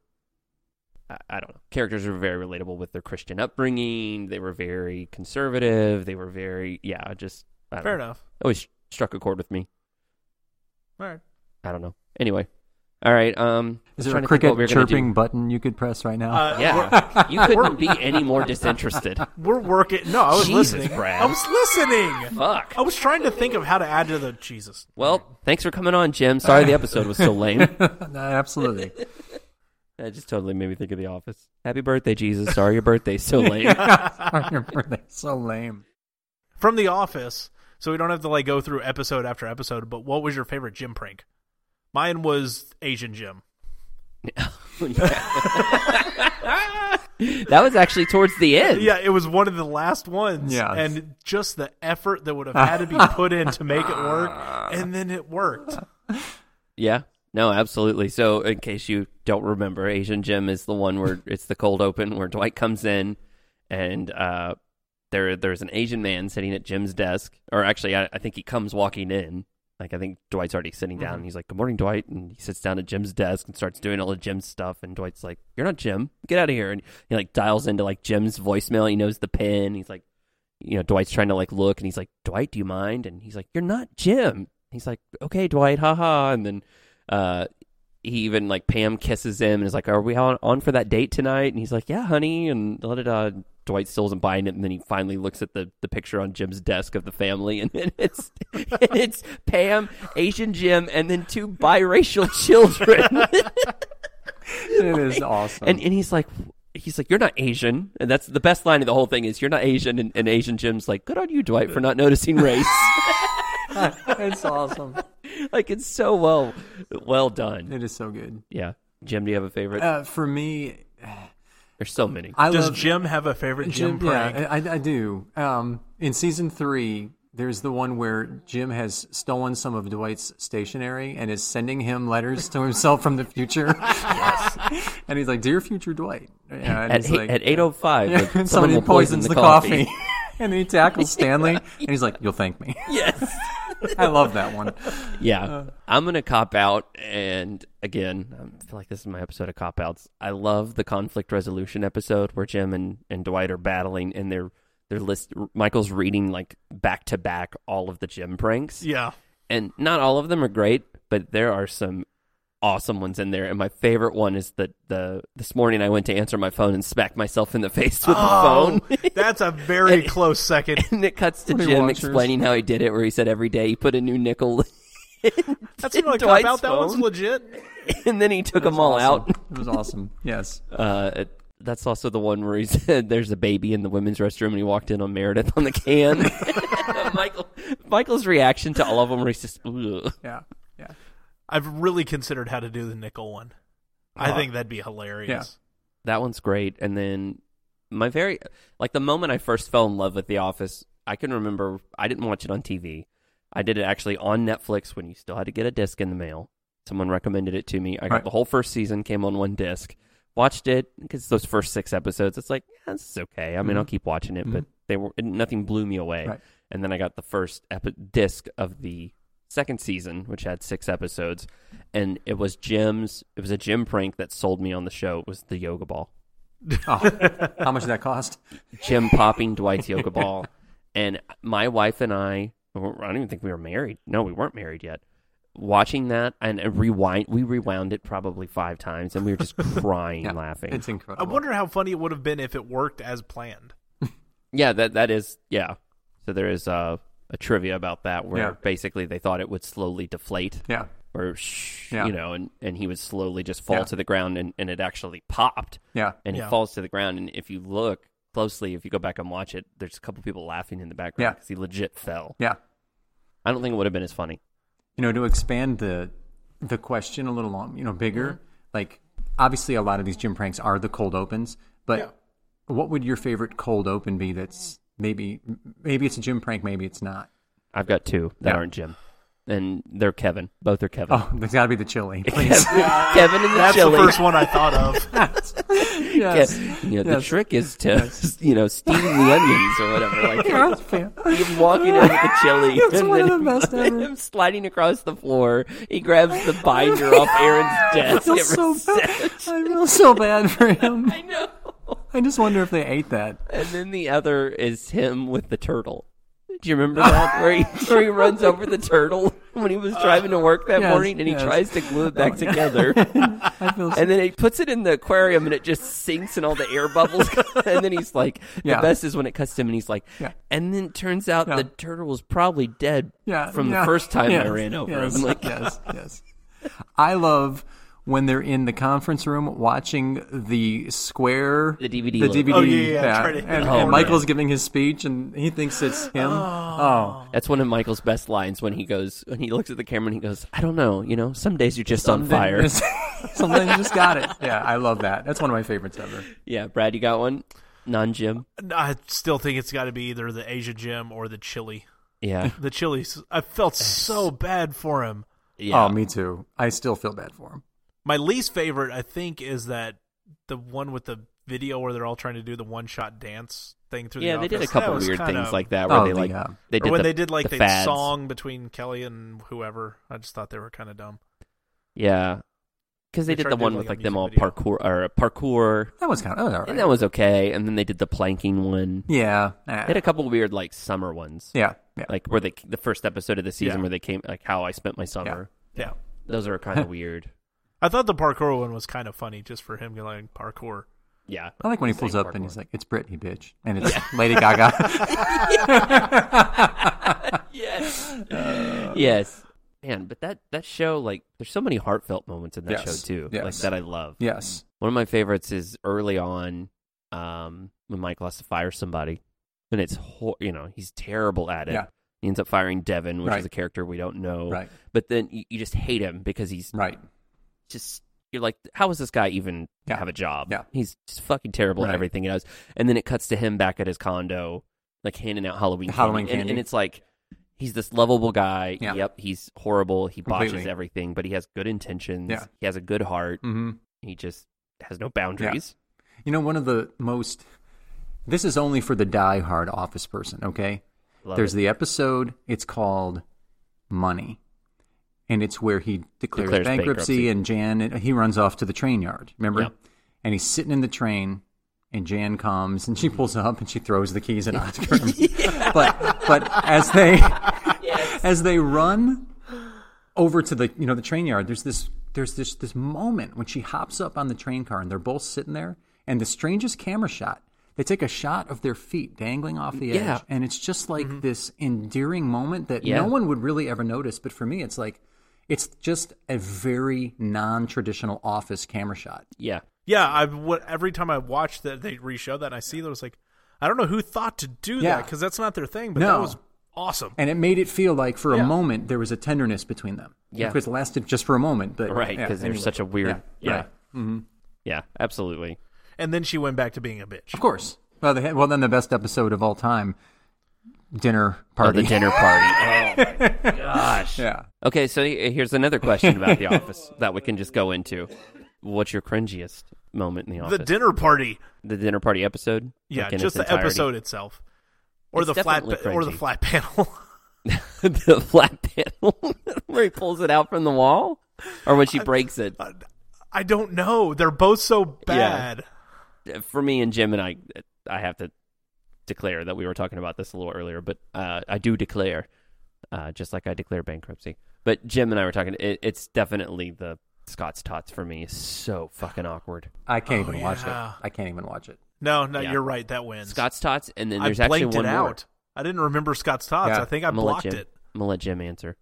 Speaker 1: I, I don't know characters were very relatable with their christian upbringing they were very conservative they were very yeah just I don't
Speaker 2: Fair
Speaker 1: know.
Speaker 2: enough.
Speaker 1: always struck a chord with me.
Speaker 2: All right.
Speaker 1: I don't know. Anyway, all right. Um,
Speaker 3: Is
Speaker 1: I'm trying to
Speaker 3: there a
Speaker 1: think what we
Speaker 3: cricket
Speaker 1: were gonna do.
Speaker 3: chirping button you could press right now?
Speaker 2: Uh,
Speaker 1: Yeah, you couldn't be any more disinterested.
Speaker 2: We're working. No, I was
Speaker 1: Jesus,
Speaker 2: listening.
Speaker 1: Brad.
Speaker 2: I was listening.
Speaker 1: Fuck.
Speaker 2: I was trying to think of how to add to the Jesus.
Speaker 1: Well, thanks for coming on, Jim. Sorry the episode was so lame.
Speaker 3: No, absolutely.
Speaker 1: That just totally made me think of The Office. Happy birthday, Jesus. Sorry your birthday's so lame.
Speaker 3: Sorry, your birthday's so lame.
Speaker 2: From The Office, so we don't have to like go through episode after episode. But what was your favorite Jim prank? Mine was Asian Jim.
Speaker 1: that was actually towards the end.
Speaker 2: Yeah, it was one of the last ones.
Speaker 3: Yes.
Speaker 2: and just the effort that would have had to be put in to make it work, and then it worked.
Speaker 1: Yeah. No, absolutely. So, in case you don't remember, Asian Jim is the one where it's the cold open where Dwight comes in and uh, there there's an Asian man sitting at Jim's desk. Or actually, I, I think he comes walking in. Like, I think Dwight's already sitting down and he's like, Good morning, Dwight. And he sits down at Jim's desk and starts doing all of Jim's stuff. And Dwight's like, You're not Jim. Get out of here. And he like dials into like Jim's voicemail. He knows the pin. He's like, you know, Dwight's trying to like look and he's like, Dwight, do you mind? And he's like, You're not Jim. He's like, Okay, Dwight, haha. And then uh he even like Pam kisses him and is like, Are we on, on for that date tonight? And he's like, Yeah, honey, and da da da Dwight still isn't buying it and then he finally looks at the, the picture on Jim's desk of the family and then it's and it's Pam, Asian Jim, and then two biracial children.
Speaker 3: It is awesome.
Speaker 1: And and he's like he's like, You're not Asian and that's the best line of the whole thing is you're not Asian and, and Asian Jim's like, Good on you, Dwight, for not noticing race.
Speaker 3: it's awesome.
Speaker 1: like it's so well well done.
Speaker 3: It is so good.
Speaker 1: Yeah. Jim, do you have a favorite?
Speaker 3: Uh, for me,
Speaker 1: There's so many.
Speaker 3: I
Speaker 2: Does
Speaker 3: love
Speaker 2: Jim have a favorite Jim, prank?
Speaker 3: Yeah, I, I do. Um, in season three, there's the one where Jim has stolen some of Dwight's stationery and is sending him letters to himself from the future. and he's like, "Dear future Dwight," and
Speaker 1: at,
Speaker 3: he's
Speaker 1: eight-
Speaker 3: like,
Speaker 1: at 805
Speaker 3: Yeah,
Speaker 1: when someone,
Speaker 3: somebody
Speaker 1: will poison
Speaker 3: poisons
Speaker 1: the, coffee,
Speaker 3: and he tackles Stanley, and he's like, "You'll thank me."
Speaker 1: yes
Speaker 3: I love that one.
Speaker 1: yeah
Speaker 3: Uh.
Speaker 1: i'm gonna cop out and again um, i feel like this is my episode of cop outs i love the conflict resolution episode where jim and, and dwight are battling and they're they're list michael's reading like back to back all of the jim pranks
Speaker 2: Yeah.
Speaker 1: and not all of them are great, but there are some awesome ones in there. And my favorite one is that the this morning I went to answer my phone and smacked myself in the face with
Speaker 2: Oh,
Speaker 1: the phone.
Speaker 2: that's a very close second.
Speaker 1: and it cuts to
Speaker 3: Pretty
Speaker 1: Jim
Speaker 3: watchers.
Speaker 1: explaining how he did it, where he said every day he put a new nickel,
Speaker 2: That's really cop
Speaker 1: Dwight's
Speaker 2: out. That one's
Speaker 1: phone.
Speaker 2: legit.
Speaker 1: and then he took them all
Speaker 3: Awesome.
Speaker 1: out.
Speaker 3: It was awesome. Yes.
Speaker 1: Uh, it- that's also the one where he said there's a baby in the women's restroom, and he walked in on Meredith on the can. Michael, Michael's reaction to all of them, where he's just, Ugh.
Speaker 3: Yeah. Yeah.
Speaker 2: I've really considered how to do the nickel one.
Speaker 1: Uh,
Speaker 2: I think that'd be hilarious.
Speaker 1: that one's great. And then my very like the moment I first fell in love with The Office, I can remember I didn't watch it on TV. I did it actually on Netflix when you still had to get a disc in the mail. Someone recommended it to me. I got
Speaker 3: Right.
Speaker 1: the whole first season, came on one disc, watched it because those first six episodes, it's like yeah, this is okay. I mean, I'll keep watching it, but they were it, nothing blew me away.
Speaker 3: Mm-hmm. Right.
Speaker 1: And then I got the first epi- disc of the second season, which had six episodes, and it was Jim's. It was a Jim prank that sold me on the show. It was the yoga ball.
Speaker 3: Oh, how much did that cost?
Speaker 1: Jim popping Dwight's yoga ball. And my wife and I, I don't even think we were married. No, we weren't married yet. Watching that and it rewind, we rewound it probably five times, and we were just crying, laughing.
Speaker 3: It's
Speaker 2: I
Speaker 3: incredible.
Speaker 2: wonder how funny it would have been if it worked as planned.
Speaker 1: Yeah, that that is yeah. So there is uh, a trivia about that where
Speaker 3: Yeah.
Speaker 1: basically they thought it would slowly deflate
Speaker 3: yeah.
Speaker 1: or shh,
Speaker 3: Yeah.
Speaker 1: you know, and and he would slowly just fall
Speaker 3: Yeah.
Speaker 1: to the ground, and and it actually popped.
Speaker 3: Yeah.
Speaker 1: and
Speaker 2: Yeah.
Speaker 1: he falls to the ground. And if you look closely, if you go back and watch it, there's a couple people laughing in the background
Speaker 3: Yeah.
Speaker 1: because he legit fell.
Speaker 3: Yeah.
Speaker 1: I don't think it would have been as funny.
Speaker 3: you know to expand the the question a little long you know bigger
Speaker 1: Mm-hmm.
Speaker 3: like obviously a lot of these gym pranks are the cold opens but what would your favorite cold open be that's maybe maybe it's a gym prank maybe it's not
Speaker 1: I've got two that
Speaker 3: Yeah.
Speaker 1: aren't Jim, and they're Kevin. Both are Kevin.
Speaker 3: oh there's got to be the chili please
Speaker 1: Kevin, Kevin and the
Speaker 2: That's
Speaker 1: chili.
Speaker 2: the first one I thought of.
Speaker 3: yes
Speaker 1: Yeah, you know, the
Speaker 3: Yes.
Speaker 1: trick is to you know steam the onions or whatever. Like him walking in with the chili,
Speaker 3: That's
Speaker 1: and
Speaker 3: one of
Speaker 1: then
Speaker 3: the best
Speaker 1: him,
Speaker 3: ever.
Speaker 1: him sliding across the floor. He grabs the binder off Aaron's desk.
Speaker 3: I feel
Speaker 1: It
Speaker 3: so bad.
Speaker 1: resets.
Speaker 3: I feel so bad for him.
Speaker 1: I know.
Speaker 3: I just wonder if they ate that.
Speaker 1: And then the other is him with the turtle. Do you remember that where he, where he runs over the turtle when he was driving to work that
Speaker 3: Uh, Yes,
Speaker 1: morning and he
Speaker 3: yes. Oh,
Speaker 1: tries to glue it back together?
Speaker 3: I feel so
Speaker 1: And then he puts it in the aquarium and it just sinks and all the air bubbles. and then he's like,
Speaker 3: Yeah.
Speaker 1: the best is when it cuts to him and he's like,
Speaker 3: Yeah.
Speaker 1: and then it turns out
Speaker 3: Yeah.
Speaker 1: the turtle was probably dead
Speaker 3: yeah,
Speaker 1: from
Speaker 3: yeah.
Speaker 1: the first time
Speaker 3: Yes,
Speaker 1: I ran over
Speaker 3: yes,
Speaker 1: him. Like,
Speaker 3: yes, yes. I love when they're in the conference room watching the square,
Speaker 1: The DVD
Speaker 3: the
Speaker 1: logo. Oh,
Speaker 3: DVD,
Speaker 2: Oh, yeah, yeah,
Speaker 3: that,
Speaker 2: try to hit
Speaker 3: and,
Speaker 2: the
Speaker 1: corner.
Speaker 3: and Michael's giving his speech, and he thinks it's him. Oh,
Speaker 1: that's one of Michael's best lines when he goes, when he looks at the camera and he goes, I don't know, you know, some days you're just on fire.
Speaker 3: Something just got it. Yeah, I love that. That's one of my favorites ever.
Speaker 1: yeah, Brad, you got one? Non Jim.
Speaker 2: I still think it's got to be either the Asia Gym or the Chili.
Speaker 1: Yeah.
Speaker 3: Oh,
Speaker 2: The Chili's. I felt so bad for him.
Speaker 1: Yeah.
Speaker 3: Oh, me too. I still feel bad for him.
Speaker 2: My least favorite, I think, is that the one with the video where they're all trying to do the one shot dance thing through
Speaker 1: yeah,
Speaker 2: the
Speaker 1: they did a
Speaker 2: office.
Speaker 1: couple
Speaker 2: That was
Speaker 1: weird
Speaker 2: kind
Speaker 1: things
Speaker 2: of-
Speaker 1: like that where
Speaker 3: Oh,
Speaker 1: they
Speaker 3: the,
Speaker 1: like
Speaker 3: uh,
Speaker 1: they did
Speaker 2: or when
Speaker 1: the,
Speaker 2: they did like
Speaker 1: the
Speaker 2: the,
Speaker 1: fads.
Speaker 2: song between Kelly and whoever. I just thought they were kind of dumb.
Speaker 1: Yeah. Because they, did
Speaker 2: They tried
Speaker 1: the
Speaker 2: to do,
Speaker 1: one
Speaker 2: like,
Speaker 1: with
Speaker 2: a
Speaker 1: like them all
Speaker 2: music
Speaker 1: parkour or parkour,
Speaker 3: That was kind of all right.
Speaker 1: and that was okay. And then they did the planking one.
Speaker 3: yeah,
Speaker 1: They
Speaker 3: eh.
Speaker 1: had a couple weird like summer ones,
Speaker 3: yeah, yeah.
Speaker 1: like where they the first episode of the season
Speaker 2: Yeah.
Speaker 1: where they came like how I spent my summer.
Speaker 2: Yeah.
Speaker 1: Those are kind of weird.
Speaker 2: I thought the parkour one was kind of funny just for him going parkour.
Speaker 1: Yeah,
Speaker 3: I like when he pulls
Speaker 1: Same
Speaker 3: up
Speaker 1: part
Speaker 3: and
Speaker 1: one.
Speaker 3: he's like, "It's Britney, bitch," and it's Lady Gaga.
Speaker 1: yes,
Speaker 3: "Oh."
Speaker 1: yes, man. But that that show like there's so many heartfelt moments in that
Speaker 3: Yes.
Speaker 1: show too, like
Speaker 3: Yes.
Speaker 1: that I love.
Speaker 3: yes.
Speaker 1: One of my favorites is early on um, when Michael has to fire somebody, and it's hor- you know he's terrible at it.
Speaker 3: Yeah.
Speaker 1: He ends up firing Devin, which is
Speaker 3: Right.
Speaker 1: a character we don't know.
Speaker 3: Right.
Speaker 1: But then you, you just hate him because he's
Speaker 3: Right.
Speaker 1: just you're like, how is this guy even
Speaker 3: Yeah.
Speaker 1: have a job?
Speaker 3: Yeah.
Speaker 1: He's just fucking terrible at
Speaker 3: Right.
Speaker 1: everything he does. And then it cuts to him back at his condo, like handing out Halloween
Speaker 3: Halloween
Speaker 1: candy. And- And,
Speaker 3: candy.
Speaker 1: it's like he's this lovable guy.
Speaker 3: Yeah.
Speaker 1: Yep, he's horrible. He botches
Speaker 3: Completely.
Speaker 1: everything, but he has good intentions.
Speaker 3: Yeah.
Speaker 1: He has a good heart.
Speaker 3: hmm
Speaker 1: He just has no boundaries.
Speaker 3: You know, one of the most. This is only for the die-hard office person. Okay.
Speaker 1: Love
Speaker 3: There's
Speaker 1: it.
Speaker 3: the episode. It's called Money, and it's where he declares,
Speaker 1: Declares bankruptcy.
Speaker 3: bankruptcy, and Jan and he runs off to the train yard. Remember?
Speaker 1: Yeah.
Speaker 3: And he's sitting in the train, and Jan comes and she pulls up and she throws the keys at Oscar. But but as they as they run over to the you know the train yard, there's this there's this this moment when she hops up on the train car and they're both sitting there, and the strangest camera shot. They take a shot of their feet dangling off the edge,
Speaker 1: Yeah.
Speaker 3: and it's just like this endearing moment that
Speaker 1: Mm-hmm. Yeah.
Speaker 3: no one would really ever notice. But for me, it's like it's just a very non-traditional office camera shot.
Speaker 1: yeah.
Speaker 2: Yeah, I what every time I watch that they reshow that and I see that I was like, I don't know who thought to do
Speaker 3: Yeah.
Speaker 2: that because that's not their thing, but
Speaker 3: No.
Speaker 2: that was awesome.
Speaker 3: And it made it feel like for
Speaker 2: Yeah.
Speaker 3: a moment there was a tenderness between them.
Speaker 1: Yeah.
Speaker 3: Because it lasted just for a moment. But
Speaker 1: Right, because
Speaker 3: yeah,
Speaker 1: there's such a weird. Yeah.
Speaker 3: Yeah,
Speaker 1: Yeah,
Speaker 3: right. Mm-hmm.
Speaker 1: absolutely.
Speaker 2: And then she went back to being a bitch.
Speaker 3: Of course. Well, they had, well, then the best episode of all time, dinner
Speaker 1: Or
Speaker 3: party.
Speaker 1: Oh, the dinner party. oh, my gosh.
Speaker 3: yeah.
Speaker 1: Okay, so he- here's another question about The Office that we can just go into. What's your cringiest moment in The
Speaker 2: The
Speaker 1: Office?
Speaker 2: dinner party.
Speaker 1: The dinner party episode?
Speaker 2: Yeah,
Speaker 1: Like, in
Speaker 2: just
Speaker 1: its
Speaker 2: the
Speaker 1: entirety?
Speaker 2: episode itself. Or
Speaker 1: It's
Speaker 2: the flat
Speaker 1: definitely
Speaker 2: pa- or the
Speaker 1: cringy.
Speaker 2: flat panel.
Speaker 1: the flat panel where he pulls it out from the wall? Or when she breaks it?
Speaker 2: I don't know. They're both so bad.
Speaker 1: For me and Jim and I, I have to declare that we were talking about this a little earlier, but uh, I do declare, uh, just like I declare bankruptcy. But Jim and I were talking, it, it's definitely the Scott's Tots for me. It's so fucking awkward.
Speaker 3: I can't
Speaker 1: Oh,
Speaker 3: even watch
Speaker 2: yeah.
Speaker 3: it. I can't even watch it.
Speaker 2: No, no,
Speaker 1: Yeah.
Speaker 2: you're right. That wins.
Speaker 1: Scott's Tots, and then
Speaker 2: I
Speaker 1: there's
Speaker 2: blanked
Speaker 1: actually
Speaker 2: it
Speaker 1: one more.
Speaker 2: out. I didn't remember Scott's Tots.
Speaker 3: Yeah.
Speaker 2: I think I
Speaker 1: I'm gonna let
Speaker 2: blocked
Speaker 1: Jim-
Speaker 2: it.
Speaker 1: I'm gonna let Jim answer.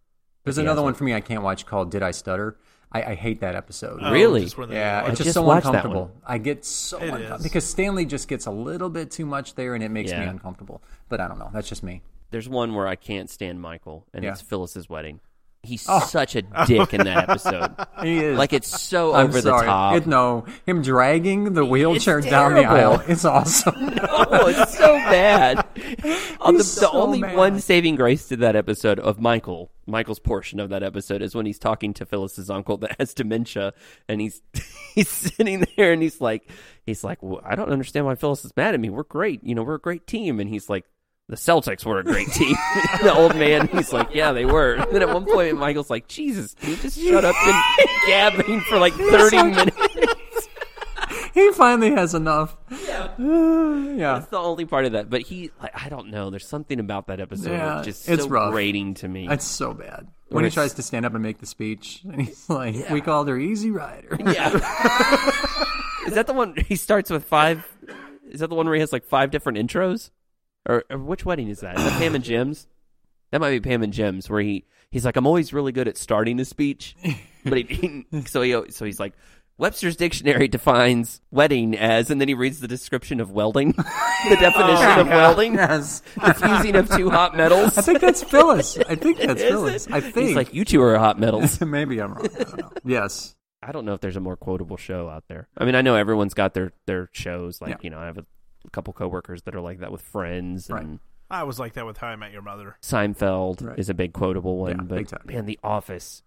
Speaker 3: There's
Speaker 1: If he
Speaker 3: another
Speaker 1: has one.
Speaker 3: one for me I can't watch called Did I Stutter? I, I hate that episode.
Speaker 1: Oh, Really?
Speaker 2: just where they
Speaker 3: Yeah,
Speaker 2: are.
Speaker 1: I
Speaker 3: it's just,
Speaker 1: just
Speaker 3: so
Speaker 1: watched that
Speaker 3: uncomfortable. I get so
Speaker 2: It
Speaker 3: uncomfortable
Speaker 2: is.
Speaker 3: because Stanley just gets a little bit too much there, and it makes me
Speaker 1: Yeah.
Speaker 3: uncomfortable. But I don't know. That's just me.
Speaker 1: There's one where I can't stand Michael, and
Speaker 3: Yeah.
Speaker 1: it's Phyllis's wedding. He's
Speaker 3: Oh.
Speaker 1: such a dick in that episode.
Speaker 3: He is
Speaker 1: like it's so
Speaker 3: I'm
Speaker 1: over
Speaker 3: sorry.
Speaker 1: the top.
Speaker 3: It- no, him dragging the wheelchair down the
Speaker 1: terrible.
Speaker 3: aisle. It's awesome.
Speaker 1: oh, it's so bad. Uh, the the
Speaker 3: He's so
Speaker 1: only
Speaker 3: mad.
Speaker 1: one saving grace to that episode of Michael, Michael's portion of that episode is when he's talking to Phyllis's uncle that has dementia, and he's he's sitting there and he's like, he's like, well, I don't understand why Phyllis is mad at me. We're great, you know, we're a great team, and he's like. The Celtics were a great team. the old man, he's like, yeah, they were. And then at one point, Michael's like, Jesus, can you just shut up and gabbing for like 30 minutes?
Speaker 3: he finally has enough. Yeah. yeah.
Speaker 1: That's the only part of that. But he, like, I don't know. There's something about that episode
Speaker 3: Yeah,
Speaker 1: that's just
Speaker 3: it's
Speaker 1: so
Speaker 3: rough.
Speaker 1: grating to me.
Speaker 3: It's so bad. When he
Speaker 1: it's-
Speaker 3: tries to stand up and make the speech, and he's like, we called her Easy Rider.
Speaker 1: Yeah. is that the one he starts with five? Is that the one where he has like five different intros? Or, or which wedding is that? Is that Pam and Jim's? That might be Pam and Jim's, where he he's like, I'm always really good at starting a speech, but he, he so he so he's like. Webster's dictionary defines wedding as, and then he reads the description of welding,
Speaker 3: Oh
Speaker 1: the definition of welding,
Speaker 3: Yes.
Speaker 1: the fusing of two hot metals.
Speaker 3: I think that's Phyllis. I think that's
Speaker 1: Is it?
Speaker 3: Phyllis. I think.
Speaker 1: He's like, you two are hot metals.
Speaker 3: Maybe I'm wrong. I don't know. Yes.
Speaker 1: I don't know if there's a more quotable show out there. I mean, I know everyone's got their their shows. Like,
Speaker 3: Yeah.
Speaker 1: you know, I have a, couple coworkers that are like that with Friends and
Speaker 3: Right.
Speaker 2: I was like that with How I Met Your Mother.
Speaker 1: Seinfeld
Speaker 3: Right.
Speaker 1: is a big quotable one.
Speaker 3: Yeah,
Speaker 1: but
Speaker 3: big time.
Speaker 1: man, The Office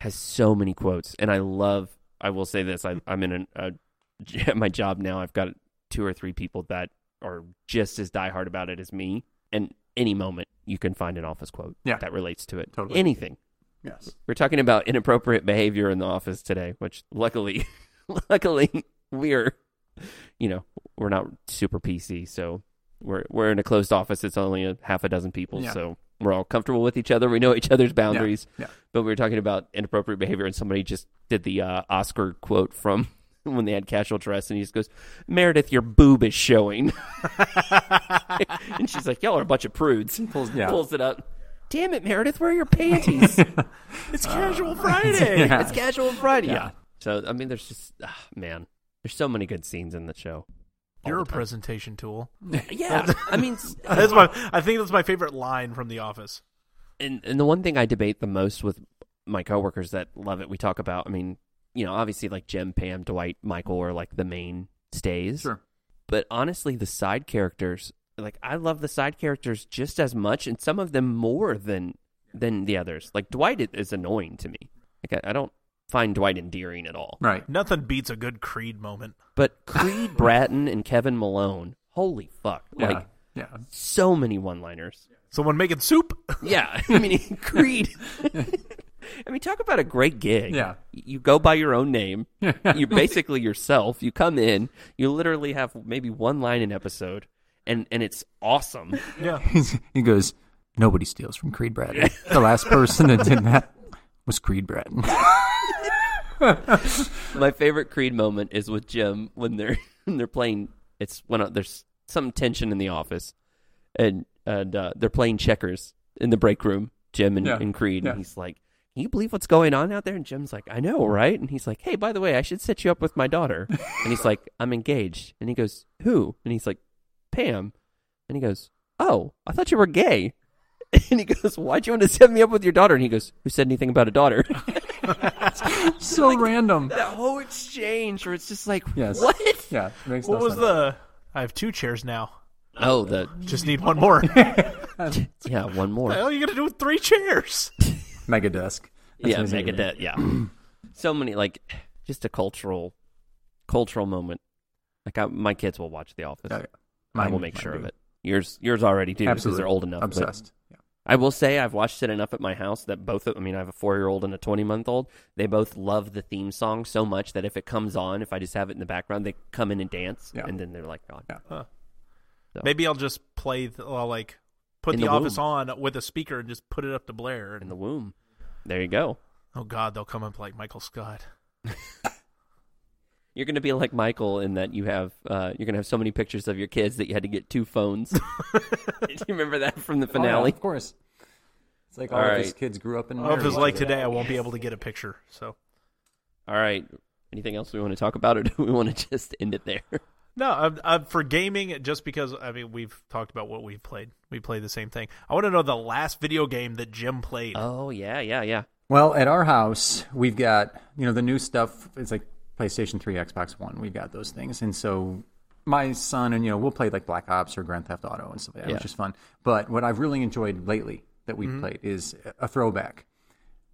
Speaker 1: has so many quotes, and I love. I will say this: I, I'm in an, a, at my job now. I've got two or three people that are just as diehard about it as me, and any moment you can find an Office quote
Speaker 3: Yeah.
Speaker 1: that relates to it.
Speaker 3: Totally.
Speaker 1: Anything.
Speaker 3: Yes.
Speaker 1: We're talking about inappropriate behavior in the office today, which luckily, luckily we're, you know, we're not super PC, so we're we're in a closed office. It's only a half a dozen people,
Speaker 3: Yeah.
Speaker 1: so we're all comfortable with each other. We know each other's boundaries.
Speaker 3: Yeah.
Speaker 1: But we were talking about inappropriate behavior, and somebody just did the uh, Oscar quote from when they had casual dress, and he just goes, "Meredith, your boob is showing," and she's like, "Y'all are a bunch of prudes."
Speaker 3: Pulls- yeah.
Speaker 1: pulls it up. Damn it, Meredith, where are your panties?
Speaker 2: It's Casual Friday.
Speaker 3: Yeah.
Speaker 1: It's casual Friday. Yeah.
Speaker 3: Yeah.
Speaker 1: So I mean, there's just ah, man, there's so many good scenes in the show. all
Speaker 2: You're
Speaker 1: the
Speaker 2: a
Speaker 1: time.
Speaker 2: presentation tool.
Speaker 1: Yeah, I mean, s-
Speaker 2: That's my. I think that's my favorite line from The Office.
Speaker 1: and and the one thing I debate the most with my coworkers that love it, we talk about. I mean, you know, obviously like Jim, Pam, Dwight, Michael are like the main stays.
Speaker 3: Sure.
Speaker 1: But honestly, the side characters, like I love the side characters just as much, and some of them more than than the others. Like Dwight i- is annoying to me. Like I, I don't find Dwight endearing at all.
Speaker 3: Right.
Speaker 2: Nothing beats a good Creed moment.
Speaker 1: But Creed Bratton and Kevin Malone, holy fuck.
Speaker 3: Yeah.
Speaker 1: Like
Speaker 3: yeah.
Speaker 1: so many one liners.
Speaker 2: Someone making soup.
Speaker 1: Yeah. I mean Creed I mean talk about a great gig.
Speaker 3: Yeah.
Speaker 1: You go by your own name. You're basically yourself. You come in, you literally have maybe one line an episode and and it's awesome.
Speaker 2: Yeah.
Speaker 3: he goes, Nobody steals from Creed Bratton. The last person that did that was Creed Bratton.
Speaker 1: My favorite Creed moment is with Jim when they're when they're playing. It's when uh, there's some tension in the office, and and uh, they're playing checkers in the break room. Jim and,
Speaker 3: Yeah,
Speaker 1: and Creed,
Speaker 3: yeah.
Speaker 1: and he's like, "Can you believe what's going on out there?" And Jim's like, "I know, right?" And he's like, "Hey, by the way, I should set you up with my daughter." and he's like, "I'm engaged." And he goes, "Who?" And he's like, "Pam." And he goes, "Oh, I thought you were gay." And he goes, "Why'd you want to set me up with your daughter?" And he goes, "Who said anything about a daughter?"
Speaker 3: so random.
Speaker 1: that whole exchange where it's just like,
Speaker 3: Yes.
Speaker 1: what?
Speaker 3: Yeah. it Makes
Speaker 2: What
Speaker 3: no
Speaker 2: was
Speaker 3: sense.
Speaker 2: the? I have two chairs now.
Speaker 1: Oh, the
Speaker 2: Just need one more.
Speaker 1: yeah, one more.
Speaker 2: Hell, you got to do with three chairs.
Speaker 3: Mega Desk? That's
Speaker 1: yeah,
Speaker 3: his name.
Speaker 1: Megadeth. Yeah, so many like just a cultural, cultural moment. Like I, my kids will watch The Office.
Speaker 3: Oh, Yeah, yeah.
Speaker 1: I will
Speaker 3: Mine-
Speaker 1: make
Speaker 3: mine
Speaker 1: sure of
Speaker 3: do.
Speaker 1: it. Yours, yours already do because
Speaker 3: Absolutely.
Speaker 1: they're old enough. but-
Speaker 3: Obsessed. Yeah.
Speaker 1: I will say I've watched it enough at my house that both of I mean I have a 4-year-old and a 20-month-old. They both love the theme song so much that if it comes on, if I just have it in the background, they come in and dance
Speaker 3: Yeah.
Speaker 1: and then they're like, "God."
Speaker 3: Yeah.
Speaker 2: Maybe I'll just play. The, I'll like put
Speaker 1: In
Speaker 2: the,
Speaker 1: the
Speaker 2: Office
Speaker 1: womb.
Speaker 2: on with a speaker and just put it up to Blair.
Speaker 1: In
Speaker 2: And
Speaker 1: the womb. There you go.
Speaker 2: oh God, they'll come up like Michael Scott.
Speaker 1: You're going to be like Michael in that you have uh, you're going to have so many pictures of your kids that you had to get two phones. Do you remember that from the
Speaker 3: Oh, yeah,
Speaker 1: finale?
Speaker 3: of course. It's like all,
Speaker 1: All
Speaker 3: of his
Speaker 1: right.
Speaker 3: kids grew up in.
Speaker 2: Oh, if it's
Speaker 3: married.
Speaker 2: like today, I won't be able to get a picture. So
Speaker 1: All right. Anything else we want to talk about, or do we want to just end it there?
Speaker 2: no, I'm, I'm for gaming just because I mean we've talked about what we've played. We played the same thing. I want to know the last video game that Jim played.
Speaker 3: Uh,
Speaker 1: Oh yeah, yeah, yeah.
Speaker 3: Well, at our house, we've got you know the new stuff. It's like PlayStation Three, Xbox One. We've got those things, and so my son and you know we'll play like Black Ops or Grand Theft Auto and stuff like that, which
Speaker 1: Yeah.
Speaker 3: is fun. But what I've really enjoyed lately that we've played is a throwback.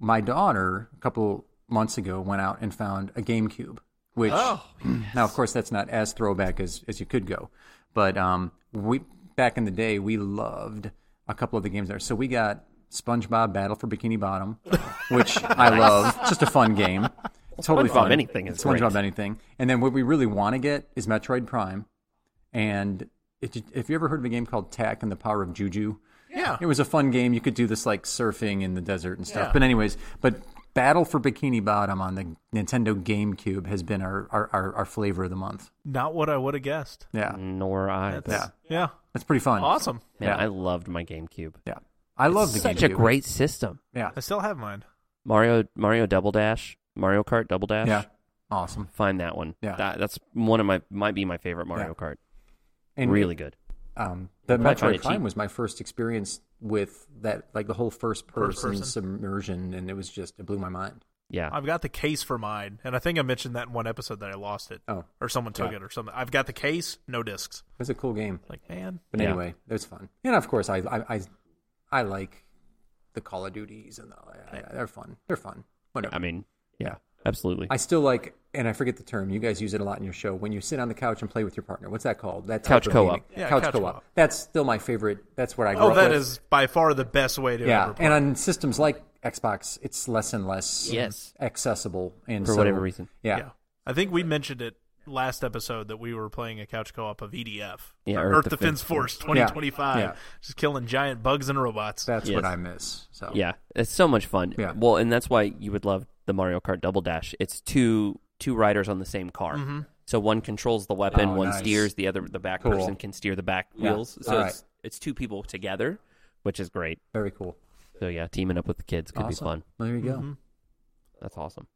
Speaker 3: My daughter a couple months ago went out and found a GameCube, which
Speaker 1: Oh,
Speaker 3: now of course that's not as throwback as as you could go, but um, we back in the day we loved a couple of the games there. So we got SpongeBob Battle for Bikini Bottom, which I love, just a fun game. totally
Speaker 1: SpongeBob
Speaker 3: fun.
Speaker 1: anything is
Speaker 3: SpongeBob
Speaker 1: great.
Speaker 3: anything. And then what we really want to get is Metroid Prime. And if you, if you ever heard of a game called Tack and the Power of Juju,
Speaker 2: Yeah.
Speaker 3: it was a fun game. You could do this like surfing in the desert and stuff.
Speaker 2: Yeah.
Speaker 3: But anyways, but Battle for Bikini Bottom on the Nintendo GameCube has been our our, our, our flavor of the month.
Speaker 2: Not what I would have guessed.
Speaker 3: Yeah,
Speaker 1: Nor I.
Speaker 2: That's, yeah.
Speaker 3: that's pretty fun.
Speaker 2: Awesome.
Speaker 1: Man,
Speaker 3: Yeah.
Speaker 1: I loved my GameCube.
Speaker 3: Yeah, I love the
Speaker 1: Such
Speaker 3: GameCube.
Speaker 1: a great system.
Speaker 3: yeah
Speaker 2: I still have mine.
Speaker 1: Mario Mario Double Dash, Mario Kart Double Dash.
Speaker 3: yeah awesome.
Speaker 1: Find that one.
Speaker 3: Yeah.
Speaker 1: That, that's one of my might be my favorite Mario
Speaker 3: Yeah.
Speaker 1: Kart.
Speaker 3: And
Speaker 1: really good.
Speaker 3: um, the
Speaker 1: Probably find
Speaker 3: Metroid
Speaker 1: it
Speaker 3: Prime
Speaker 1: cheap.
Speaker 3: was my first experience with that, like the whole first person,
Speaker 2: First person.
Speaker 3: submersion, and it was just it blew my mind.
Speaker 1: Yeah.
Speaker 2: I've got the case for mine, and I think I mentioned that in one episode that I lost it,
Speaker 3: Oh,
Speaker 2: or someone took
Speaker 3: Yeah.
Speaker 2: it, or something. I've got the case, no discs.
Speaker 3: it was a cool game.
Speaker 2: Like man,
Speaker 3: But
Speaker 1: Yeah.
Speaker 3: anyway, it was fun. And of course, I I I, I like the Call of Duties and the, I- I- they're fun. They're fun. Whatever.
Speaker 1: I mean,
Speaker 3: Yeah.
Speaker 1: yeah. Absolutely.
Speaker 3: I still like, and I forget the term. You guys use it a lot in your show when you sit on the couch and play with your partner. What's that called? That type
Speaker 1: Couch
Speaker 3: of
Speaker 1: co-op.
Speaker 3: gaming.
Speaker 2: Yeah,
Speaker 3: couch,
Speaker 2: couch
Speaker 3: co-op.
Speaker 2: co-op.
Speaker 3: That's still my favorite. That's what I. Grew
Speaker 2: oh,
Speaker 3: up
Speaker 2: that
Speaker 3: with.
Speaker 2: is by far the best way to
Speaker 3: Yeah,
Speaker 2: ever play.
Speaker 3: and on systems like Xbox, it's less and less
Speaker 1: Yes.
Speaker 3: accessible, and
Speaker 1: For
Speaker 3: so-
Speaker 1: whatever reason.
Speaker 3: Yeah,
Speaker 2: Yeah. I think we mentioned it last episode that we were playing a couch co-op of E EDF,
Speaker 1: Yeah,
Speaker 2: Earth, Defense Force 2025,
Speaker 3: Yeah.
Speaker 2: just killing giant bugs and robots.
Speaker 3: that's what
Speaker 1: Yes.
Speaker 3: I miss. So
Speaker 1: Yeah, it's so much fun.
Speaker 3: Yeah.
Speaker 1: Well, and that's why you would love the Mario Kart Double Dash. It's two two riders on the same car. So one controls the weapon,
Speaker 3: Mm-hmm. Oh,
Speaker 1: one
Speaker 3: nice.
Speaker 1: steers, the other the back
Speaker 3: Cool.
Speaker 1: person can steer the back
Speaker 3: Yeah.
Speaker 1: wheels. So
Speaker 3: All
Speaker 1: it's it's two people together, which is great.
Speaker 3: very cool.
Speaker 1: So yeah, teaming up with the kids could be
Speaker 3: Awesome.
Speaker 1: fun.
Speaker 3: Well, there you go.
Speaker 2: Mm-hmm.
Speaker 1: That's awesome.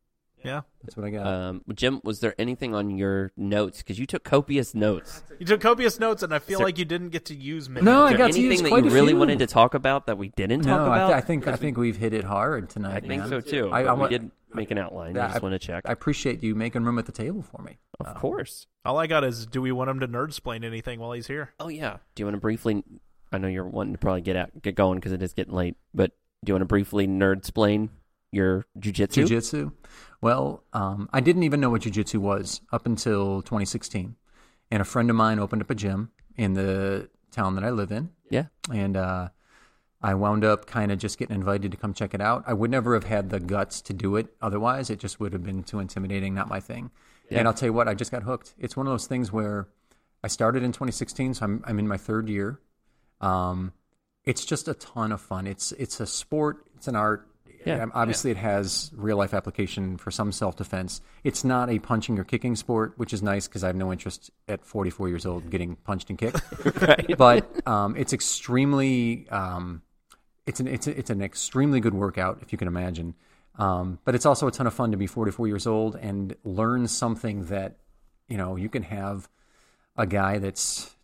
Speaker 2: yeah,
Speaker 3: That's what I got.
Speaker 1: Um, Jim, was there anything on your notes? Because you took copious notes.
Speaker 2: you took copious notes, and I feel
Speaker 1: there-
Speaker 2: like you didn't get to use many.
Speaker 3: No,
Speaker 2: of
Speaker 3: I
Speaker 2: them.
Speaker 3: got to use
Speaker 1: anything that
Speaker 3: quite
Speaker 1: you
Speaker 3: a
Speaker 1: really
Speaker 3: few.
Speaker 1: wanted to talk about that we didn't
Speaker 3: no,
Speaker 1: talk
Speaker 3: I,
Speaker 1: about?
Speaker 3: th- I think I think we've hit it hard tonight.
Speaker 1: I think
Speaker 3: man.
Speaker 1: so too.
Speaker 3: I- I
Speaker 1: but
Speaker 3: want-
Speaker 1: we did make an outline.
Speaker 3: Yeah,
Speaker 1: I just
Speaker 3: I-
Speaker 1: want to check.
Speaker 3: I appreciate you making room at the table for me. Uh,
Speaker 1: of course.
Speaker 2: All I got is, do we want him to nerd explain anything while he's here?
Speaker 1: Oh yeah. Do you want to briefly? I know you're wanting to probably get out, get going because it is getting late. But do you want to briefly nerd splain your jujitsu?
Speaker 3: Jiu-jitsu. Well, um, I didn't even know what jiu-jitsu was up until 2016, and a friend of mine opened up a gym in the town that I live in,
Speaker 1: Yeah.
Speaker 3: and uh, I wound up kind of just getting invited to come check it out. I would never have had the guts to do it otherwise. It just would have been too intimidating, not my thing. And I'll tell you what, I just got hooked. It's one of those things where I started in 2016, so I'm I'm in my third year. Um, it's just a ton of fun. It's it's a sport. It's an art.
Speaker 1: Yeah.
Speaker 3: Um, Obviously, it has real life application for some self defense. It's not a punching or kicking sport, which is nice because I have no interest at 44 years old getting punched and kicked. But um, it's extremely um, it's an it's a, it's an extremely good workout if you can imagine. Um, but it's also a ton of fun to be 44 years old and learn something that you know you can have a guy that's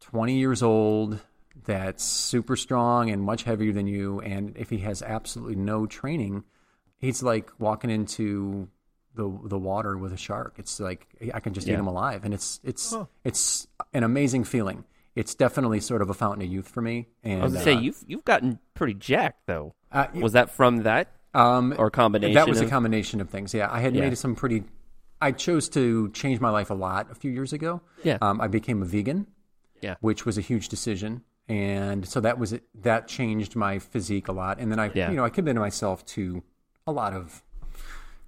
Speaker 3: 20 years old that's super strong and much heavier than you and if he has absolutely no training he's like walking into the the water with a shark it's like i can just eat
Speaker 1: Yeah.
Speaker 3: him alive and it's it's it's an amazing feeling it's definitely sort of a fountain of youth for me and
Speaker 1: I was gonna
Speaker 3: uh,
Speaker 1: say you've you've gotten pretty jacked though.
Speaker 3: uh,
Speaker 1: Was that from that
Speaker 3: um,
Speaker 1: or combination?
Speaker 3: that was
Speaker 1: of,
Speaker 3: a combination of things. Yeah, I had
Speaker 1: Yeah.
Speaker 3: made some pretty. I chose to change my life a lot a few years ago.
Speaker 1: Yeah.
Speaker 3: um, I became a vegan.
Speaker 1: Yeah.
Speaker 3: which was a huge decision, and so that was that changed my physique a lot. And then I,
Speaker 1: Yeah.
Speaker 3: you know, I committed myself to a lot of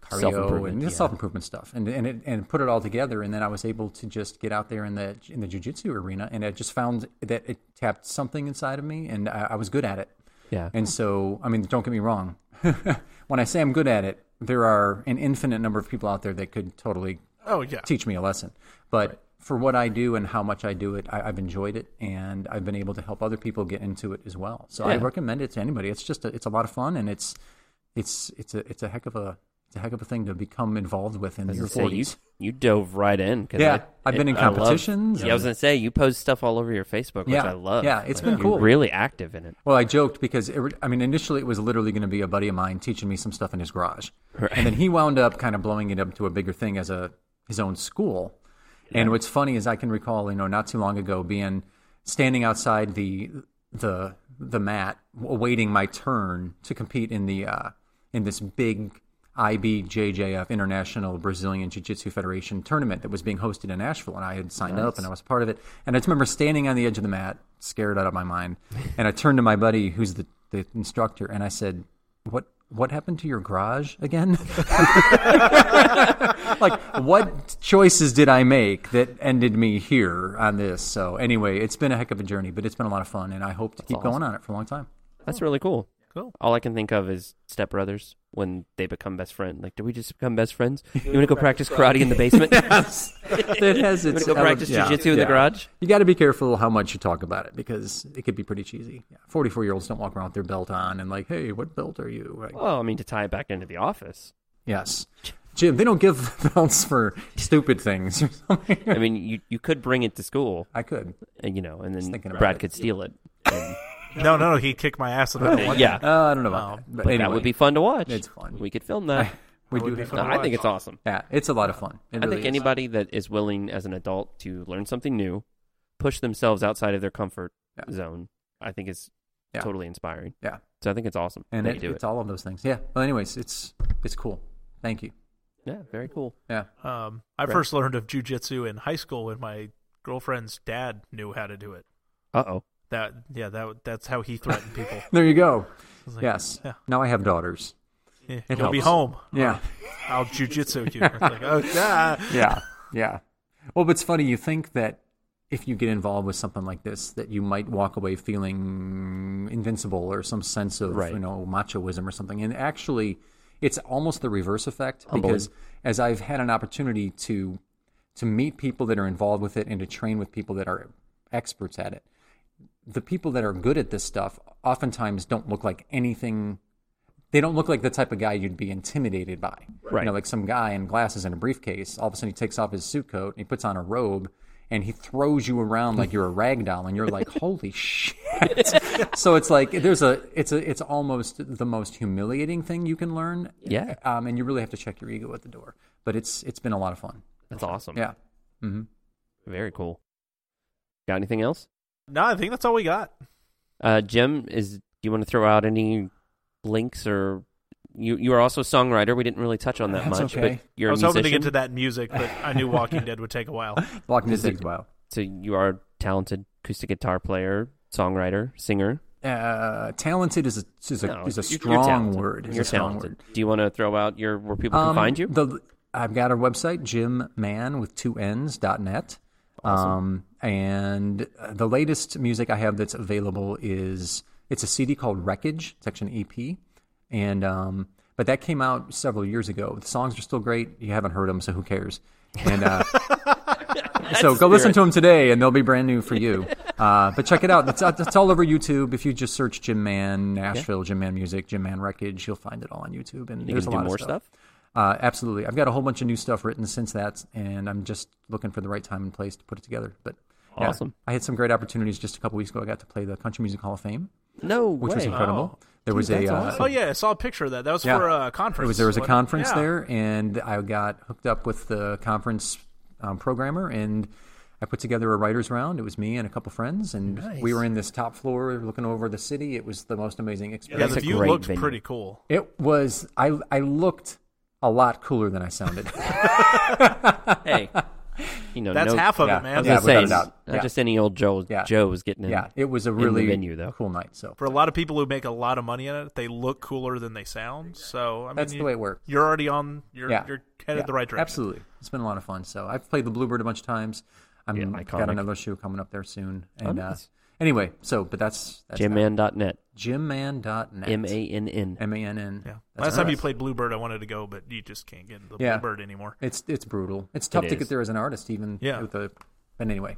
Speaker 3: cardio
Speaker 1: Self-improvement,
Speaker 3: and
Speaker 1: yeah.
Speaker 3: self improvement stuff, and and it, and put it all together. And then I was able to just get out there in the in the jujitsu arena, and I just found that it tapped something inside of me, and I, I was good at it.
Speaker 1: yeah.
Speaker 3: And so, I mean, don't get me wrong. when I say I'm good at it, there are an infinite number of people out there that could totally
Speaker 2: Oh yeah,
Speaker 3: teach me a lesson. But for what I do and how much I do it, I, I've enjoyed it, and I've been able to help other people get into it as well. So I
Speaker 1: Yeah.
Speaker 3: recommend it to anybody. It's just a, it's a lot of fun, and it's it's it's a it's a heck of a it's a heck of a thing to become involved with
Speaker 1: I
Speaker 3: in
Speaker 1: was
Speaker 3: your
Speaker 1: gonna say, you
Speaker 3: forties.
Speaker 1: you dove right in. 'cause
Speaker 3: Yeah,
Speaker 1: I,
Speaker 3: I've been in
Speaker 1: I love-
Speaker 3: competitions
Speaker 1: yeah, I was gonna say you post stuff all over your Facebook, which
Speaker 3: Yeah,
Speaker 1: I love.
Speaker 3: yeah, it's
Speaker 1: Like,
Speaker 3: been
Speaker 1: you're
Speaker 3: cool.
Speaker 1: Really active in it.
Speaker 3: Well, I joked because it, I mean, initially it was literally going to be a buddy of mine teaching me some stuff in his garage, and then he wound up kind of blowing it up to a bigger thing as a his own school. And what's funny is I can recall, you know, not too long ago, being standing outside the the the mat, awaiting my turn to compete in the uh, in this big IBJJF International Brazilian Jiu Jitsu Federation tournament that was being hosted in Nashville, and I had signed up and I was part of it. And I just remember standing on the edge of the mat, scared out of my mind, and I turned to my buddy, who's the, the instructor, and I said, what what happened to your garage again? like what choices did I make that ended me here on this? So anyway, it's been a heck of a journey, but it's been a lot of fun, and I hope to keep going on it for a long time.
Speaker 1: That's really cool.
Speaker 2: Cool.
Speaker 1: All I can think of is Step Brothers when they become best friends. Like, did we just become best friends? You want to go practice karate in the basement?
Speaker 3: It has
Speaker 1: You want
Speaker 3: its
Speaker 1: to go
Speaker 3: ele-
Speaker 1: practice
Speaker 3: yeah,
Speaker 1: jujitsu in the
Speaker 3: yeah.
Speaker 1: garage?
Speaker 3: You got to be careful how much you talk about it because it could be pretty cheesy. Forty four year olds don't walk around with their belt on and like, hey, what belt are you? Like,
Speaker 1: Well, I mean, to tie it back into the office.
Speaker 3: yes, Jim. They don't give belts for stupid things.
Speaker 1: I mean, you, you could bring it to school,
Speaker 3: I could.
Speaker 1: and, you know, and then
Speaker 3: thinking about
Speaker 1: Brad
Speaker 3: it.
Speaker 1: could steal it. And,
Speaker 2: No, no, no. He kicked my ass. And I don't want
Speaker 1: yeah,
Speaker 3: Uh, I don't know about that, but,
Speaker 1: Oh, but
Speaker 3: anyway,
Speaker 1: that would be fun to watch.
Speaker 3: It's fun.
Speaker 1: We could film that.
Speaker 3: we
Speaker 2: would
Speaker 3: do.
Speaker 2: be
Speaker 3: have-
Speaker 2: fun.
Speaker 1: No, I think it's awesome.
Speaker 3: Yeah, it's a lot of fun. It
Speaker 1: I
Speaker 3: really
Speaker 1: think
Speaker 3: is.
Speaker 1: anybody that is willing as an adult to learn something new, push themselves outside of their comfort
Speaker 3: Yeah.
Speaker 1: zone, I think is
Speaker 3: Yeah.
Speaker 1: totally inspiring.
Speaker 3: Yeah,
Speaker 1: So I think it's awesome
Speaker 3: and
Speaker 1: that
Speaker 3: it,
Speaker 1: you do
Speaker 3: it's
Speaker 1: it.
Speaker 3: all of those things. Yeah. Well, anyways, it's it's cool. Thank you.
Speaker 1: yeah, very cool.
Speaker 3: Yeah.
Speaker 2: that. Um, I
Speaker 3: Right.
Speaker 2: first learned of jujitsu in high school when my girlfriend's dad knew how to do it.
Speaker 1: Uh oh.
Speaker 2: That yeah, that that's how he threatened people. I
Speaker 3: There you go.
Speaker 2: was like,
Speaker 3: Yes.
Speaker 2: Yeah.
Speaker 3: Now I have daughters.
Speaker 2: yeah,
Speaker 3: It
Speaker 2: You'll be home.
Speaker 3: helps. Yeah.
Speaker 2: I'll jujitsu you. It's like, oh, yeah.
Speaker 3: yeah, yeah. Well, but it's funny. You think that if you get involved with something like this, that you might walk away feeling invincible or some sense of
Speaker 1: Right.
Speaker 3: you know machoism or something, and actually, it's almost the reverse effect because as I've had an opportunity to to meet people that are involved with it and to train with people that are experts at it, the people that are good at this stuff oftentimes don't look like anything they don't look like the type of guy you'd be intimidated by.
Speaker 1: Right.
Speaker 3: You know, like some guy in glasses and a briefcase, all of a sudden he takes off his suit coat and he puts on a robe and he throws you around like you're a rag doll and you're like, holy shit. so it's like there's a it's a it's almost the most humiliating thing you can learn.
Speaker 1: Yeah.
Speaker 3: Um, and you really have to check your ego at the door. But it's it's been a lot of fun.
Speaker 1: That's awesome.
Speaker 3: Yeah. hmm
Speaker 1: Very cool. Got anything else?
Speaker 2: No, I think that's all we got.
Speaker 1: Uh, Jim, is do you want to throw out any links or you you are also a songwriter. We didn't really touch on that
Speaker 3: That's
Speaker 1: much,
Speaker 3: okay.
Speaker 1: but you're a
Speaker 2: I was
Speaker 1: musician.
Speaker 2: hoping to get to that music, but I knew Walking Dead would take a while.
Speaker 3: Walking this takes a while.
Speaker 1: So you are a talented acoustic guitar player, songwriter, singer.
Speaker 3: Uh, talented is a is a
Speaker 1: No,
Speaker 3: is a
Speaker 1: you're- you're
Speaker 3: strong
Speaker 1: talented.
Speaker 3: word. Is
Speaker 1: You're
Speaker 3: a strong
Speaker 1: talented.
Speaker 3: word.
Speaker 1: Do you want to throw out your where people can
Speaker 3: Um,
Speaker 1: find you?
Speaker 3: The, I've got our website, Jim Mann with two N's dot net. Um, and uh, the latest music I have that's available is it's a CD called Wreckage. It's actually an EP, and um, but that came out several years ago. The songs are still great. You haven't heard them, so who cares? And uh, so go listen to them today, and they'll be brand new for you. Uh, but check it out. It's, it's all over YouTube. If you just search Jim Mann Nashville, Jim Mann Music, Jim Mann Wreckage, you'll find it all on YouTube. And
Speaker 1: You
Speaker 3: there's
Speaker 1: can do
Speaker 3: a lot
Speaker 1: more
Speaker 3: of stuff. Uh, absolutely. I've got a whole bunch of new stuff written since that, and I'm just looking for the right time and place to put it together. But yeah,
Speaker 1: Awesome.
Speaker 3: I had some great opportunities just a couple weeks ago. I got to play the Country Music Hall of Fame,
Speaker 1: No
Speaker 3: which was
Speaker 1: way.
Speaker 3: incredible. There was a uh,
Speaker 2: Oh yeah, I saw a picture of that. That was
Speaker 3: Yeah.
Speaker 2: for a conference.
Speaker 3: it was there was a
Speaker 2: What-
Speaker 3: conference
Speaker 2: yeah.
Speaker 3: there, and I got hooked up with the conference um, programmer, and I put together a writers round. It was me and a couple friends, and we were in this top floor looking over the city. It was the most amazing
Speaker 2: Yeah,
Speaker 3: experience.
Speaker 1: That's
Speaker 2: the
Speaker 1: a
Speaker 2: view
Speaker 1: great
Speaker 2: looked
Speaker 1: venue.
Speaker 2: pretty cool.
Speaker 3: It was. I I looked a lot cooler than I sounded.
Speaker 1: hey, you know
Speaker 2: That's
Speaker 1: no-
Speaker 2: half of
Speaker 3: yeah.
Speaker 2: it, man.
Speaker 3: Yeah,
Speaker 1: Just saying,
Speaker 3: without a doubt.
Speaker 1: not
Speaker 3: Yeah.
Speaker 1: just any old Joe.
Speaker 3: Yeah.
Speaker 1: Joe was getting in.
Speaker 3: yeah, it was a
Speaker 1: the
Speaker 3: really
Speaker 1: venue, though.
Speaker 3: cool night. So
Speaker 2: For a lot of people who make a lot of money in it, they look cooler than they sound. So I mean,
Speaker 3: That's the
Speaker 2: you-
Speaker 3: way it works.
Speaker 2: You're already on. You're
Speaker 3: yeah,
Speaker 2: you're headed
Speaker 3: Yeah.
Speaker 2: the right direction.
Speaker 3: Absolutely, it's been a lot of fun. So I've played the Bluebird a bunch of times. I'm
Speaker 1: Yeah,
Speaker 3: I've
Speaker 1: iconic. Oh,
Speaker 3: got another show coming up there soon. And
Speaker 1: nice.
Speaker 3: uh, anyway, so but that's, that's how-
Speaker 1: Jimman.net.
Speaker 3: Jimman.net.
Speaker 1: M A N N.
Speaker 3: M A N N.
Speaker 2: Yeah.
Speaker 3: That's
Speaker 2: Last time you
Speaker 3: us.
Speaker 2: played Bluebird, I wanted to go, but you just can't get the
Speaker 3: Yeah.
Speaker 2: Bluebird anymore.
Speaker 3: It's it's brutal. It's tough
Speaker 1: It
Speaker 3: to
Speaker 1: is.
Speaker 3: get there as an artist, even.
Speaker 2: Yeah.
Speaker 3: With the, but anyway,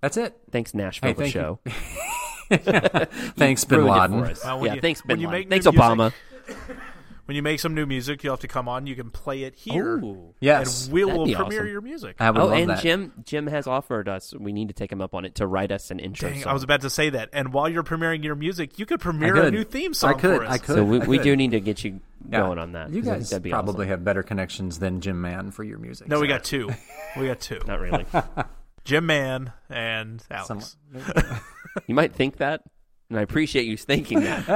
Speaker 3: that's it.
Speaker 1: Thanks Nashville
Speaker 3: Hey,
Speaker 1: for the
Speaker 3: thank you.
Speaker 1: show.
Speaker 3: Thanks, Bin
Speaker 1: Ruined it
Speaker 3: Laden.
Speaker 1: for us.
Speaker 2: Well, when
Speaker 1: yeah,
Speaker 2: you-
Speaker 1: thanks
Speaker 2: when
Speaker 1: Bin
Speaker 2: you
Speaker 1: Laden.
Speaker 2: make
Speaker 1: Thanks
Speaker 2: new music-
Speaker 1: Obama.
Speaker 2: When you make some new music, you'll have to come on. You can play it here.
Speaker 1: Ooh.
Speaker 3: Yes.
Speaker 2: and we
Speaker 1: That'd
Speaker 2: will
Speaker 1: be
Speaker 2: premiere
Speaker 1: awesome.
Speaker 2: your music.
Speaker 3: I would
Speaker 1: Oh,
Speaker 3: love
Speaker 1: and
Speaker 3: that.
Speaker 1: Jim Jim has offered us. We need to take him up on it to write us an intro
Speaker 2: Dang,
Speaker 1: song.
Speaker 2: I was about to say that. And while you're premiering your music, you could
Speaker 3: I
Speaker 2: premiere
Speaker 3: could.
Speaker 2: a new theme song
Speaker 3: I could.
Speaker 2: for us.
Speaker 3: I could.
Speaker 1: so we,
Speaker 3: I
Speaker 1: we
Speaker 3: could.
Speaker 1: do need to get you
Speaker 3: Yeah.
Speaker 1: going on that.
Speaker 3: You
Speaker 1: 'cause I think
Speaker 3: guys
Speaker 1: that'd be
Speaker 3: probably
Speaker 1: awesome.
Speaker 3: have better connections than Jim Mann for your music.
Speaker 2: No, we got two. We got two.
Speaker 1: not really.
Speaker 2: Jim Mann and Alex.
Speaker 3: Some-
Speaker 1: You might think that, and I appreciate you thinking that,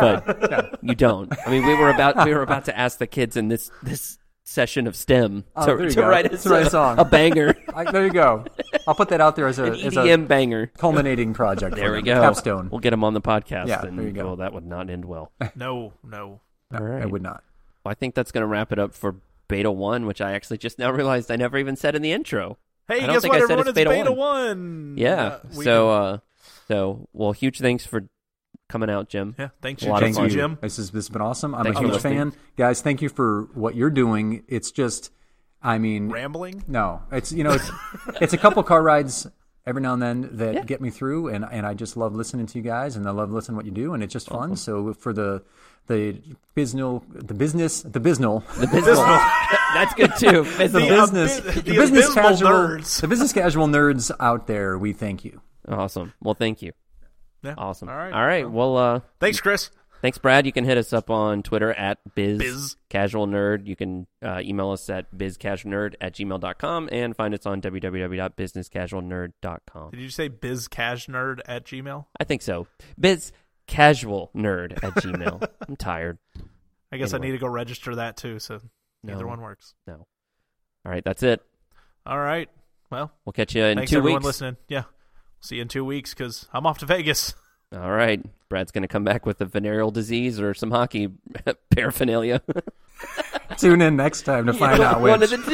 Speaker 1: but you don't. I mean, we were about we were about to ask the kids in this this session of STEM
Speaker 3: Oh, there
Speaker 1: to,
Speaker 3: you
Speaker 1: to
Speaker 3: go.
Speaker 1: write us
Speaker 3: To write a song.
Speaker 1: a banger,
Speaker 3: I, there you go. I'll put that out there as a,
Speaker 1: an E
Speaker 3: as a
Speaker 1: EDM banger.
Speaker 3: culminating project.
Speaker 1: There
Speaker 3: for
Speaker 1: we
Speaker 3: them.
Speaker 1: go.
Speaker 3: Capstone.
Speaker 1: We'll get them on the podcast.
Speaker 3: Yeah,
Speaker 1: and
Speaker 3: there you go.
Speaker 1: well, that would not end well.
Speaker 2: No, no.
Speaker 3: No,
Speaker 1: All right.
Speaker 3: I would not.
Speaker 1: Well, I think that's going to wrap it up for Beta 1, which I actually just now realized I never even said in the intro.
Speaker 2: Hey,
Speaker 1: I don't
Speaker 2: guess
Speaker 1: think
Speaker 2: what,
Speaker 1: I said
Speaker 2: everyone?
Speaker 1: it's Beta
Speaker 2: beta
Speaker 1: 1.
Speaker 2: one.
Speaker 1: Yeah.
Speaker 2: Uh, we
Speaker 1: so,
Speaker 2: can-
Speaker 1: uh, so well, huge thanks for coming out, Jim.
Speaker 2: yeah, thanks,
Speaker 1: a lot of
Speaker 2: thank you,
Speaker 1: fun.
Speaker 2: Jim.
Speaker 3: This has, this has been awesome. I'm
Speaker 1: Thanks
Speaker 3: a
Speaker 1: for
Speaker 3: huge
Speaker 1: listening.
Speaker 3: fan, guys. Thank you for what you're doing. It's just, I mean,
Speaker 2: Rambling.
Speaker 3: no, it's you know, it's it's a couple car rides every now and then that get me through, and and I just love listening to you guys, and I love listening to what you do, and it's just fun. So for the the business, the business, the business,
Speaker 1: The Bizzle. that's good too.
Speaker 3: the
Speaker 1: Bizzle.
Speaker 3: business,
Speaker 2: abys- the
Speaker 3: the business
Speaker 2: abysmal
Speaker 3: casual
Speaker 2: nerds.
Speaker 3: the business casual nerds out there, we thank you.
Speaker 1: Awesome. Well, thank you.
Speaker 2: Yeah.
Speaker 1: Awesome.
Speaker 2: All right.
Speaker 1: All right. Well, uh,
Speaker 2: Thanks, Chris.
Speaker 1: thanks, Brad. You can hit us up on Twitter at biz,
Speaker 2: Biz.
Speaker 1: casual nerd. You can uh, email us at bizcasualnerd at gmail.com and find us on www.businesscasualnerd.com.
Speaker 2: Did you say bizcashnerd at Gmail?
Speaker 1: I think so. Biz casual nerd at gmail. I'm tired.
Speaker 2: I guess I
Speaker 1: Anyway.
Speaker 2: need to go register that too. So neither
Speaker 1: No.
Speaker 2: one works.
Speaker 1: No. All right. That's it.
Speaker 2: All right. Well,
Speaker 1: We'll catch you in
Speaker 2: thanks
Speaker 1: two
Speaker 2: everyone
Speaker 1: weeks.
Speaker 2: listening. Yeah, see you in two weeks because I'm off to Vegas.
Speaker 1: All right. Brad's going to come back with a venereal disease or some hockey paraphernalia.
Speaker 3: Tune in next time to find out
Speaker 1: One
Speaker 3: which.
Speaker 1: of the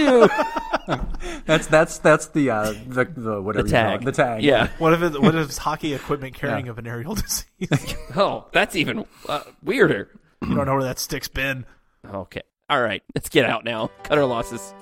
Speaker 1: two.
Speaker 3: That's that's that's the uh, the the whatever
Speaker 1: The
Speaker 3: you call
Speaker 1: tag.
Speaker 3: it, the tag.
Speaker 1: Yeah.
Speaker 2: What if it, what if it's hockey equipment carrying a venereal disease? you
Speaker 1: Oh, that's even uh, weirder.
Speaker 2: don't know where that stick's been.
Speaker 1: Okay. All right. Let's get out now. Cut our losses.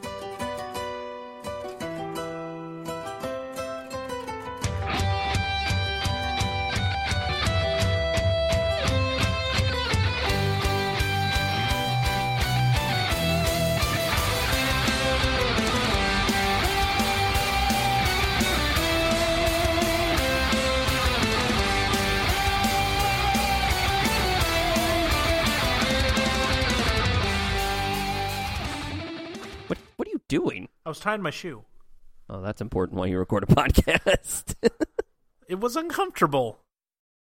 Speaker 1: What What are you doing?
Speaker 2: I was tying my shoe.
Speaker 1: Oh, that's important while you record a podcast.
Speaker 2: It was uncomfortable.